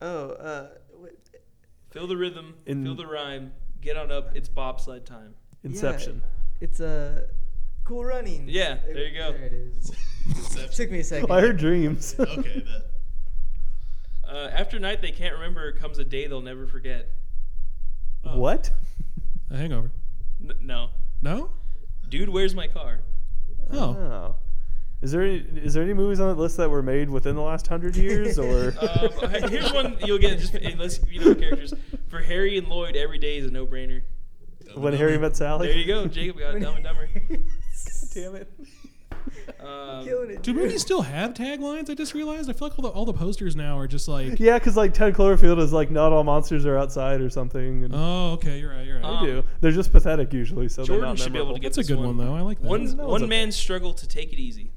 S2: Oh, uh, wait,
S1: Feel the rhythm,
S3: In-
S1: feel the rhyme. Get on up, it's bobsled time.
S3: Inception.
S2: it's a uh, cool running.
S1: Yeah, there you go.
S2: There it is.
S7: Inception.
S2: Took me a second.
S3: I heard dreams.
S7: Okay, that.
S1: Uh, after night they can't remember comes a day they'll never forget.
S5: Oh.
S3: What?
S5: A hangover.
S1: N- no,
S5: No.
S1: dude, where's my car?
S5: Oh.
S3: Is there any, is there any movies on that list that were made within the last hundred years or?
S1: Um, I- here's one you'll get just unless you know the characters. For Harry and Lloyd, every day is a no-brainer.
S3: when Harry Met Sally.
S1: There you go, Jacob got Dumb and Dumber.
S3: Damn it.
S1: Um,
S2: Killing it.
S5: Do movies still have taglines? I just realized. I feel like all the all the posters now are just like.
S3: Yeah, because like Ted Cloverfield is like not all monsters are outside or something. And
S5: Oh, okay. You're right. You're right.
S1: Uh,
S3: they do. They're just pathetic usually. So they're
S1: Jordan
S3: not
S1: should be able to
S3: memorable.
S1: get
S5: That's a
S1: this
S5: good one, though. I like that.
S1: One
S3: That was
S1: one
S3: okay.
S1: man's struggle to take it easy.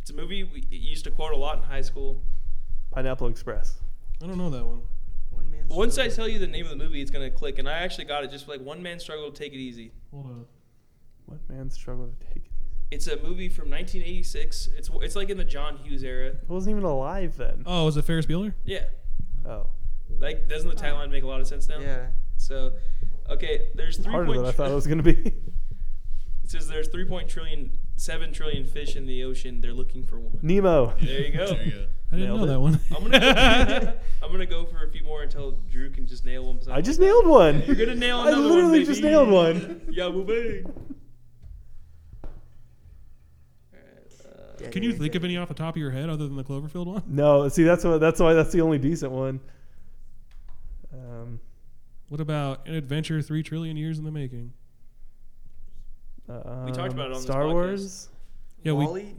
S1: It's a movie we it used to quote a lot in high school.
S3: Pineapple Express.
S5: I don't know that one.
S2: One man.
S1: Once I tell you the name of the movie, it's gonna click, and I actually got it. Just like one man's struggle to take it easy.
S5: Hold on.
S3: One man's struggle to take it easy.
S1: It's a movie from 1986. It's it's like in the John Hughes era.
S3: I wasn't even alive then.
S5: Oh, is it Ferris Bueller?
S1: Yeah,
S3: Oh,
S1: like doesn't the tagline make a lot of sense now?
S2: Yeah.
S1: So, okay, there's three
S3: harder
S1: point
S3: than I
S1: tr-
S3: thought it was gonna be.
S1: It says there's three point trillion, seven trillion fish in the ocean. They're looking for one.
S3: Nemo.
S1: There you go.
S7: There you go.
S5: I didn't
S3: Nailed
S5: know
S3: it.
S5: that one.
S1: I'm gonna I'm gonna go for a few more until Drew can just nail one.
S3: I just nailed one.
S1: You're gonna nail
S3: I
S1: another one,
S3: literally just
S1: baby.
S3: nailed one.
S1: Yeah, well, bang.
S5: Can you think of any off the top of your head other than the Cloverfield one?
S3: No, see that's why that's why that's the only decent one. Um,
S5: What about an adventure three trillion years in the making?
S3: uh,
S1: We talked about it on this
S3: Star
S1: podcast.
S3: Wars,
S5: Yeah,
S2: Wall-E?
S5: we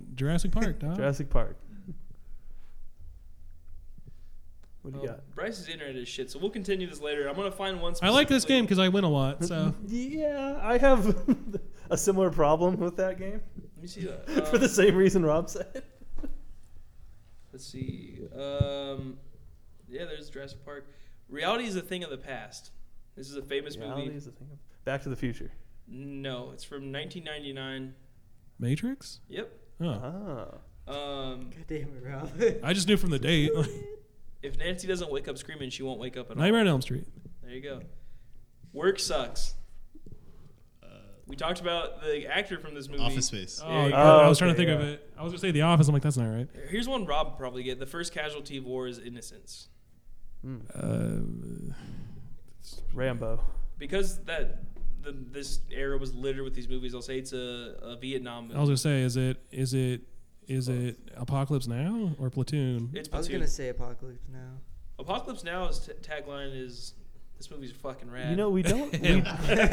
S5: Jurassic Park. dog.
S3: Jurassic Park. What do you got?
S1: Bryce's internet is shit, so we'll continue this later. I'm gonna find one.
S5: I like this game
S1: specifically.
S5: because I win a lot. So
S3: Yeah, I have a similar problem with that game
S1: Let me see that. Uh,
S3: for the same reason Rob said.
S1: Let's see. Um, yeah, there's Jurassic Park. Reality is a thing of the past. This is a famous
S3: Reality
S1: movie.
S3: is a thing of- Back to the Future.
S1: No, it's from 1999.
S5: Matrix.
S1: Yep.
S5: Oh.
S3: Ah,
S1: Um,
S2: God damn it, Rob.
S5: I just knew from the date.
S1: if Nancy doesn't wake up screaming, she won't wake up at all.
S5: Nightmare on Elm Street.
S1: There you go. Work sucks.
S7: Uh,
S1: We talked about the actor from this movie.
S7: Office Space.
S5: Oh,
S1: you
S5: God,
S1: go.
S5: I was
S3: Oh,
S5: trying to
S3: okay,
S5: think of
S3: yeah.
S5: it. I was gonna say The Office. I'm like, that's not right.
S1: Here's one Rob will probably get. The first casualty of war is innocence.
S5: Uh,
S3: Rambo.
S1: Because that the, this era was littered with these movies, I'll say it's a, a Vietnam
S5: I was
S1: movie.
S5: gonna say, is it is it is it Apocalypse Now or Platoon?
S1: It's
S2: I was
S1: platoon.
S2: gonna say apocalypse now.
S1: Apocalypse Now's t- tagline is this movie's fucking rad.
S3: You know we don't we,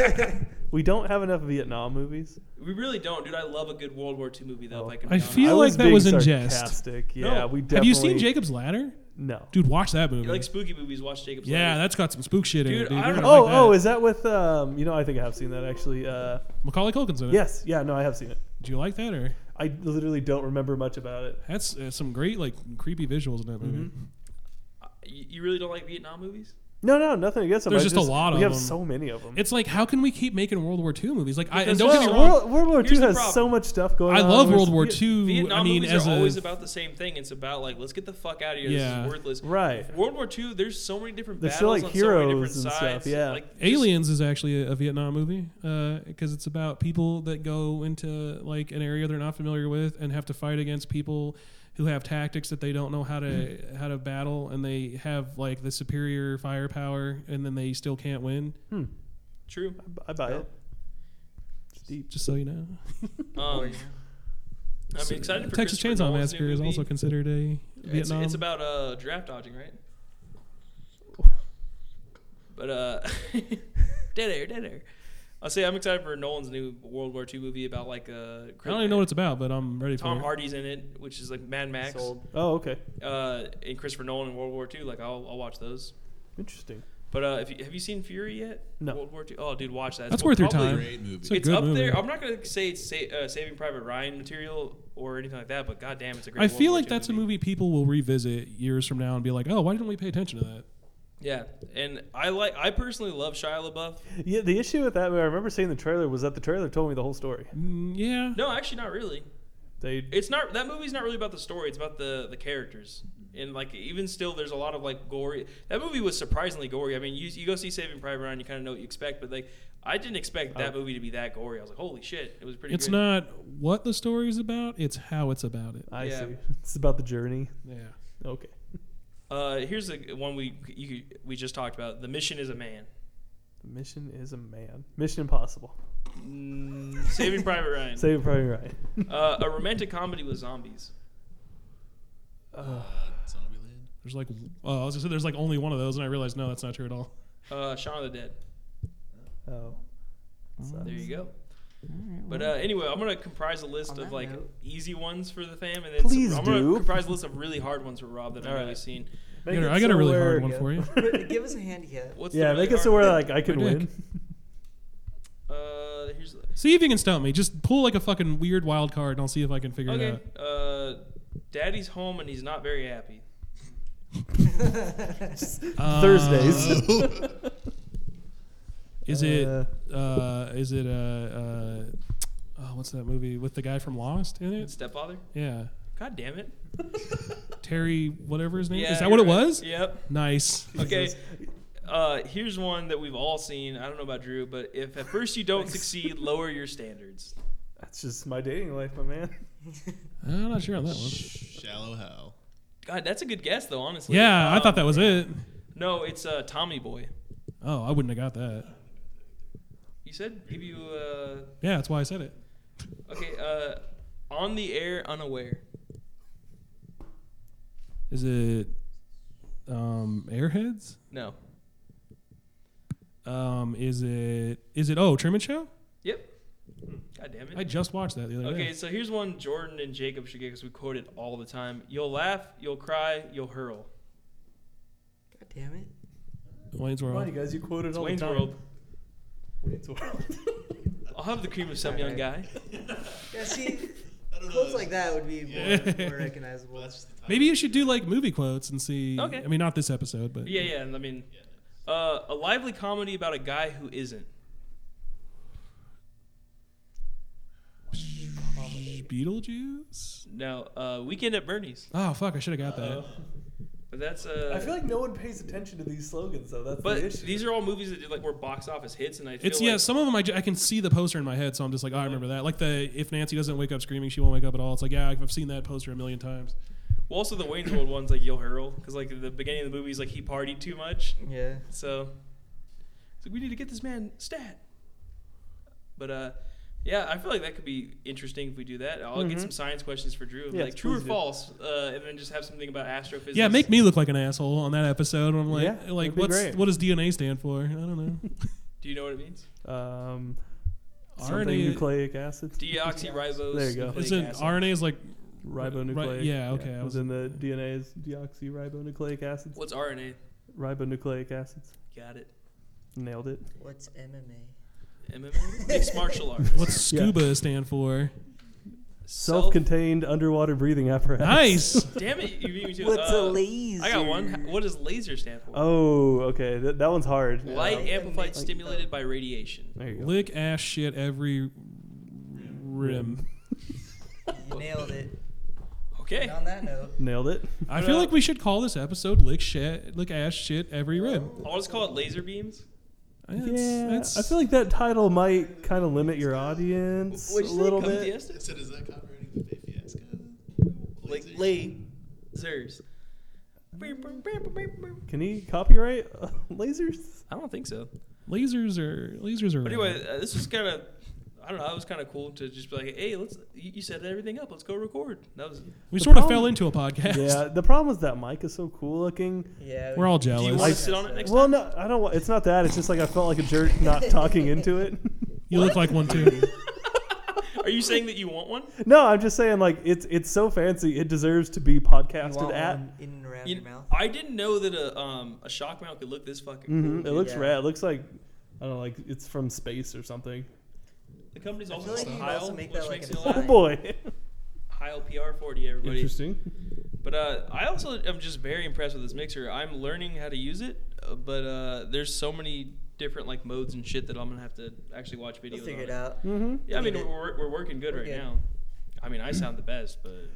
S3: we don't have enough Vietnam movies.
S1: we really don't, dude. I love a good World War II movie though.
S3: Oh.
S1: If I can.
S5: I
S1: be honest.
S5: feel- like that
S3: being
S5: was in jest.
S3: sarcastic. Yeah,
S5: No.
S3: we definitely.
S5: have you seen Jacob's Ladder?
S3: No.
S5: Dude, watch that movie.
S1: you like spooky movies. Watch Jacob's.
S5: yeah,
S1: Ladder.
S5: that's got some spook shit in
S1: Dude,
S5: it. Dude.
S1: I
S5: You're
S1: don't-
S5: gonna
S3: Oh,
S5: like that.
S3: oh, is that with um? You know, I think I have seen that actually. Uh,
S5: Macaulay Culkin's in it.
S3: yes, yeah, no, I have seen it.
S5: Do you like that or?
S3: I literally don't remember much about it.
S5: That's uh, some great like creepy visuals in that movie.
S3: Mm-hmm.
S1: Uh, You you really don't like Vietnam movies?
S3: No, no, nothing against them.
S5: There's
S3: I
S5: just a lot
S3: we have
S5: of them.
S3: so many of them.
S5: It's like how can we keep making World War II movies? Like I and
S1: Because-
S5: don't
S3: well,
S5: get me wrong,
S3: World, World War
S1: Here's
S3: II
S1: the
S3: has so
S1: problem.
S3: much stuff going
S5: I
S3: on.
S5: love
S3: There's-
S5: World War
S3: yeah,
S5: II.
S1: Vietnam
S5: I mean,
S1: movies
S5: as
S1: are
S5: a,
S1: always about the same thing. It's about like let's get the fuck out of here. This
S5: Yeah.
S1: is worthless.
S3: Right.
S1: World War II. There's so many different
S3: There's
S1: battles
S3: still,
S1: on
S3: like,
S1: so many different
S3: heroes and stuff,
S1: sides.
S3: yeah.
S1: Like, just-
S5: Aliens is actually a, a Vietnam movie because it's about people that go into like an area they're not familiar with and have to fight against people who have tactics that they don't know how to
S1: Mm-hmm.
S5: how to battle and they have like the superior firepower and then they still can't win.
S1: True.
S3: I buy it. It's deep.
S5: Just so you know,
S1: Um, I'm
S5: So,
S1: excited for
S5: Texas
S1: Christopher
S5: Chainsaw
S1: Nolan's new
S5: Massacre is
S1: movie.
S5: also considered a
S1: It's,
S5: Vietnam.
S1: it's about uh, draft dodging, right? But uh, dead air, dead air. I'll say I'm excited for Nolan's new World War II movie about like a.
S5: I don't even know what it's about, but I'm ready for
S1: Tom
S5: it.
S1: Hardy's in it, which is like Mad Max,
S2: Sold.
S3: Oh, okay.
S1: uh, and Christopher Nolan in World War II. Like I'll, I'll watch those.
S3: Interesting.
S1: But uh, if you, have you seen Fury yet?
S3: No.
S1: World War II. Oh, dude, watch that.
S5: That's worth your
S1: probably-
S5: time.
S7: Great movie.
S5: It's a
S1: it's
S5: good
S1: up
S5: movie.
S1: there. I'm not gonna say it's sa- uh, Saving Private Ryan material or anything like that, but goddamn, it's a great.
S5: I
S1: World
S5: feel
S1: War
S5: like
S1: II
S5: that's a movie people will revisit years from now and be like, oh, why didn't we pay attention to that?
S1: Yeah, and I like. I personally love Shia LaBeouf.
S3: Yeah, the issue with that, I remember seeing the trailer, was that the trailer told me the whole story.
S5: Mm, yeah.
S1: No, actually, not really.
S3: They
S1: It's not that movie's not really about the story. It's about the the characters, and like even still, there's a lot of like gory. That movie was surprisingly gory. I mean, you you go see Saving Private Ryan, you kind of know what you expect, but like I didn't expect that movie to be that gory. I was like, holy shit, it was pretty.
S5: Oh. It's
S1: good.
S5: not what the story is about, it's how it's about it.
S3: I
S1: Yeah.
S3: see. It's about the journey.
S5: Yeah.
S3: Okay.
S1: Uh, here's the one we you, we just talked about. The mission is a man.
S3: The mission is a man. Mission Impossible.
S1: Mm, Saving Private Ryan.
S3: Saving Private Ryan.
S1: Uh, a romantic comedy with zombies.
S7: Uh, Zombieland.
S5: There's like, oh, I was gonna say there's like only one of those, and I realized no, that's not true at all.
S1: Uh, Shaun of the Dead.
S3: Oh. So-
S1: There you go. But uh, anyway, I'm gonna comprise a list
S2: On
S1: of
S2: that
S1: like
S2: note-
S1: easy ones for the fam, and then
S3: Please
S1: some, I'm gonna
S3: do.
S1: comprise a list of really hard ones for Rob that I've
S3: Alright.
S1: really seen.
S3: Make
S5: I got a-
S3: it
S5: I got a really
S3: so
S5: hard
S3: where-
S5: one for you.
S2: But give us a handicap.
S1: What's the
S3: Yeah,
S1: really
S3: make it so
S1: hard
S3: we're
S1: one?
S3: like I can
S5: My
S3: win.
S5: dick.
S1: Uh, here's
S5: See if you can stump me. Just pull like a fucking weird wild card, and I'll see if I can figure it
S1: okay.
S5: out.
S1: Uh, Daddy's home and he's not very happy.
S5: Uh,
S3: Thursdays.
S7: Oh.
S5: Is it?
S3: Uh,
S5: Uh, is it? Uh, uh, oh, what's that movie with the guy from Lost in it?
S1: Stepfather.
S5: Yeah,
S1: God damn it.
S5: Terry, whatever his name
S1: Yeah,
S5: is. That what it
S1: you're right.
S5: was?
S1: Yep.
S5: Nice.
S1: Okay. Uh, here's one that we've all seen. I don't know about Drew, but if at first you don't succeed, lower your standards.
S3: That's just my dating life, my man.
S5: I'm not sure on that one.
S7: Shallow Hal.
S1: God, that's a good guess though, honestly.
S5: Yeah, I
S1: Um,
S5: thought that was it.
S1: No, it's uh, Tommy Boy.
S5: Oh, I wouldn't have got that.
S1: You said give you uh,
S5: Yeah, that's why I said it.
S1: Okay, uh, on the air, unaware.
S5: Is it um, Airheads?
S1: No.
S5: Um, is it is it oh Truman Show?
S1: Yep. God damn it.
S5: I just watched that the other
S1: okay,
S5: day.
S1: so here's one Jordan and Jacob should get because we quote it all the time. You'll laugh, you'll cry, you'll hurl.
S2: God damn it.
S5: Wayne's
S3: Come on, you
S5: World.
S3: guys, you quoted
S1: It's
S3: all
S1: Wayne's
S3: the time.
S1: World.
S3: Wayne's World.
S1: I'll have the cream of some young guy.
S2: Yeah, see,
S7: I don't know.
S2: quotes like that would be more,
S5: Yeah.
S2: more recognizable.
S7: Well, that's just the title.
S5: Maybe you should do like movie quotes and see.
S1: Okay.
S5: I mean, not this episode, but
S1: Yeah, yeah. and I mean, uh, a lively comedy about a guy who isn't.
S5: Beetlejuice.
S1: No, uh, Weekend at Bernie's.
S5: Oh fuck! I should have got
S1: But that's. Uh,
S3: I feel like no one pays attention to these slogans, though. That's the
S1: but
S3: issue.
S1: these are all movies that did, like were box office hits, and I
S5: that.
S1: feel
S5: It's
S1: like
S5: yeah. Some of them I, ju- I can see the poster in my head, so I'm just like, oh, I remember that. Like the if Nancy doesn't wake up screaming, she won't wake up at all. It's like yeah, I've seen that poster a million times.
S1: Well, also the Wayne's World ones like you'll hurl because like at the beginning of the movie is like he partied too much,
S2: Yeah.
S1: So, it's like, we need to get this man stat. But uh, yeah, I feel like that could be interesting if we do that. I'll get
S3: Mhm.
S1: some science questions for Drew, of,
S3: Yes,
S1: like true or
S3: please do.
S1: false, uh, and then just have something about astrophysics.
S5: Yeah, make me look like an asshole on that episode. I'm like,
S3: Yeah, that'd
S5: like
S3: be
S5: what's
S3: great.
S5: what does DNA stand for? I don't know.
S1: Do you know what it means?
S3: um, something
S5: RNA
S3: nucleic acid.
S1: Deoxyribose.
S3: There you go.
S1: nucleic
S5: Isn't
S1: acid.
S5: RNA is like
S3: ribonucleic.
S5: Right, yeah, okay, I
S3: was
S5: was-
S3: in the DNA is deoxyribonucleic acids.
S1: What's RNA?
S3: Ribonucleic acids.
S1: Got it.
S3: Nailed it.
S2: What's MMA?
S1: MMA. Mixed martial arts.
S5: what's scuba stand for?
S1: Self-
S3: Self-contained underwater breathing apparatus.
S5: Nice.
S1: Damn it, you beat me to.
S2: What's
S1: uh,
S2: a laser?
S1: I got one. What does laser stand for?
S3: Oh, okay. That, that one's hard.
S1: Light
S2: Yeah.
S1: amplified
S2: Like-
S1: stimulated by radiation.
S3: There you go.
S5: Lick ass shit every rim.
S2: You nailed it.
S1: Okay.
S2: And on that note,
S3: Nailed it.
S5: I
S1: What
S5: feel
S1: up?
S5: like we should call this episode "Lick Shit, Lick Ass Shit Every Rim."
S1: I'll just call it laser beams.
S5: That's- that's-
S3: I feel like that title might kind of limit your audience
S1: What'd
S3: a
S1: you say,
S3: little
S1: Come
S3: bit.
S1: Fiesta?
S7: I said, is that copyrighting the Bay Fiasco?
S1: Like
S7: Laser.
S1: lasers. I
S3: Can he copyright uh, lasers?
S1: don't think so.
S5: lasers are lasers are.
S1: But anyway, uh, this was kind of. I don't know. It was kind of cool to just be like, "Hey, let's you you set everything up. Let's go record." That was.
S5: we
S3: the
S5: sort of
S3: problem-
S5: fell into a podcast.
S3: yeah. The problem is that mic is so cool looking.
S2: yeah.
S5: we're all
S1: Do
S5: jealous.
S1: you
S3: I-
S1: want to sit on it next
S3: Well,
S1: time?
S3: no, I don't. wa- It's not that. It's just like I felt like a jerk not talking into it.
S5: You look like one too.
S1: Are you saying that you want one?
S3: no, I'm just saying like it's it's so fancy. It deserves to be podcasted
S2: want
S3: at.
S2: one in and around
S1: You-
S2: your mouth.
S1: I didn't know that a um a shock mount could look this fucking.
S3: hmm It looks
S2: Yeah.
S3: rad. It looks like I don't know, like it's from space or something.
S1: The company's also
S2: feel like
S1: called
S2: you could
S1: Heil,
S2: also make
S1: which
S2: that like
S1: makes
S2: an
S1: it a
S3: Oh
S1: lot.
S2: aside.
S3: boy,
S1: Heil PR40, everybody.
S3: interesting.
S1: But uh, I also am just very impressed with this mixer. I'm learning how to use it, uh, but uh, there's so many different like modes and shit that I'm gonna have to actually watch videos.
S2: We'll figure
S1: on
S2: it out.
S3: hmm
S1: Yeah, I mean
S2: Get it.
S1: we're, we're working good
S2: We're
S1: right
S2: good.
S1: now. I mean I sound the best, but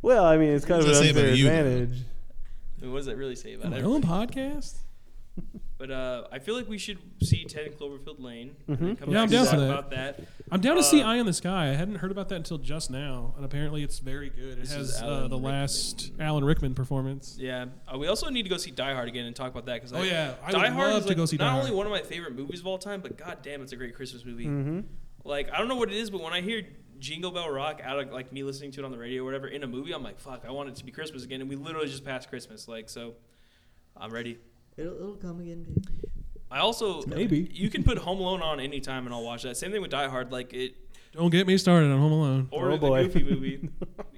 S3: Well, I mean, it's kind of
S7: What
S3: an
S7: does that
S3: unfair
S7: say about you, though?
S3: advantage.
S1: I mean, what does that really say about
S5: My
S1: it?
S5: own podcast.
S1: But uh, I feel like we should see Ten Cloverfield Lane.
S2: Mm-hmm.
S1: and then
S3: Mhm.
S1: Come
S5: Yeah,
S1: back
S5: I'm
S1: and
S5: down for
S1: talk
S5: that.
S1: about that.
S5: I'm down to see
S1: Uh,
S5: Eye in the Sky. I hadn't heard about that until just now, and apparently it's very good. It
S1: This
S5: has
S1: is
S5: uh,
S1: Alan
S5: the
S1: Rickman.
S5: last Alan Rickman performance.
S1: Yeah, uh, we also need to go see Die Hard again and talk about that because
S5: Oh, yeah, I
S1: Die
S5: would
S1: Hard
S5: love
S1: is
S5: to
S1: like
S5: go see
S1: not
S5: Die
S1: only
S5: Hard. Mm-hmm.
S1: one of my favorite movies of all time, but goddamn, it's a great Christmas movie.
S3: hmm
S1: Like I don't know what it is, but when I hear Jingle Bell Rock out of like me listening to it on the radio or whatever in a movie, I'm like, fuck, I want it to be Christmas again, and we literally just passed Christmas. Like so, I'm ready.
S2: It'll, it'll come again, dude.
S1: I also
S3: Maybe.
S1: you can put Home Alone on anytime and I'll watch that. Same thing with Die Hard, like it
S5: Don't get me started on Home Alone.
S1: or
S3: Oh,
S1: the
S3: boy.
S1: Goofy movie.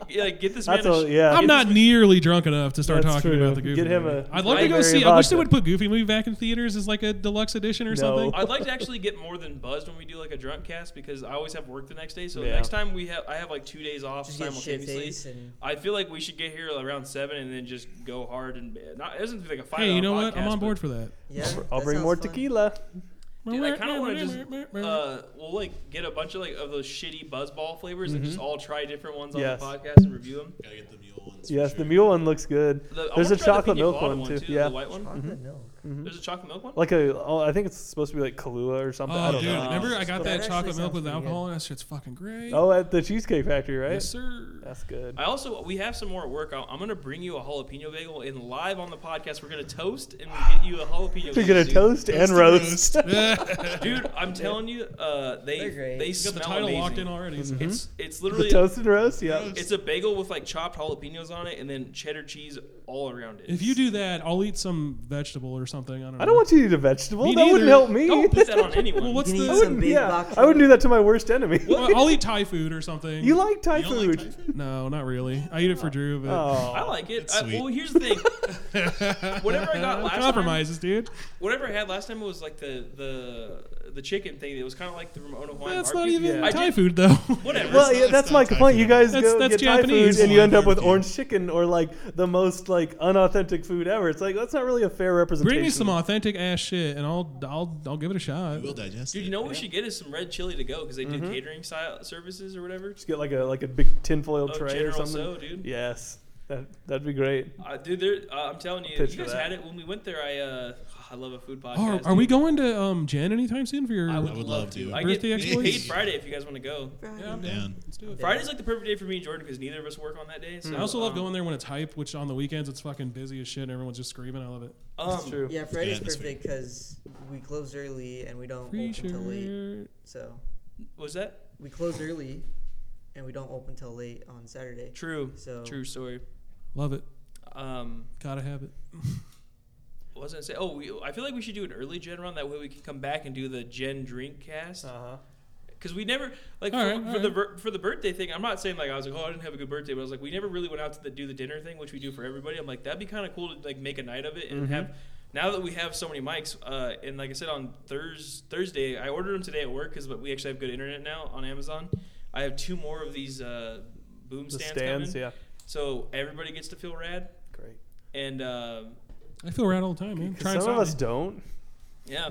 S1: yeah, like, get this man.
S3: That's
S1: a
S3: a,
S1: sh-
S3: yeah.
S5: I'm not nearly drunk enough to start
S3: That's
S5: talking
S3: true.
S5: about the Goofy.
S3: Get him a
S5: movie. I'd love to go
S3: raspberry
S5: see. I wish they
S3: vodka.
S5: would put Goofy movie back in theaters as like a deluxe edition or
S3: No.
S5: something.
S1: I'd like to actually get more than buzzed when we do like a drunk cast because I always have work the next day. So
S3: Yeah.
S1: next time we have, I have like two days off
S2: Just get shit
S1: simultaneously.
S2: face and
S1: I feel like we should get here around seven and then just go hard and eh, not. It doesn't feel like a fight.
S5: Hey, you know what? I'm on board for that.
S2: yeah.
S3: I'll
S2: that
S3: bring
S2: sounds
S3: more
S2: fun.
S3: tequila.
S1: Dude, I kind of want to just
S5: Oh,
S1: uh, we'll like get a bunch of like of those shitty buzzball flavors and
S5: Mm-hmm.
S1: just all try different ones on
S3: Yes.
S1: the podcast and review them.
S7: Gotta get the mule ones. for
S3: Yes,
S7: sure.
S3: the mule one looks good.
S1: The, I
S3: There's
S1: wanna try
S3: a
S1: the
S3: chocolate
S1: Piña
S3: milk
S1: Colada
S3: one, too.
S1: the
S3: Yeah.
S1: white one.
S3: Mm-hmm.
S2: Chocolate milk.
S5: Mm-hmm.
S1: There's a chocolate milk one.
S3: Like a, oh, I think it's supposed to be like Kahlua or something. I
S5: Oh,
S3: don't
S5: dude!
S3: know.
S5: Remember, I got
S2: That
S5: that
S2: actually
S5: chocolate milk
S2: sounds
S5: with
S2: pretty
S5: alcohol, and that shit's fucking great.
S3: Oh, at the Cheesecake Factory, right?
S5: yes, sir.
S3: That's good.
S1: I also we have some more at work. I- I'm gonna bring you a jalapeno bagel and live on the podcast. We're gonna toast and get you a jalapeno.
S3: We're
S1: bagel,
S3: gonna
S1: dude.
S3: toast and roast.
S1: dude. I'm telling you, uh, they
S2: They're great.
S1: they
S2: You
S5: He's
S1: smell
S5: got the title
S1: amazing. Mm-hmm.
S5: locked in already. so-
S1: It's it's
S3: Hmm? the
S1: literally
S3: toast and roast, yeah.
S1: it's a bagel with like chopped jalapenos on it and then cheddar cheese all around it.
S5: If you do that, I'll eat some vegetable or something. I don't. know.
S3: I don't want you to eat a vegetable.
S5: Me
S3: that wouldn't
S5: neither.
S3: help me.
S1: don't put that on anyone.
S5: Well, what's
S2: You need
S3: I
S5: the? I
S2: some
S3: wouldn't,
S2: big
S3: yeah,
S2: box
S3: I wouldn't
S2: food.
S3: do that to my worst enemy.
S5: will eat Thai food or something.
S3: you like Thai
S7: don't like
S3: food?
S7: Thai
S5: No, not really. I eat it for Drew, but
S3: Oh,
S1: I like it.
S7: It's
S1: I,
S7: sweet.
S1: well, here's the thing. Whatever I got last time,
S5: compromises, dude.
S1: whatever I had last time was like the the the chicken thing. It was kind of like the Ramona Hawaiian
S5: That's not
S1: barbecue.
S5: even
S3: Yeah.
S1: I
S5: Thai
S1: did-
S5: food, though.
S1: Whatever.
S3: Well, yeah,
S7: not-
S3: that's
S7: it's
S3: my
S7: not Thai
S3: complaint. You
S7: food.
S3: guys
S5: That's-
S3: go
S5: that's
S3: get Thai food
S5: Japanese.
S3: and you end up with
S7: Barbecue.
S3: orange chicken or like the most like unauthentic food ever. It's like that's not really a fair representation.
S5: Bring me some authentic ass shit, and I'll I'll I'll give it a shot.
S7: You will digest
S1: Dude,
S7: it.
S1: you know what we should get is some red chili to go because they do catering style services or whatever.
S3: Just get like a like a big tinfoil
S1: Oh,
S3: tray or
S1: General
S3: something.
S1: So, dude.
S3: Yes, that that'd be great.
S1: Uh, dude, there, uh, I'm telling you,
S3: Pitch
S1: you
S3: for
S1: guys
S3: that.
S1: had it when we went there. I uh, I love a food
S5: Oh,
S1: podcast.
S5: are, are we
S1: dude.
S5: going to um, Jan anytime soon for your?
S1: I would,
S7: I would
S1: love,
S7: love
S1: to.
S7: to.
S1: I
S5: Birthday
S1: get, get paid
S5: exploits?
S1: Friday if you guys want to go.
S5: yeah, I'm
S7: Down.
S5: Let's do it.
S1: Friday's like the perfect day for me and Jordan because neither of us work on that day. So,
S5: I also love
S1: um,
S5: going there when it's hype, which on the weekends it's fucking busy as shit and everyone's just screaming. I love it.
S1: Um,
S3: That's true.
S2: Yeah, Friday's
S7: Yeah, this
S2: perfect because we close early and we don't open till late.
S5: Preacher.
S2: So
S1: what Was that
S2: we close early and we don't open till late on Saturday.
S1: true?
S2: So
S1: True story.
S5: Love it.
S1: Um,
S5: Gotta have it.
S1: what was I gonna say? Oh, we, I feel like we should do an early gen run. That way we can come back and do the gen drink cast.
S3: Uh-huh.
S1: Because we never like
S5: Uh. All
S1: for,
S5: right,
S1: for
S5: all
S1: the
S5: right.
S1: bir- for the birthday thing. I'm not saying like I was like, oh, I didn't have a good birthday, but I was like, we never really went out to the, do the dinner thing, which we do for everybody. I'm like, that'd be kind of cool to like make a night of it and
S5: Mm-hmm.
S1: have. Now that we have so many mics, uh, and like I said on Thurs Thursday, I ordered them today at work because but we actually have good internet now on Amazon. I have two more of these uh, boom
S3: The
S1: stands,
S3: stands,
S1: coming.
S3: yeah,
S1: So everybody gets to feel rad,
S3: great.
S1: and um,
S5: I feel rad all the time, man.
S3: 'Cause
S5: Trying
S3: Some of us
S5: something.
S3: don't.
S1: yeah.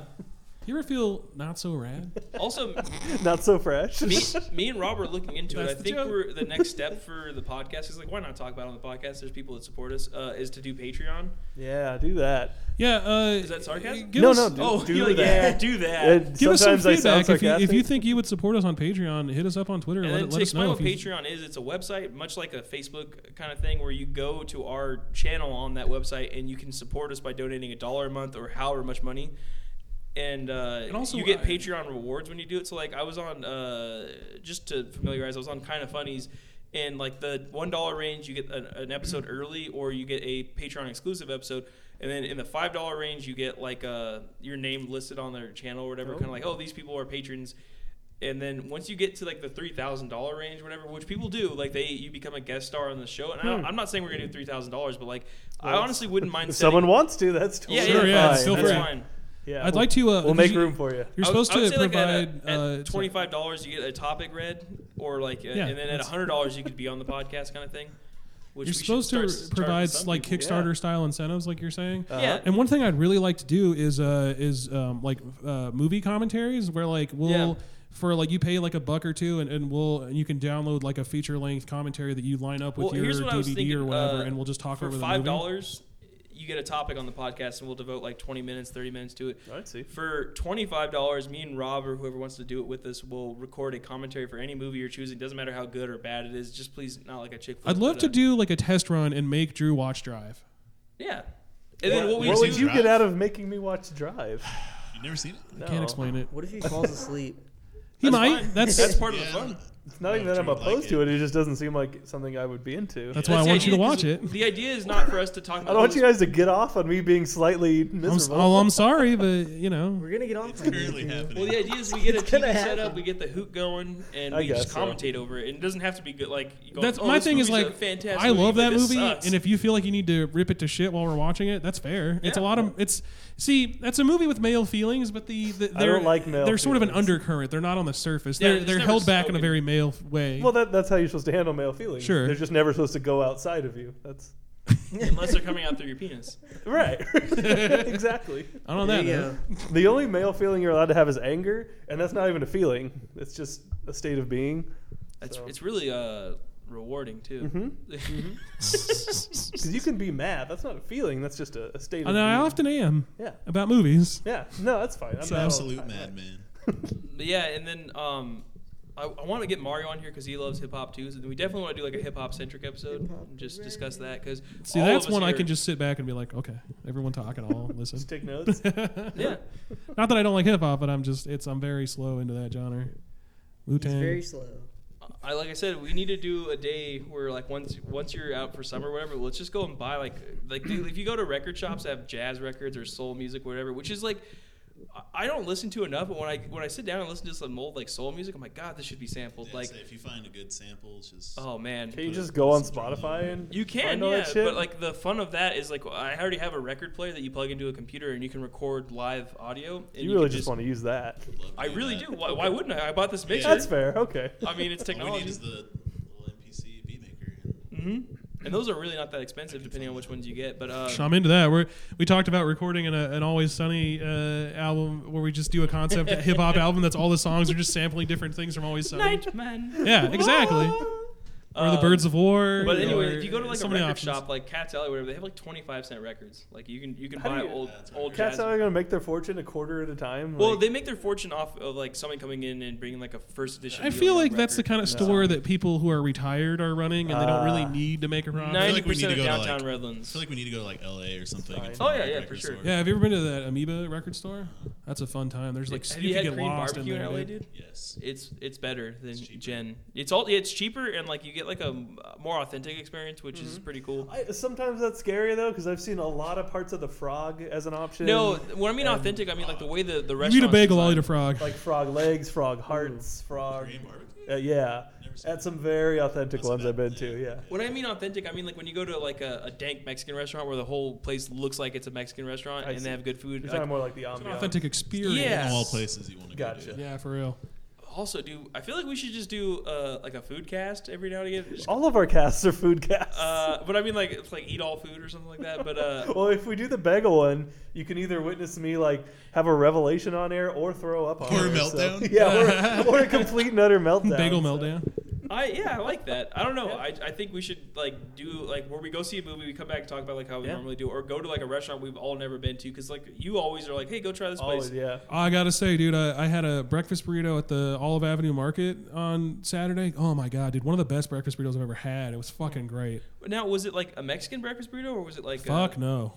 S5: You ever feel not so rad?
S1: Also,
S3: Not so fresh.
S1: me, me and Rob are looking into it.
S5: That's
S1: I
S5: the
S1: think
S5: joke.
S1: we're the next step for the podcast is like why not talk about it on the podcast? There's people that support us. Uh, is to do Patreon.
S3: yeah, do that.
S5: Yeah. Uh,
S1: Is that sarcasm?
S5: Give
S3: no,
S5: us,
S3: no, do,
S1: oh,
S3: do
S1: you're like,
S3: that.
S1: yeah, do that.
S3: And
S5: Give us some
S3: sometimes I sound
S5: feedback if you, if you
S3: sarcastic.
S5: think you would support us on Patreon. Hit us up on Twitter.
S1: And
S5: let
S1: then
S5: it-
S1: to
S5: let us
S1: explain
S5: know.
S1: what
S5: If you,
S1: Patreon is, it's a website, much like a Facebook kind of thing, where you go to our channel on that website and you can support us by donating a dollar a month or however much money. And, uh,
S5: And also,
S1: you get
S5: I-
S1: Patreon rewards when you do it. So, like, I was on, uh, just to familiarize, I was on Kind of Funnies, and like the one dollar range, you get an, an episode early, or you get a Patreon exclusive episode. And then in the five dollar range, you get like uh, your name listed on their channel or whatever,
S3: Oh.
S1: kind of like, oh, these people are patrons. And then once you get to like the three thousand dollar range, whatever, which people do, like they you become a guest star on the show. And I
S5: Hmm.
S1: don't, I'm not saying we're gonna do three thousand dollars, but like I
S3: Well,
S1: honestly wouldn't mind.
S3: If
S1: setting-
S3: someone wants to, that's totally
S1: yeah, yeah,
S5: Sure,
S1: yeah,
S5: yeah,
S3: fine.
S5: it's still
S1: that's
S5: free.
S1: fine.
S3: Yeah,
S5: I'd
S3: we'll-
S5: like to. Uh,
S3: We'll make
S5: you-
S3: room for you.
S5: You're
S1: I would-
S5: supposed
S1: I would
S5: to
S1: say, like, at a-
S5: provide
S1: at,
S5: uh,
S1: twenty five dollars you get a topic read, or like, uh,
S5: Yeah,
S1: and then at
S5: that's-
S1: hundred dollars you could be on the podcast kind of thing. Which
S5: You're
S1: we should
S5: supposed
S1: start-
S5: to
S1: start
S5: provide
S1: some
S5: like
S1: people.
S5: Kickstarter style incentives, like you're saying.
S1: Yeah,
S5: And one thing I'd really like to do is uh is um like uh movie commentaries where like we'll
S1: Yeah.
S5: for like you pay like a buck or two and, and we'll and you can download like a feature length commentary that you line up with
S1: well,
S5: your
S1: here's what
S5: DVD
S1: I was thinking,
S5: or whatever
S1: uh,
S5: and we'll just talk
S1: for
S5: over the
S1: five
S5: movie.
S1: dollars. You get a topic on the podcast, and we'll devote like twenty minutes, thirty minutes to it.
S3: I'd see.
S1: For twenty-five dollars, me and Rob or whoever wants to do it with us will record a commentary for any movie you're choosing. Doesn't matter how good or bad it is. Just please, not like a chick. flick,
S5: I'd love
S1: but,
S5: to
S1: uh,
S5: do like a test run and make Drew watch Drive.
S1: Yeah. And then what
S3: What,
S1: we
S7: what
S1: do?
S3: would you
S7: Drive?
S3: get out of making me watch Drive?
S7: You've never seen it?
S3: No.
S5: Can't explain it.
S2: What if he falls asleep?
S1: that's
S5: He might.
S1: fine.
S5: That's
S1: that's
S5: that's,
S1: part of the
S7: Yeah.
S1: fun.
S3: It's not
S7: No,
S3: even that I'm
S7: Drew would like
S3: opposed to
S7: it.
S3: it. It just doesn't seem like something I would be into.
S5: that's why I
S1: That's the
S5: want you to
S1: idea,
S5: watch
S1: 'cause
S5: it.
S1: The idea is not for us to talk.
S3: I don't want you guys to get off on me being slightly
S5: I'm, s-
S3: miserable.
S5: oh, I'm sorry, but you know,
S2: We're gonna get on.
S7: It's
S2: from
S7: currently
S2: this, you know?
S7: happening.
S1: Well, the idea is we get a
S2: It's gonna
S1: TV set
S2: happen.
S1: up, we get the hoot going, and
S3: I
S1: we just
S3: guess so.
S1: commentate over it. And it doesn't have to be good. Like you go,
S5: that's
S1: "Oh,
S5: my
S1: this
S5: thing is
S1: movie's a
S5: like
S1: fantastic
S5: I love
S1: but
S5: that
S1: this
S5: movie,
S1: sucks."
S5: and if you feel like you need to rip it to shit while we're watching it, that's fair. It's a
S1: Yeah.
S5: lot of it's. See, that's a movie with male feelings, but the, the they're
S3: I don't like male
S5: They're sort of an
S3: feelings.
S5: undercurrent. They're not on the surface.
S1: Yeah,
S5: They're
S1: it's
S5: they're
S1: never
S5: held back in a
S1: spoken.
S5: very male way.
S3: Well, that, that's how you're supposed to handle male feelings.
S5: Sure.
S3: They're just never supposed to go outside of you. That's
S1: unless they're coming out through your penis,
S3: right. exactly.
S5: I don't know
S2: There
S5: that.
S2: you
S5: man.
S2: go.
S3: The only male feeling you're allowed to have is anger, and that's not even a feeling. It's just a state of being.
S1: it's,
S3: So-
S1: it's really uh, rewarding too.
S3: Mhm. Because you can be mad. That's not a feeling. That's just a, a state of
S5: And
S3: being.
S5: I often am
S3: Yeah.
S5: about movies.
S3: Yeah. No, that's fine. I'm
S7: It's
S3: mad
S7: an
S3: all the
S7: absolute
S3: time.
S7: madman.
S1: But yeah, and then um, I, I want to get Mario on here because he loves hip hop too. So we definitely want to do like a hip hop centric episode
S2: Hip-hop,
S1: and just
S2: right.
S1: discuss that because
S5: See, that's one I can just sit back and be like, okay, everyone talk and I'll listen.
S3: Just take notes.
S1: yeah.
S5: Not that I don't like hip hop, but I'm just it's I'm very slow into that genre. Wu
S2: He's very
S5: Tang.
S2: slow.
S1: I like I said, we need to do a day where like once once you're out for summer or whatever, let's just go and buy like like dude, if you go to record shops that have jazz records or soul music whatever, which is like. I- I don't listen to enough, but when I when I sit down and listen to some old like soul music, I'm like, God, this should be sampled.
S7: Yeah,
S1: like,
S7: so if you find a good sample, it's just
S1: oh man,
S3: Can you just go on Spotify and
S1: You can,
S3: find all
S1: yeah,
S3: that shit?
S1: but like the fun of that is like I already have a record player that you plug into a computer and you can record live audio. And
S3: you really
S1: can
S3: just, want to use that.
S7: love to
S1: I really
S7: that.
S1: do. Why, why wouldn't I? I bought this mixer.
S3: That's fair. Okay.
S1: I mean, it's
S7: All we need
S1: technology.
S7: is the little MPC beat maker.
S1: hmm And those are really not that expensive, depending on which ones you get. But uh,
S5: I'm into that. We we talked about recording an, uh, an Always Sunny uh, album where we just do a concept hip hop album that's all the songs are just sampling different things from Always Sunny.
S1: Nightman.
S5: Yeah, exactly. or the
S1: Um,
S5: Birds of War.
S1: But anyway,
S5: or
S1: if you go to like
S5: so
S1: a
S5: many
S1: record
S5: options.
S1: shop, like Cat's Alley, whatever, they have like 25 cent records. Like you can you can
S3: How do
S1: buy
S3: you-
S1: old
S7: That's
S1: old
S3: Cats
S1: jazz.
S3: how are gonna make their fortune a quarter at a time.
S1: Well,
S3: like-
S1: they make their fortune off of like someone coming in and bringing like a first edition.
S5: I
S1: deal
S5: feel
S1: on
S5: like that's the
S1: record. Uh,
S5: kind of
S3: No.
S5: store that people who are retired are running, and they don't really
S3: Ah.
S5: need to make a profit.
S7: Nine-
S1: ninety
S7: like we need
S1: percent
S7: to
S1: of
S7: go to,
S1: downtown
S7: like- I
S1: Redlands.
S7: feel like we need to go to like LA or something. and
S3: fine.
S7: find
S1: Oh, yeah,
S7: a
S1: yeah,
S7: record
S1: for sure.
S7: store.
S5: yeah, have you ever been to that Amoeba record store? That's a fun time. There's like
S1: Have
S5: you,
S1: you
S5: can
S1: had
S5: get
S1: Korean
S5: lost in
S1: barbecue in,
S5: there.
S1: LA,
S5: dude.
S1: dude?
S7: Yes.
S1: It's it's better than
S7: cheaper.
S1: Gen. It's all it's cheaper and like you get like a m- more authentic experience, which is pretty cool.
S3: I, sometimes that's scary though, because I've seen a lot of parts of the frog as an option.
S1: No, when I mean authentic, I mean like the way the the
S5: You eat
S1: restaurant.
S5: a bagel, I'll eat a frog.
S3: like frog legs, frog hearts, frog.
S7: Korean barbecue?
S3: Uh, yeah,
S7: Never seen
S3: at some very authentic
S7: Must've
S3: ones I've been
S7: been-
S3: to. Yeah,
S1: When I mean authentic, I mean like when you go to like a, a dank Mexican restaurant where the whole place looks like it's a Mexican restaurant
S3: I
S1: and
S3: see.
S1: they have good food.
S3: it's
S1: like,
S3: kind of more like the
S5: It's
S3: ambiance.
S5: an authentic experience.
S1: Yeah.
S7: All places you want to
S3: Gotcha.
S7: go to.
S5: Yeah, for real.
S1: also do. I feel like we should just do uh, like a food cast every now and again. Just,
S3: All of our casts are food casts.
S1: uh, but I mean, like it's like eat all food or something like that. But uh,
S3: well, if we do the bagel one, you can either witness me like have a revelation on air or throw up on
S7: Or a
S3: air, so-
S7: meltdown.
S3: yeah, or, or a complete and utter meltdown.
S5: Bagel
S3: so-
S5: meltdown.
S1: I yeah, I like that. I don't know. I, I think we should like do like where we go see a movie, we come back and talk about like how we
S3: Yeah.
S1: normally do, or go to like a restaurant we've all never been to because like you always are like, hey, go try this place.
S3: Always, yeah.
S5: Oh, I gotta say, dude, I, I had a breakfast burrito at the Olive Avenue Market on Saturday. Oh my god, dude, one of the best breakfast burritos I've ever had. It was fucking great.
S1: Now, was it like a Mexican breakfast burrito or was it like
S5: Fuck
S1: a,
S5: no.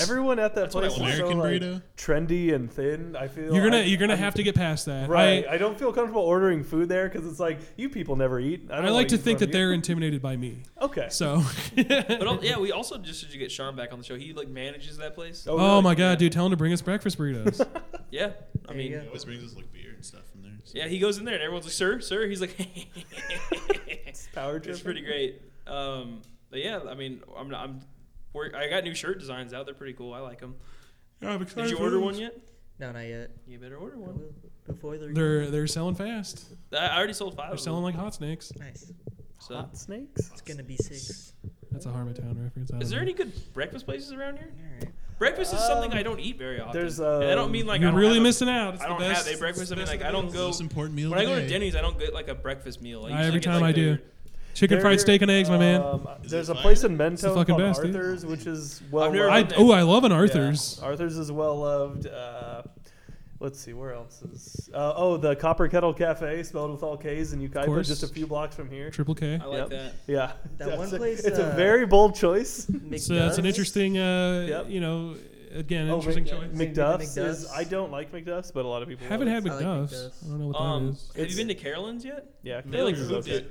S3: Everyone at that
S1: what I
S3: place is so
S7: American
S3: like,
S7: burrito?
S3: trendy and thin. I feel
S5: You're gonna
S3: I-
S5: you're gonna
S3: I'm-
S5: have to get past that.
S3: Right.
S5: I,
S3: I, don't feel comfortable ordering food there because it's like you people never eat. I,
S5: I
S3: don't
S5: like to
S3: eat
S5: think
S3: from
S5: that
S3: you.
S5: they're intimidated by me.
S3: okay.
S5: So.
S1: Oh, But al- yeah, we also just should get Sean back on the show. He like manages that place.
S3: Oh,
S5: Oh
S3: really?
S5: my god, dude! Tell him to bring us breakfast burritos.
S1: Yeah, I
S2: There you
S1: mean,
S2: go.
S7: He always brings us like beer and stuff from there. so-
S1: yeah, he goes in there and everyone's like, "Sir, sir." He's like,
S3: It's power trip.
S1: "It's pretty great." Um, but yeah, I mean, I'm not- I'm we're, I got new shirt designs out. They're pretty cool. I like them. Did you order one yet?
S2: No, not yet.
S1: You better order
S2: I
S1: one.
S2: will before the
S5: They're they're selling fast.
S1: I I already sold five.
S5: They're
S1: of
S5: selling
S1: them,
S5: like hot snakes.
S2: nice.
S1: so.
S3: Hot snakes.
S2: It's gonna be six.
S5: That's a Harmontown reference. I
S1: Is
S5: don't
S1: there
S5: know.
S1: any good breakfast places around here?
S2: All right.
S1: Breakfast is something
S3: Um,
S1: I don't eat very often.
S3: there's,
S1: and I don't
S3: um,
S1: mean like
S5: You're
S1: I don't
S5: really
S1: have a-
S5: missing out. It's
S1: I
S5: the
S1: don't
S5: best-
S1: have a breakfast. I mean,
S5: it's the
S1: like
S5: best
S1: I don't
S5: meal.
S1: go.
S7: Most important meal
S1: When
S7: of
S1: I go to
S7: the day.
S1: Denny's, I don't get like a breakfast meal. I
S5: I-
S1: usually
S5: every
S1: get,
S5: time
S1: like,
S5: I do.
S1: their-
S5: Chicken
S3: There-
S5: fried steak and eggs, my man.
S3: um,
S7: Is
S3: there's
S7: it
S3: a
S7: fire?
S3: place in
S5: It's the
S3: Mentone
S5: fucking
S3: called
S5: best, dude.
S3: Arthur's, which is well.
S1: I've never
S5: I
S3: loved.
S1: been there.
S5: oh, I love an
S3: uh, Yeah.
S5: Arthur's.
S3: Arthur's is well loved. Uh, let's see, where else is? Uh, oh, the Copper Kettle Cafe, spelled with all K's in Ukaipa,
S5: course.
S3: just a few blocks from here.
S5: Triple K.
S1: I like
S3: Yep.
S1: that.
S3: Yeah,
S2: That one
S3: It's a-
S2: place,
S3: It's a
S2: uh,
S3: very bold choice.
S5: It's, uh, it's an
S2: McDonald's?
S5: interesting, uh,
S3: Yep.
S5: you know, again,
S3: Oh,
S5: interesting
S3: Mc-
S5: choice.
S3: McDuff's
S2: McDuff's.
S3: is. I don't like McDuff's, but a lot of people love
S5: Haven't
S3: it.
S5: had
S2: I like
S5: McDuff's.
S2: McDuff's.
S5: I don't know what that
S1: Um,
S5: is.
S1: have
S3: It's-
S1: you been to Carolyn's yet?
S3: Yeah,
S1: They like
S3: Carolyn's
S1: moved
S3: okay.
S1: it.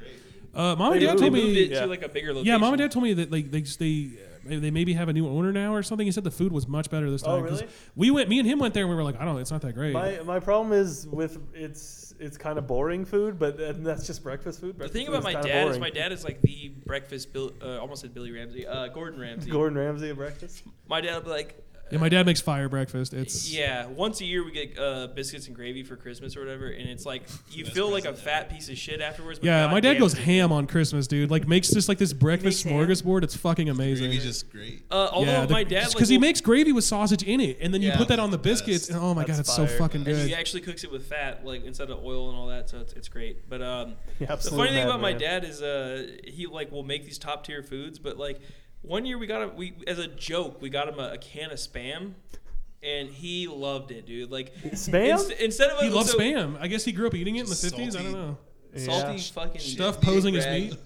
S5: Uh, mom
S3: They
S5: and dad
S3: really
S5: told
S1: moved
S5: me.
S1: it
S3: yeah.
S1: to like a bigger location.
S5: Yeah, mom and dad told me that like they just they. uh, They maybe have a new owner now or something. He said the food was much better this
S3: Oh,
S5: time. 'cause
S3: really?
S5: We went, me and him went there, and we were like, I don't, it's not that great.
S3: My my problem is with it's it's kind of boring food, but and that's just breakfast food.
S1: The
S3: Breakfast
S1: thing
S3: food
S1: about
S3: is
S1: my
S3: kinda
S1: dad is
S3: boring.
S1: my dad is like the breakfast Bill. Uh, almost said Billy Ramsey. Uh, Gordon Ramsay.
S3: Gordon Ramsay at breakfast.
S1: My dad would be like,
S5: yeah, my dad makes fire breakfast. It's
S1: yeah. Once a year we get uh, biscuits and gravy for Christmas or whatever, and it's like you
S7: Best
S1: feel like a
S7: present
S1: fat piece of shit afterwards. but
S5: Yeah, my dad
S1: goddamn,
S5: goes
S1: it's-
S5: ham on Christmas, dude. Like makes just like this breakfast
S2: ham?
S5: smorgasbord. It's fucking amazing.
S7: Gravy's just great.
S1: Uh, although
S5: yeah,
S1: my dad, like,
S5: because he
S1: will-
S5: makes gravy with sausage in it, and then you
S7: Yeah.
S5: put that on the
S7: That's the
S5: biscuits,
S7: best.
S5: and oh my god,
S3: That's
S5: it's so
S3: fire.
S5: fucking
S1: And
S5: good.
S1: he actually cooks it with fat, like instead of oil and all that, so it's, it's great. But um,
S3: Yeah,
S1: the
S3: absolute
S1: funny thing about my
S3: madman.
S1: dad is uh, he like will make these top tier foods, but like one year we got him we as a joke we got him a, a can of spam, and he loved it, dude. Like
S3: Spam?
S1: inst- instead of
S5: He
S1: a,
S5: loves
S1: so-
S5: spam. I guess he grew up eating it in the
S7: Just
S5: fifties. I don't
S7: salty
S5: know.
S1: salty
S3: Yeah.
S1: fucking
S5: Stuff
S1: shit,
S5: posing as
S1: rag.
S5: meat.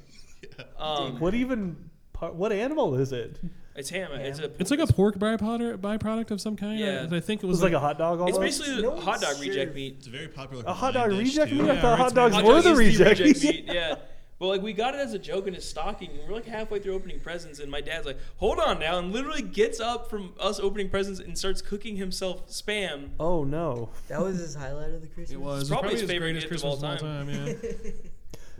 S1: Um,
S3: What even? par- What animal is it?
S1: it's ham. It's a
S5: It's like a pork byproduct, byproduct of some kind.
S1: Yeah.
S5: Yeah, I think it
S3: It
S5: was
S3: was like a hot dog.
S1: It's
S3: Almost.
S1: basically
S2: No
S1: hot dog
S2: one's
S1: reject
S2: sure.
S1: meat.
S7: It's a very popular.
S3: a hot dog
S7: Hawaiian dish,
S3: reject
S7: too.
S3: meat. I
S5: Yeah,
S3: thought hot
S5: right,
S3: dogs
S5: it's
S1: Hot
S3: were
S1: dog
S3: the
S1: is
S3: reject.
S1: meat. Yeah. But like we got it as a joke in his stocking, and we're like halfway through opening presents, and my dad's like, "Hold on now!" and literally gets up from us opening presents and starts cooking himself spam.
S3: Oh no!
S2: That was his highlight of the Christmas.
S5: It was
S1: It's probably his
S5: his
S1: favorite
S5: greatest
S1: gift of all
S5: Christmas
S1: time.
S5: yeah.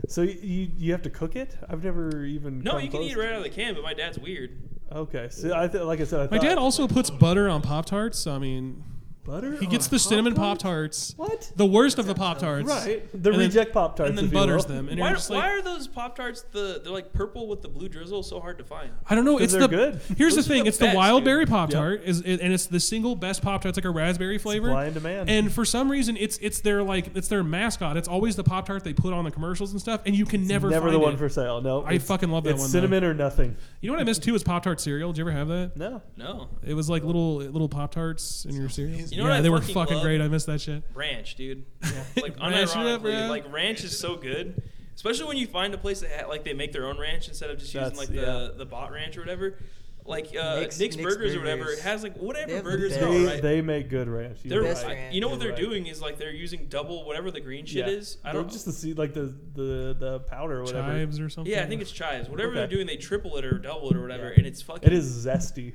S3: So y- you you have to cook it? I've never even.
S1: No,
S3: come
S1: you can
S3: close
S1: eat it
S3: to-
S1: right out of the can, but my dad's weird.
S3: Okay, so I th- like I said, I
S5: My
S3: thought-
S5: dad also puts butter on Pop Tarts. I mean,
S3: butter.
S5: he
S3: on
S5: gets
S3: a
S5: the cinnamon Pop
S3: Pop-Tart?
S5: Tarts.
S3: What?
S5: The worst of the Pop Tarts.
S3: Right, the
S5: And then-
S3: reject pop tarts.
S5: and then butters them. And
S1: Why,
S5: you're just
S1: why
S5: like,
S1: are those Pop Tarts the they're like purple with the blue drizzle so hard to find?
S5: I don't know.
S3: 'Cause
S5: It's
S3: they're
S5: the
S3: good.
S5: Here's
S1: Those
S5: the
S1: are
S5: thing.
S1: the
S5: it's the
S1: best,
S5: wild
S1: dude.
S5: berry pop tart, is it, and it's the single best pop tart. It's like a raspberry flavor.
S3: Supply and demand.
S5: And for some reason, it's it's their like it's their mascot. It's always the pop tart they put on the commercials and stuff, and you can never
S3: never
S5: find
S3: the one
S5: it.
S3: for sale. No,
S5: I
S3: it's-
S5: fucking love that
S3: it's
S5: one, though.
S3: Cinnamon or nothing.
S5: You know what I miss too is pop tart cereal. Did you ever have that?
S3: No,
S1: No,
S5: It was like little little pop tarts in your cereal.
S1: You know what
S5: yeah,
S1: I
S5: they were
S1: fucking
S5: fucking
S1: love?
S5: great. I miss that shit.
S1: ranch, dude. Like
S5: Ranch it
S1: unironically,
S5: up, bro.
S1: like ranch is so good. Especially when you find a place that ha- like they make their own ranch instead of just using
S3: That's-
S1: like the,
S3: yeah.
S1: the bot ranch or whatever. Like uh, Nick's,
S2: Nick's- Nick's
S1: Burgers, or whatever
S2: Burgers.
S1: it has like
S2: They
S1: whatever
S2: have the
S1: burgers
S2: best-
S1: are
S3: they,
S1: right.
S3: they make good ranch. You're
S1: They're
S3: right.
S2: best
S1: I-
S2: ranch.
S1: you know what
S3: You're
S1: they're
S3: right.
S1: doing is like they're using double whatever the green shit
S3: Yeah.
S1: is. I
S3: They're
S1: don't
S3: just the seed, like the the the powder or whatever.
S5: Chives or something.
S1: Yeah, I think it's chives. Whatever
S3: Okay.
S1: they're doing, they triple it or double it or whatever,
S3: Yeah.
S1: and it's fucking.
S3: It is zesty.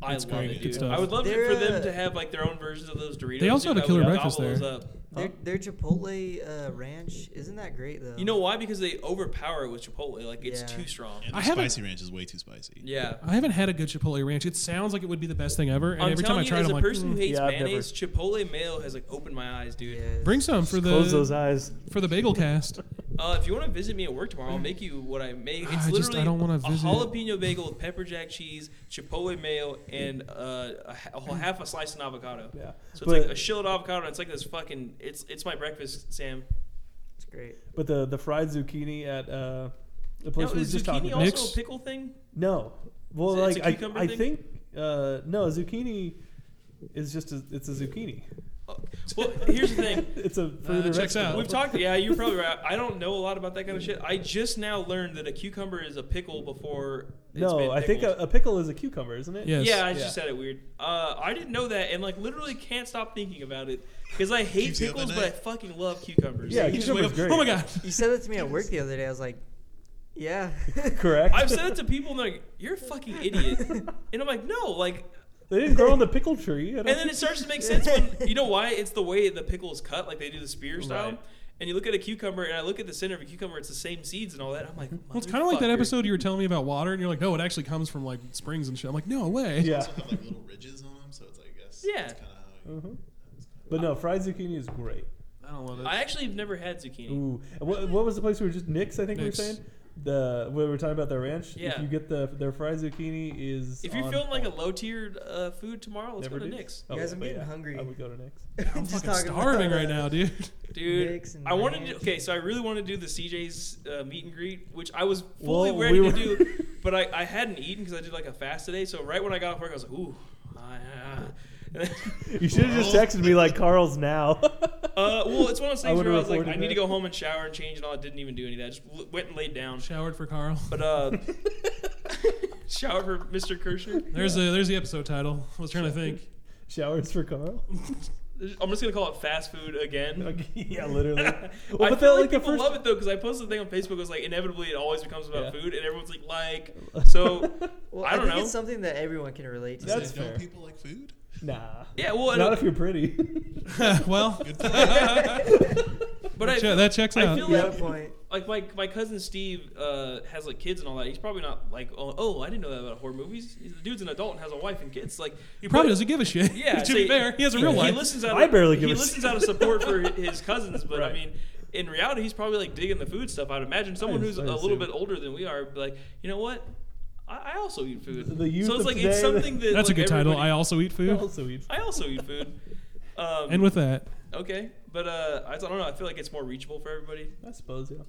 S1: I love
S5: great.
S1: it,
S5: Good
S1: dude.
S5: stuff.
S1: I would love to-
S2: They're,
S1: for them
S2: uh,
S1: to have like their own versions of those Doritos.
S5: They also
S1: dude.
S5: have a
S1: I
S5: killer
S1: would
S5: breakfast
S1: gobble
S5: there.
S1: those up.
S2: Their, their Chipotle uh, ranch isn't that great though.
S1: You know why? Because they overpower it with Chipotle. Like it's
S2: Yeah.
S1: too strong.
S7: And
S5: I
S7: the
S5: haven't-
S7: spicy ranch is way too spicy.
S1: Yeah.
S5: I haven't had a good Chipotle ranch. It sounds like it would be the best thing ever. And
S1: I'm
S5: every time
S1: telling
S5: I try
S1: you,
S5: it,
S1: as
S5: I'm
S1: a
S5: like,
S1: person who
S5: "Mm,
S1: hates
S3: Yeah, I've never-
S1: mayonnaise, Chipotle mayo has like opened my eyes, dude.
S2: Yes.
S5: bring some for the
S3: Close those eyes.
S5: for the bagel cast.
S1: Uh, if you want to visit me at work tomorrow, I'll make you what I make. It's
S5: Ah, I
S1: literally
S5: just- I don't wanna
S1: a
S5: visit.
S1: jalapeno bagel with pepper jack cheese, Chipotle mayo, and uh, a, ha- a whole- half a slice of avocado.
S3: Yeah.
S1: So
S3: But-
S1: it's like a shelled avocado. And it's like this fucking. It's it's my breakfast, Sam.
S2: it's great.
S3: But the the fried zucchini at uh, the place
S1: Now,
S3: we were
S1: is
S3: just talking
S1: zucchini
S3: about.
S1: also
S5: Nick's-
S1: a pickle thing?
S3: No. Well,
S1: Is it- it's
S3: like
S1: a
S3: I,
S1: cucumber
S3: I
S1: thing?
S3: think uh, no zucchini is just a, it's a zucchini.
S1: Uh, Well, here's the thing.
S3: It's a fruit or
S5: checks
S3: vegetable.
S5: out.
S1: We've talked. Yeah, you're probably right. I don't know a lot about that kind of shit. I just now learned that a cucumber is a pickle before. it's been
S3: No, I think a,
S1: pickled.
S3: a pickle is a cucumber, isn't it?
S5: Yes.
S1: Yeah, I
S3: Yeah.
S1: just said it weird. Uh, I didn't know that, and like literally can't stop thinking about it because I hate
S7: Keeps you up
S1: pickles,
S7: at
S1: but I
S7: night.
S1: fucking love cucumbers.
S3: Yeah,
S5: You just wake
S3: cucumber's
S5: up,
S3: great.
S5: Oh my god.
S2: You said that to me at work the other day. I was like, yeah.
S3: Correct.
S1: I've said it to people, and they're like, "You're a fucking idiot," and I'm like, "No, like."
S3: They didn't grow on the pickle tree. I don't
S1: And then it starts to make sense when you know why it's the way the pickle is cut, like they do the spear style.
S3: Right.
S1: And you look at a cucumber, and I look at the center of a cucumber; it's the same seeds and all that. I'm like,
S5: Well, it's kind of like that
S1: "Motherfucker."
S5: episode you were telling me about water, and you're like, no, it actually comes from like springs and shit. I'm like, no way.
S3: Yeah.
S7: also have like little ridges on them, so it's like I guess
S1: Yeah.
S7: It's kind of how you,
S3: Mhm. But no, fried zucchini is great.
S5: I don't love it.
S1: I actually have never had zucchini.
S3: Ooh, what, what was the place we were just Nick's? I think
S5: Nick's.
S3: we were saying the we were talking about the ranch.
S1: Yeah.
S3: If you get the their fried zucchini is
S1: If you're
S3: on
S1: feeling like a
S3: point.
S1: low tiered uh, food tomorrow, let's go to
S3: do.
S1: Nick's.
S3: Oh,
S2: Guys, I'm
S3: but
S2: getting
S3: yeah,
S2: hungry.
S3: I would go to Nick's.
S5: I'm
S2: Just
S5: fucking
S2: talking about
S5: starving right
S2: that.
S5: now, dude.
S1: Dude,
S2: Nick's and
S1: I wanted to.
S2: ranch.
S1: Okay, so I really wanted to do the CJ's uh, meet and greet, which I was fully
S3: Well,
S1: ready
S3: we
S1: to
S3: were-
S1: do, but I, I hadn't eaten because I did like a fast today. So right when I got off work, I was like, ooh. ah, ah, ah.
S3: You should have just texted me like Carl's now.
S1: uh, well, it's one of those things
S3: I
S1: where
S3: would've
S1: I was like, I
S3: reported
S1: need to
S3: that.
S1: go home and shower and change and all. I didn't even do any of that. Just l- went and laid down.
S5: Showered for Carl.
S1: But uh, shower for Mr. Kirscher.
S5: There's the there's the episode title. I was trying to think.
S3: Showers for Carl.
S1: I'm just gonna call it fast food again.
S3: Like, yeah, literally.
S1: I
S3: Well, but
S1: feel like,
S3: that, like, the
S1: people
S3: first-
S1: love it though because I posted a thing on Facebook. It was like inevitably it always becomes about
S3: Yeah.
S1: food, and everyone's like, like. So
S2: Well,
S1: I
S2: I,
S1: don't
S2: think
S1: know.
S2: it's something that everyone can relate to.
S3: That's
S7: Is it, don't
S3: fair.
S7: people like food?
S3: Nah.
S1: yeah, well, and-
S3: Not if you're pretty.
S5: well,
S1: but I,
S5: che- that checks
S1: I
S5: out.
S1: feel
S2: Yeah,
S1: like
S2: good point.
S1: like my my cousin Steve uh, has like kids and all that. He's probably not like oh, oh I didn't know that about horror movies. He's, the dude's an adult and has a wife and kids. Like
S5: he probably doesn't give a shit.
S1: Yeah,
S5: to
S1: so
S5: be fair, he has a real
S1: He
S5: life.
S1: listens out.
S3: I
S1: of-
S3: barely give
S1: He
S3: a
S1: listens
S3: shit.
S1: out of support for hi- his cousins, but I
S3: Right.
S1: mean, in reality, he's probably like digging the food stuff. I'd imagine someone
S3: I-
S1: who's a
S3: I
S1: little
S3: assume.
S1: bit older than we are, like you know what. I I also eat food,
S3: The youth
S1: so it's
S3: of
S1: like it's
S3: today-
S1: something that
S5: That's a
S1: like,
S5: good title.
S1: everybody-
S5: I also eat
S3: I
S5: food.
S3: also eat.
S1: I also eat food. Um,
S5: And with that,
S1: okay, but uh, I don't know. I feel like it's more reachable for everybody.
S3: I suppose, yeah.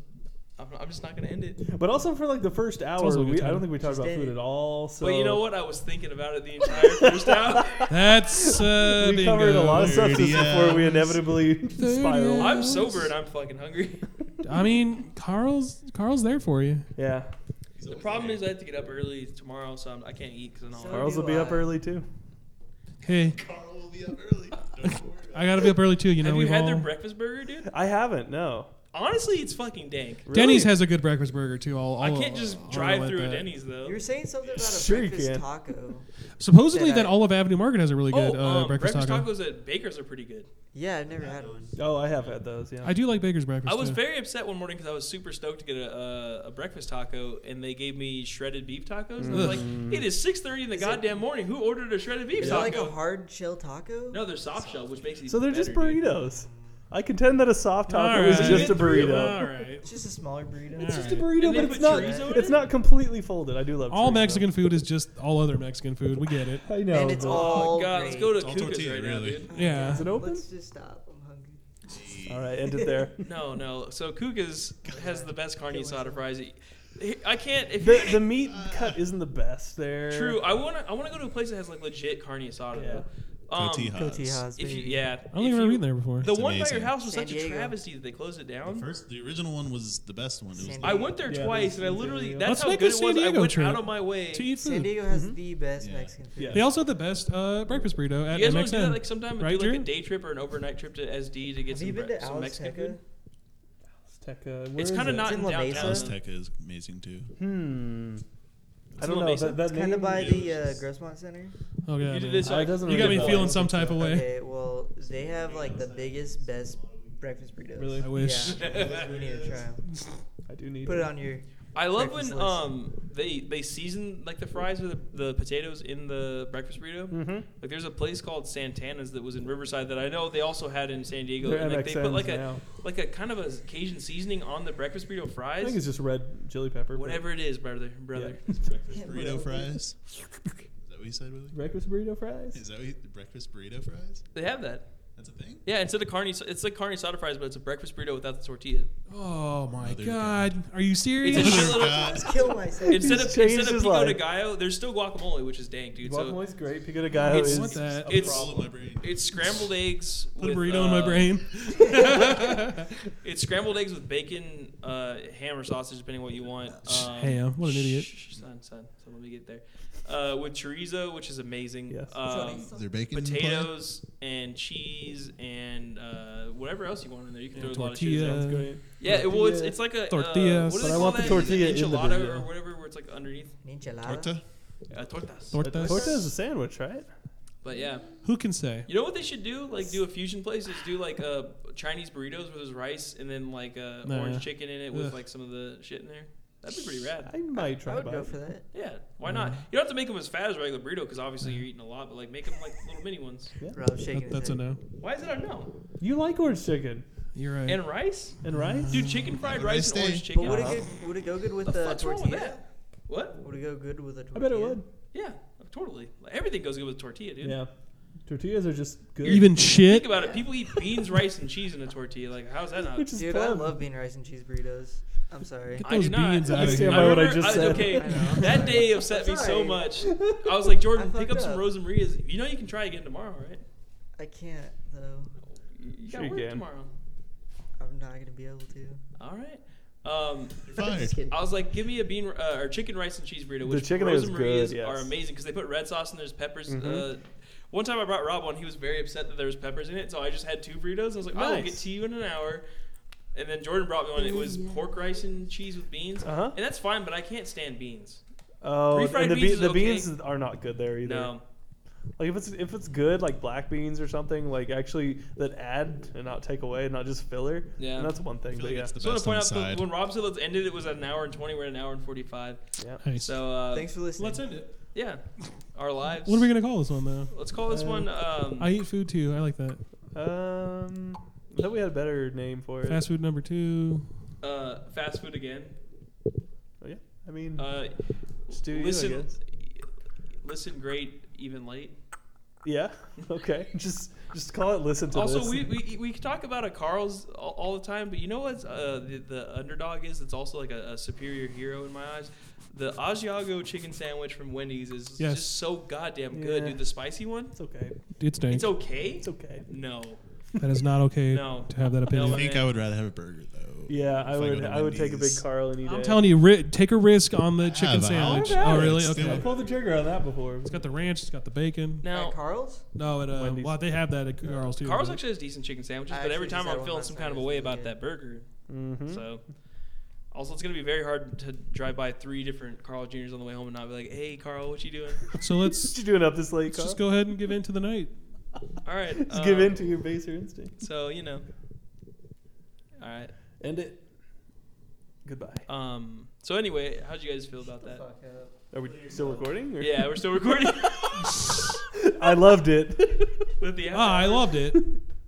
S1: I'm, I'm just not gonna end it.
S3: But also for like the first hour,
S5: also a good
S3: we, I
S5: time.
S3: don't think we talked
S2: Just
S3: about
S2: end
S3: food
S2: it.
S3: at all. So
S1: but you know what? I was thinking about it the entire first hour.
S5: that's uh,
S3: we
S5: bingo.
S3: covered a lot of
S7: Thirty
S3: substance before we
S7: hours.
S3: inevitably spiral.
S5: hours.
S1: I'm sober and I'm fucking hungry.
S5: I mean, Carl's Carl's there for you.
S3: Yeah,
S1: The problem is I have to get up early tomorrow, so I'm, I can't eat because I'm not.
S2: So-
S3: Carl's will be up
S2: Why?
S3: early too.
S5: Hey,
S7: Carl will be up early. Don't you worry about
S5: I gotta be up early too. You know,
S1: Have you
S5: we've
S1: had
S5: all.
S1: their breakfast burger, dude?
S3: I haven't. No,
S1: Honestly, it's fucking dank.
S5: Denny's
S3: Really?
S5: has a good breakfast burger too. I'll,
S1: I
S5: I'll-
S1: can't just
S5: I'll
S1: drive
S5: let
S1: through a
S5: that-
S1: Denny's though.
S2: You were saying something about a
S3: Sure you
S2: breakfast
S3: can.
S2: taco.
S5: Supposedly,
S2: That
S5: that
S2: I-
S5: Olive Avenue Market has a really
S1: oh,
S5: good uh,
S1: um,
S5: breakfast, taco.
S1: tacos at Baker's are pretty good.
S2: Yeah, I've never had one.
S3: Oh, I have had those. Yeah.
S5: I do like Baker's breakfast.
S1: I was
S5: too.
S1: very upset one morning because I was super stoked to get a, uh, a, a breakfast taco, and they gave me shredded beef tacos. And I was like, it is 6:30 in the
S2: Is it-
S1: goddamn morning. Who ordered a shredded beef
S2: Is it
S1: taco?
S2: like a hard shell taco?
S1: no, they're soft shell, which makes it
S3: so they're just
S1: better, dude.
S3: burritos. I contend that a soft taco
S5: All
S3: is
S5: right.
S3: just a
S1: Three of
S3: burrito.
S5: All right.
S2: It's just a smaller burrito.
S3: It's
S5: It's
S3: just
S5: All
S3: a
S5: right.
S3: burrito,
S1: And they
S3: but it's
S1: put
S3: not.
S1: chorizo in
S3: It's
S1: it?
S3: not completely folded. I do love
S5: All
S3: chorizo.
S5: Mexican food is just all other Mexican food. We get it.
S3: I know.
S2: And it's
S3: but-
S1: Oh
S2: all
S1: god,
S2: great.
S1: let's go to
S7: All
S1: Kuka's
S7: tortilla,
S1: right now,
S7: really.
S1: dude.
S5: Yeah.
S3: Is it open?
S2: Let's just stop. I'm hungry.
S7: it.
S3: All right, end it there.
S1: No, no. So Kuka's has the best carne asada fries. I can't. If
S3: the the meat cut isn't the best there.
S1: True. I want to. I want to go to a place that has like legit carne asada.
S3: Yeah.
S1: Though. Um,
S7: Cotijas.
S2: Cotijas,
S1: If you,
S2: baby.
S1: yeah.
S5: I don't
S1: if
S5: think I've ever
S1: you-
S5: eaten there before.
S1: The
S7: It's
S1: one by
S7: amazing.
S1: your house was
S2: San
S1: such a
S2: Diego.
S1: travesty that they closed it
S7: The
S1: down.
S7: first, the original one was the best one. It was
S2: San
S7: the-
S1: I went there
S3: Yeah,
S1: twice,
S3: there's
S1: and I
S3: San
S1: literally
S3: Diego.
S1: that's
S5: Let's
S1: how
S5: make
S1: good
S5: a
S1: it
S5: San
S1: was. I
S5: Diego
S1: went
S5: trip.
S1: out of my way.
S5: to
S1: you
S5: eat
S2: San
S5: food.
S2: Diego has the best Mexican food.
S3: Yeah.
S5: They also have the best uh, breakfast burrito at
S1: guys want to do that
S5: MXN.
S1: like sometime?
S5: right,
S1: do like a
S5: Drew?
S1: day trip or an overnight trip to SD to get
S2: Have
S1: some,
S2: you been
S1: bre-
S2: to
S1: some Mexican
S2: Azteca?
S1: food.
S3: Azteca. Where
S1: It's
S3: is
S1: kind of
S3: it?
S1: not
S2: It's
S1: in
S2: in La
S1: downtown.
S2: Mesa.
S1: though.
S7: Azteca is amazing too.
S3: Hmm. I
S1: It's
S3: don't
S1: La
S3: know.
S1: Mesa?
S3: That, that
S2: It's kind of
S3: name-
S2: by the uh, Grossmont Center.
S5: Oh god,
S1: You did
S5: man.
S1: this.
S3: Oh, it doesn't
S5: You got
S3: really
S5: me
S3: matter.
S5: feeling some type of way.
S2: Okay, well, they have like the biggest, best breakfast burritos.
S3: Really?
S5: I wish.
S2: Yeah, we need a trial.
S3: I do need
S2: Put it
S3: to-
S2: on your.
S1: I love
S2: breakfast
S1: when
S2: list.
S1: um they they season like the fries or the, the potatoes in the breakfast burrito.
S3: Mhm.
S1: Like there's a place called Santana's that was in Riverside that I know they also had in San Diego.
S3: They're
S1: and like they put
S3: MXNs
S1: like a
S3: now.
S1: like a kind of a Cajun seasoning on the breakfast burrito
S3: I
S1: fries.
S3: think it's just red chili pepper. but-
S1: Whatever it is, brother, brother.
S7: breakfast
S2: Yeah,
S7: burrito
S2: whatever.
S7: fries. Is that what you said, Willie?
S3: Breakfast burrito fries.
S7: Is that what you, the breakfast burrito fries?
S1: They have that.
S7: That's a thing.
S1: Yeah, instead of carne, it's like carne asada fries, but it's a breakfast burrito without the tortilla.
S5: Oh my
S7: Mother
S5: god. Are you serious?
S1: It's a
S7: Mother
S1: shitload of-
S7: God.
S2: Kill
S1: Instead
S2: myself.
S1: of
S3: He's
S1: instead
S3: changed
S1: of
S3: his
S1: pico de
S3: life.
S1: gallo, there's still guacamole, which is dank, dude. So
S3: Guacamole's great. Pico de gallo
S1: It's-
S3: is.
S5: What's that?
S7: A
S1: It's-
S7: problem in my brain.
S1: it's scrambled eggs.
S5: Put
S1: with,
S5: a burrito in my
S1: uh,
S5: brain.
S1: It's scrambled eggs with bacon, uh, ham or sausage, depending on what you want. Um,
S5: Ham. What an idiot.
S1: shh, Son, son, son, let me get there. Uh, with chorizo, which is amazing.
S3: Yes.
S1: Um,
S7: Is there bacon? in the pie?
S1: potatoes and cheese and uh, whatever else you want in there. You can
S5: Yeah,
S1: throw a lot of shit. in there.
S5: tortilla.
S3: Sounds great.
S1: Yeah, it- well, it's,
S3: Tortilla.
S1: it's like a Uh,
S5: Tortillas.
S1: what do
S5: But
S1: they
S5: I
S1: call
S3: want the
S1: that?
S3: tortilla in the
S1: enchilada or
S3: burrito.
S1: whatever, where it's like underneath.
S2: Ninjalada.
S7: Torta.
S1: Uh, tortas.
S5: Tortas.
S3: Torta is a sandwich, right?
S1: But yeah,
S5: Who can say?
S1: you know what they should do? Like do a fusion place. Is do like uh, Chinese burritos where there's rice and then like uh,
S5: Nah.
S1: orange chicken in it with
S5: Ugh.
S1: like some of the shit in there. That'd be pretty rad.
S3: I might try
S2: I would
S3: to buy
S2: go
S3: it.
S2: for that.
S1: Yeah, why not? You don't have to make them as fat as a regular burrito because obviously you're eating a lot, but like make them like little mini ones.
S2: Rob's shaking
S5: That-
S2: his
S5: that's a
S2: head.
S5: no.
S1: Why is it a no?
S3: You like orange chicken
S5: You're right.
S1: And rice?
S3: and rice?
S1: Dude, chicken fried
S7: a
S1: rice
S7: nice
S1: and orange
S7: day.
S2: But
S1: chicken.
S2: would it,
S3: Yeah.
S2: go, would it go good with
S1: the
S2: the
S1: fuck's wrong with
S2: tortilla?
S1: that? What?
S2: Would it go good with a
S3: I
S2: tortilla?
S3: bet it would.
S1: Yeah, totally. Like, everything goes good with tortilla, dude.
S3: Yeah. Tortillas are just good.
S5: Even shit.
S1: Think about it. People eat beans, rice, and cheese in a tortilla. Like, how's that not?
S3: Which is
S2: Dude, I
S3: fun.
S2: love bean rice and cheese burritos. I'm sorry.
S5: Get
S1: I
S5: those
S1: do not.
S5: beans
S1: I
S5: out of
S3: stand
S5: here.
S3: by what I
S1: remember-
S3: just said.
S1: Okay,
S2: I know.
S1: that day upset me so
S2: Sorry.
S1: much. I was like, Jordan,
S2: I
S1: pick up
S2: fucked
S1: some
S2: up.
S1: Rosemarias. You know you can try again tomorrow, right?
S2: I can't though.
S1: You
S3: Sure
S1: got
S3: you
S1: work
S3: can.
S1: tomorrow.
S2: I'm not gonna be able to.
S1: All right. Um,
S7: You're fired.
S2: Just kidding.
S1: I was like, give me a bean uh, or chicken rice and cheese burrito. Which
S3: chicken is good,
S1: Rosemarias
S3: yes.
S1: are amazing because they put red sauce and there's peppers.
S3: Mhm.
S1: Uh, one time I brought Rob one, he was very upset that there was peppers in it, so I just had two burritos. I was like, I'll
S3: Nice.
S1: get to you in an hour. And then Jordan brought me one. It was pork rice and cheese with beans,
S3: Uh-huh.
S1: and that's fine, but I can't stand beans.
S3: Oh,
S1: Refried
S3: and the,
S1: beans is
S3: the
S1: okay.
S3: beans are not good there either.
S1: No,
S3: Like if it's if it's good, like black beans or something, like actually that add and not take away, not just filler.
S1: Yeah.
S3: and that's one
S7: I
S3: thing.
S7: feel
S3: But
S7: like
S3: yeah,
S7: it's the
S1: so I want
S7: best
S1: to point
S7: on the
S1: out that
S7: side.
S1: when Rob said let's end it, it was at an hour and twenty. We're at an hour and forty-five.
S3: yeah.
S5: Nice.
S1: So uh,
S2: Thanks for listening.
S4: Let's end it.
S1: Yeah, our lives.
S5: What are we gonna call this one though?
S1: Let's call this
S3: Uh,
S1: one. Um,
S5: I eat food too. I like that.
S3: Um, I thought we had a better name for it.
S5: Fast food number two.
S1: uh, fast food again.
S3: Oh, yeah, I mean,
S1: Uh,
S3: just do you, I
S1: listen,
S3: guess.
S1: listen, great, even late.
S3: yeah, okay. Just just call it. Listen to
S1: also,
S3: this.
S1: we, we we talk about a Carl's all, all the time, but you know what's uh, the, the underdog is? It's also like a, a superior hero in my eyes. The Asiago chicken sandwich from Wendy's is
S5: Yes.
S1: just so goddamn good,
S3: Yeah.
S1: dude. The spicy one,
S3: it's okay.
S5: It's dank.
S1: it's okay.
S3: It's okay.
S1: No,
S5: that is not okay
S1: No.
S5: to have that
S1: No,
S5: opinion.
S7: I think I would rather have a burger though.
S3: Yeah, I
S7: If go
S3: would
S7: to
S3: I would take a big
S7: Wendy's.
S3: Carl any day.
S5: I'm telling you, ri- take a risk on the chicken
S7: have, I
S5: sandwich.
S3: have.
S5: Oh, really?
S7: Let's do
S5: Okay.
S3: I pulled the trigger on that before.
S5: It's got the ranch. It's got the bacon.
S1: now
S2: At Carl's?
S5: No, it. Uh,
S3: Wendy's.
S5: well, they have that at Carl's too.
S1: Carl's
S5: but-
S1: actually has decent chicken sandwiches,
S2: I
S1: but every
S2: actually
S1: time
S2: just had
S1: I'm
S2: one
S1: feeling
S2: last
S1: some
S2: night.
S1: kind of a
S2: It was
S1: way
S2: really
S1: about
S2: good.
S1: that burger.
S3: Mhm.
S1: So, also, it's gonna be very hard to drive by three different Carl Juniors on the way home and not be like, "Hey, Carl, what you doing?"
S5: So
S3: What
S5: let's,
S3: you doing up this late,
S5: let's
S3: Carl?
S5: just go ahead and give in to the night.
S1: All right,
S3: Just give
S1: um,
S3: in to your baser instinct.
S1: So you know. All right.
S3: End it. Goodbye.
S1: Um. So anyway, how'd you guys feel about
S2: Shut the
S1: that?
S2: fuck up.
S3: Are we still recording? Or?
S1: Yeah, we're still recording.
S3: I loved it.
S1: With the
S5: Ah, I loved it.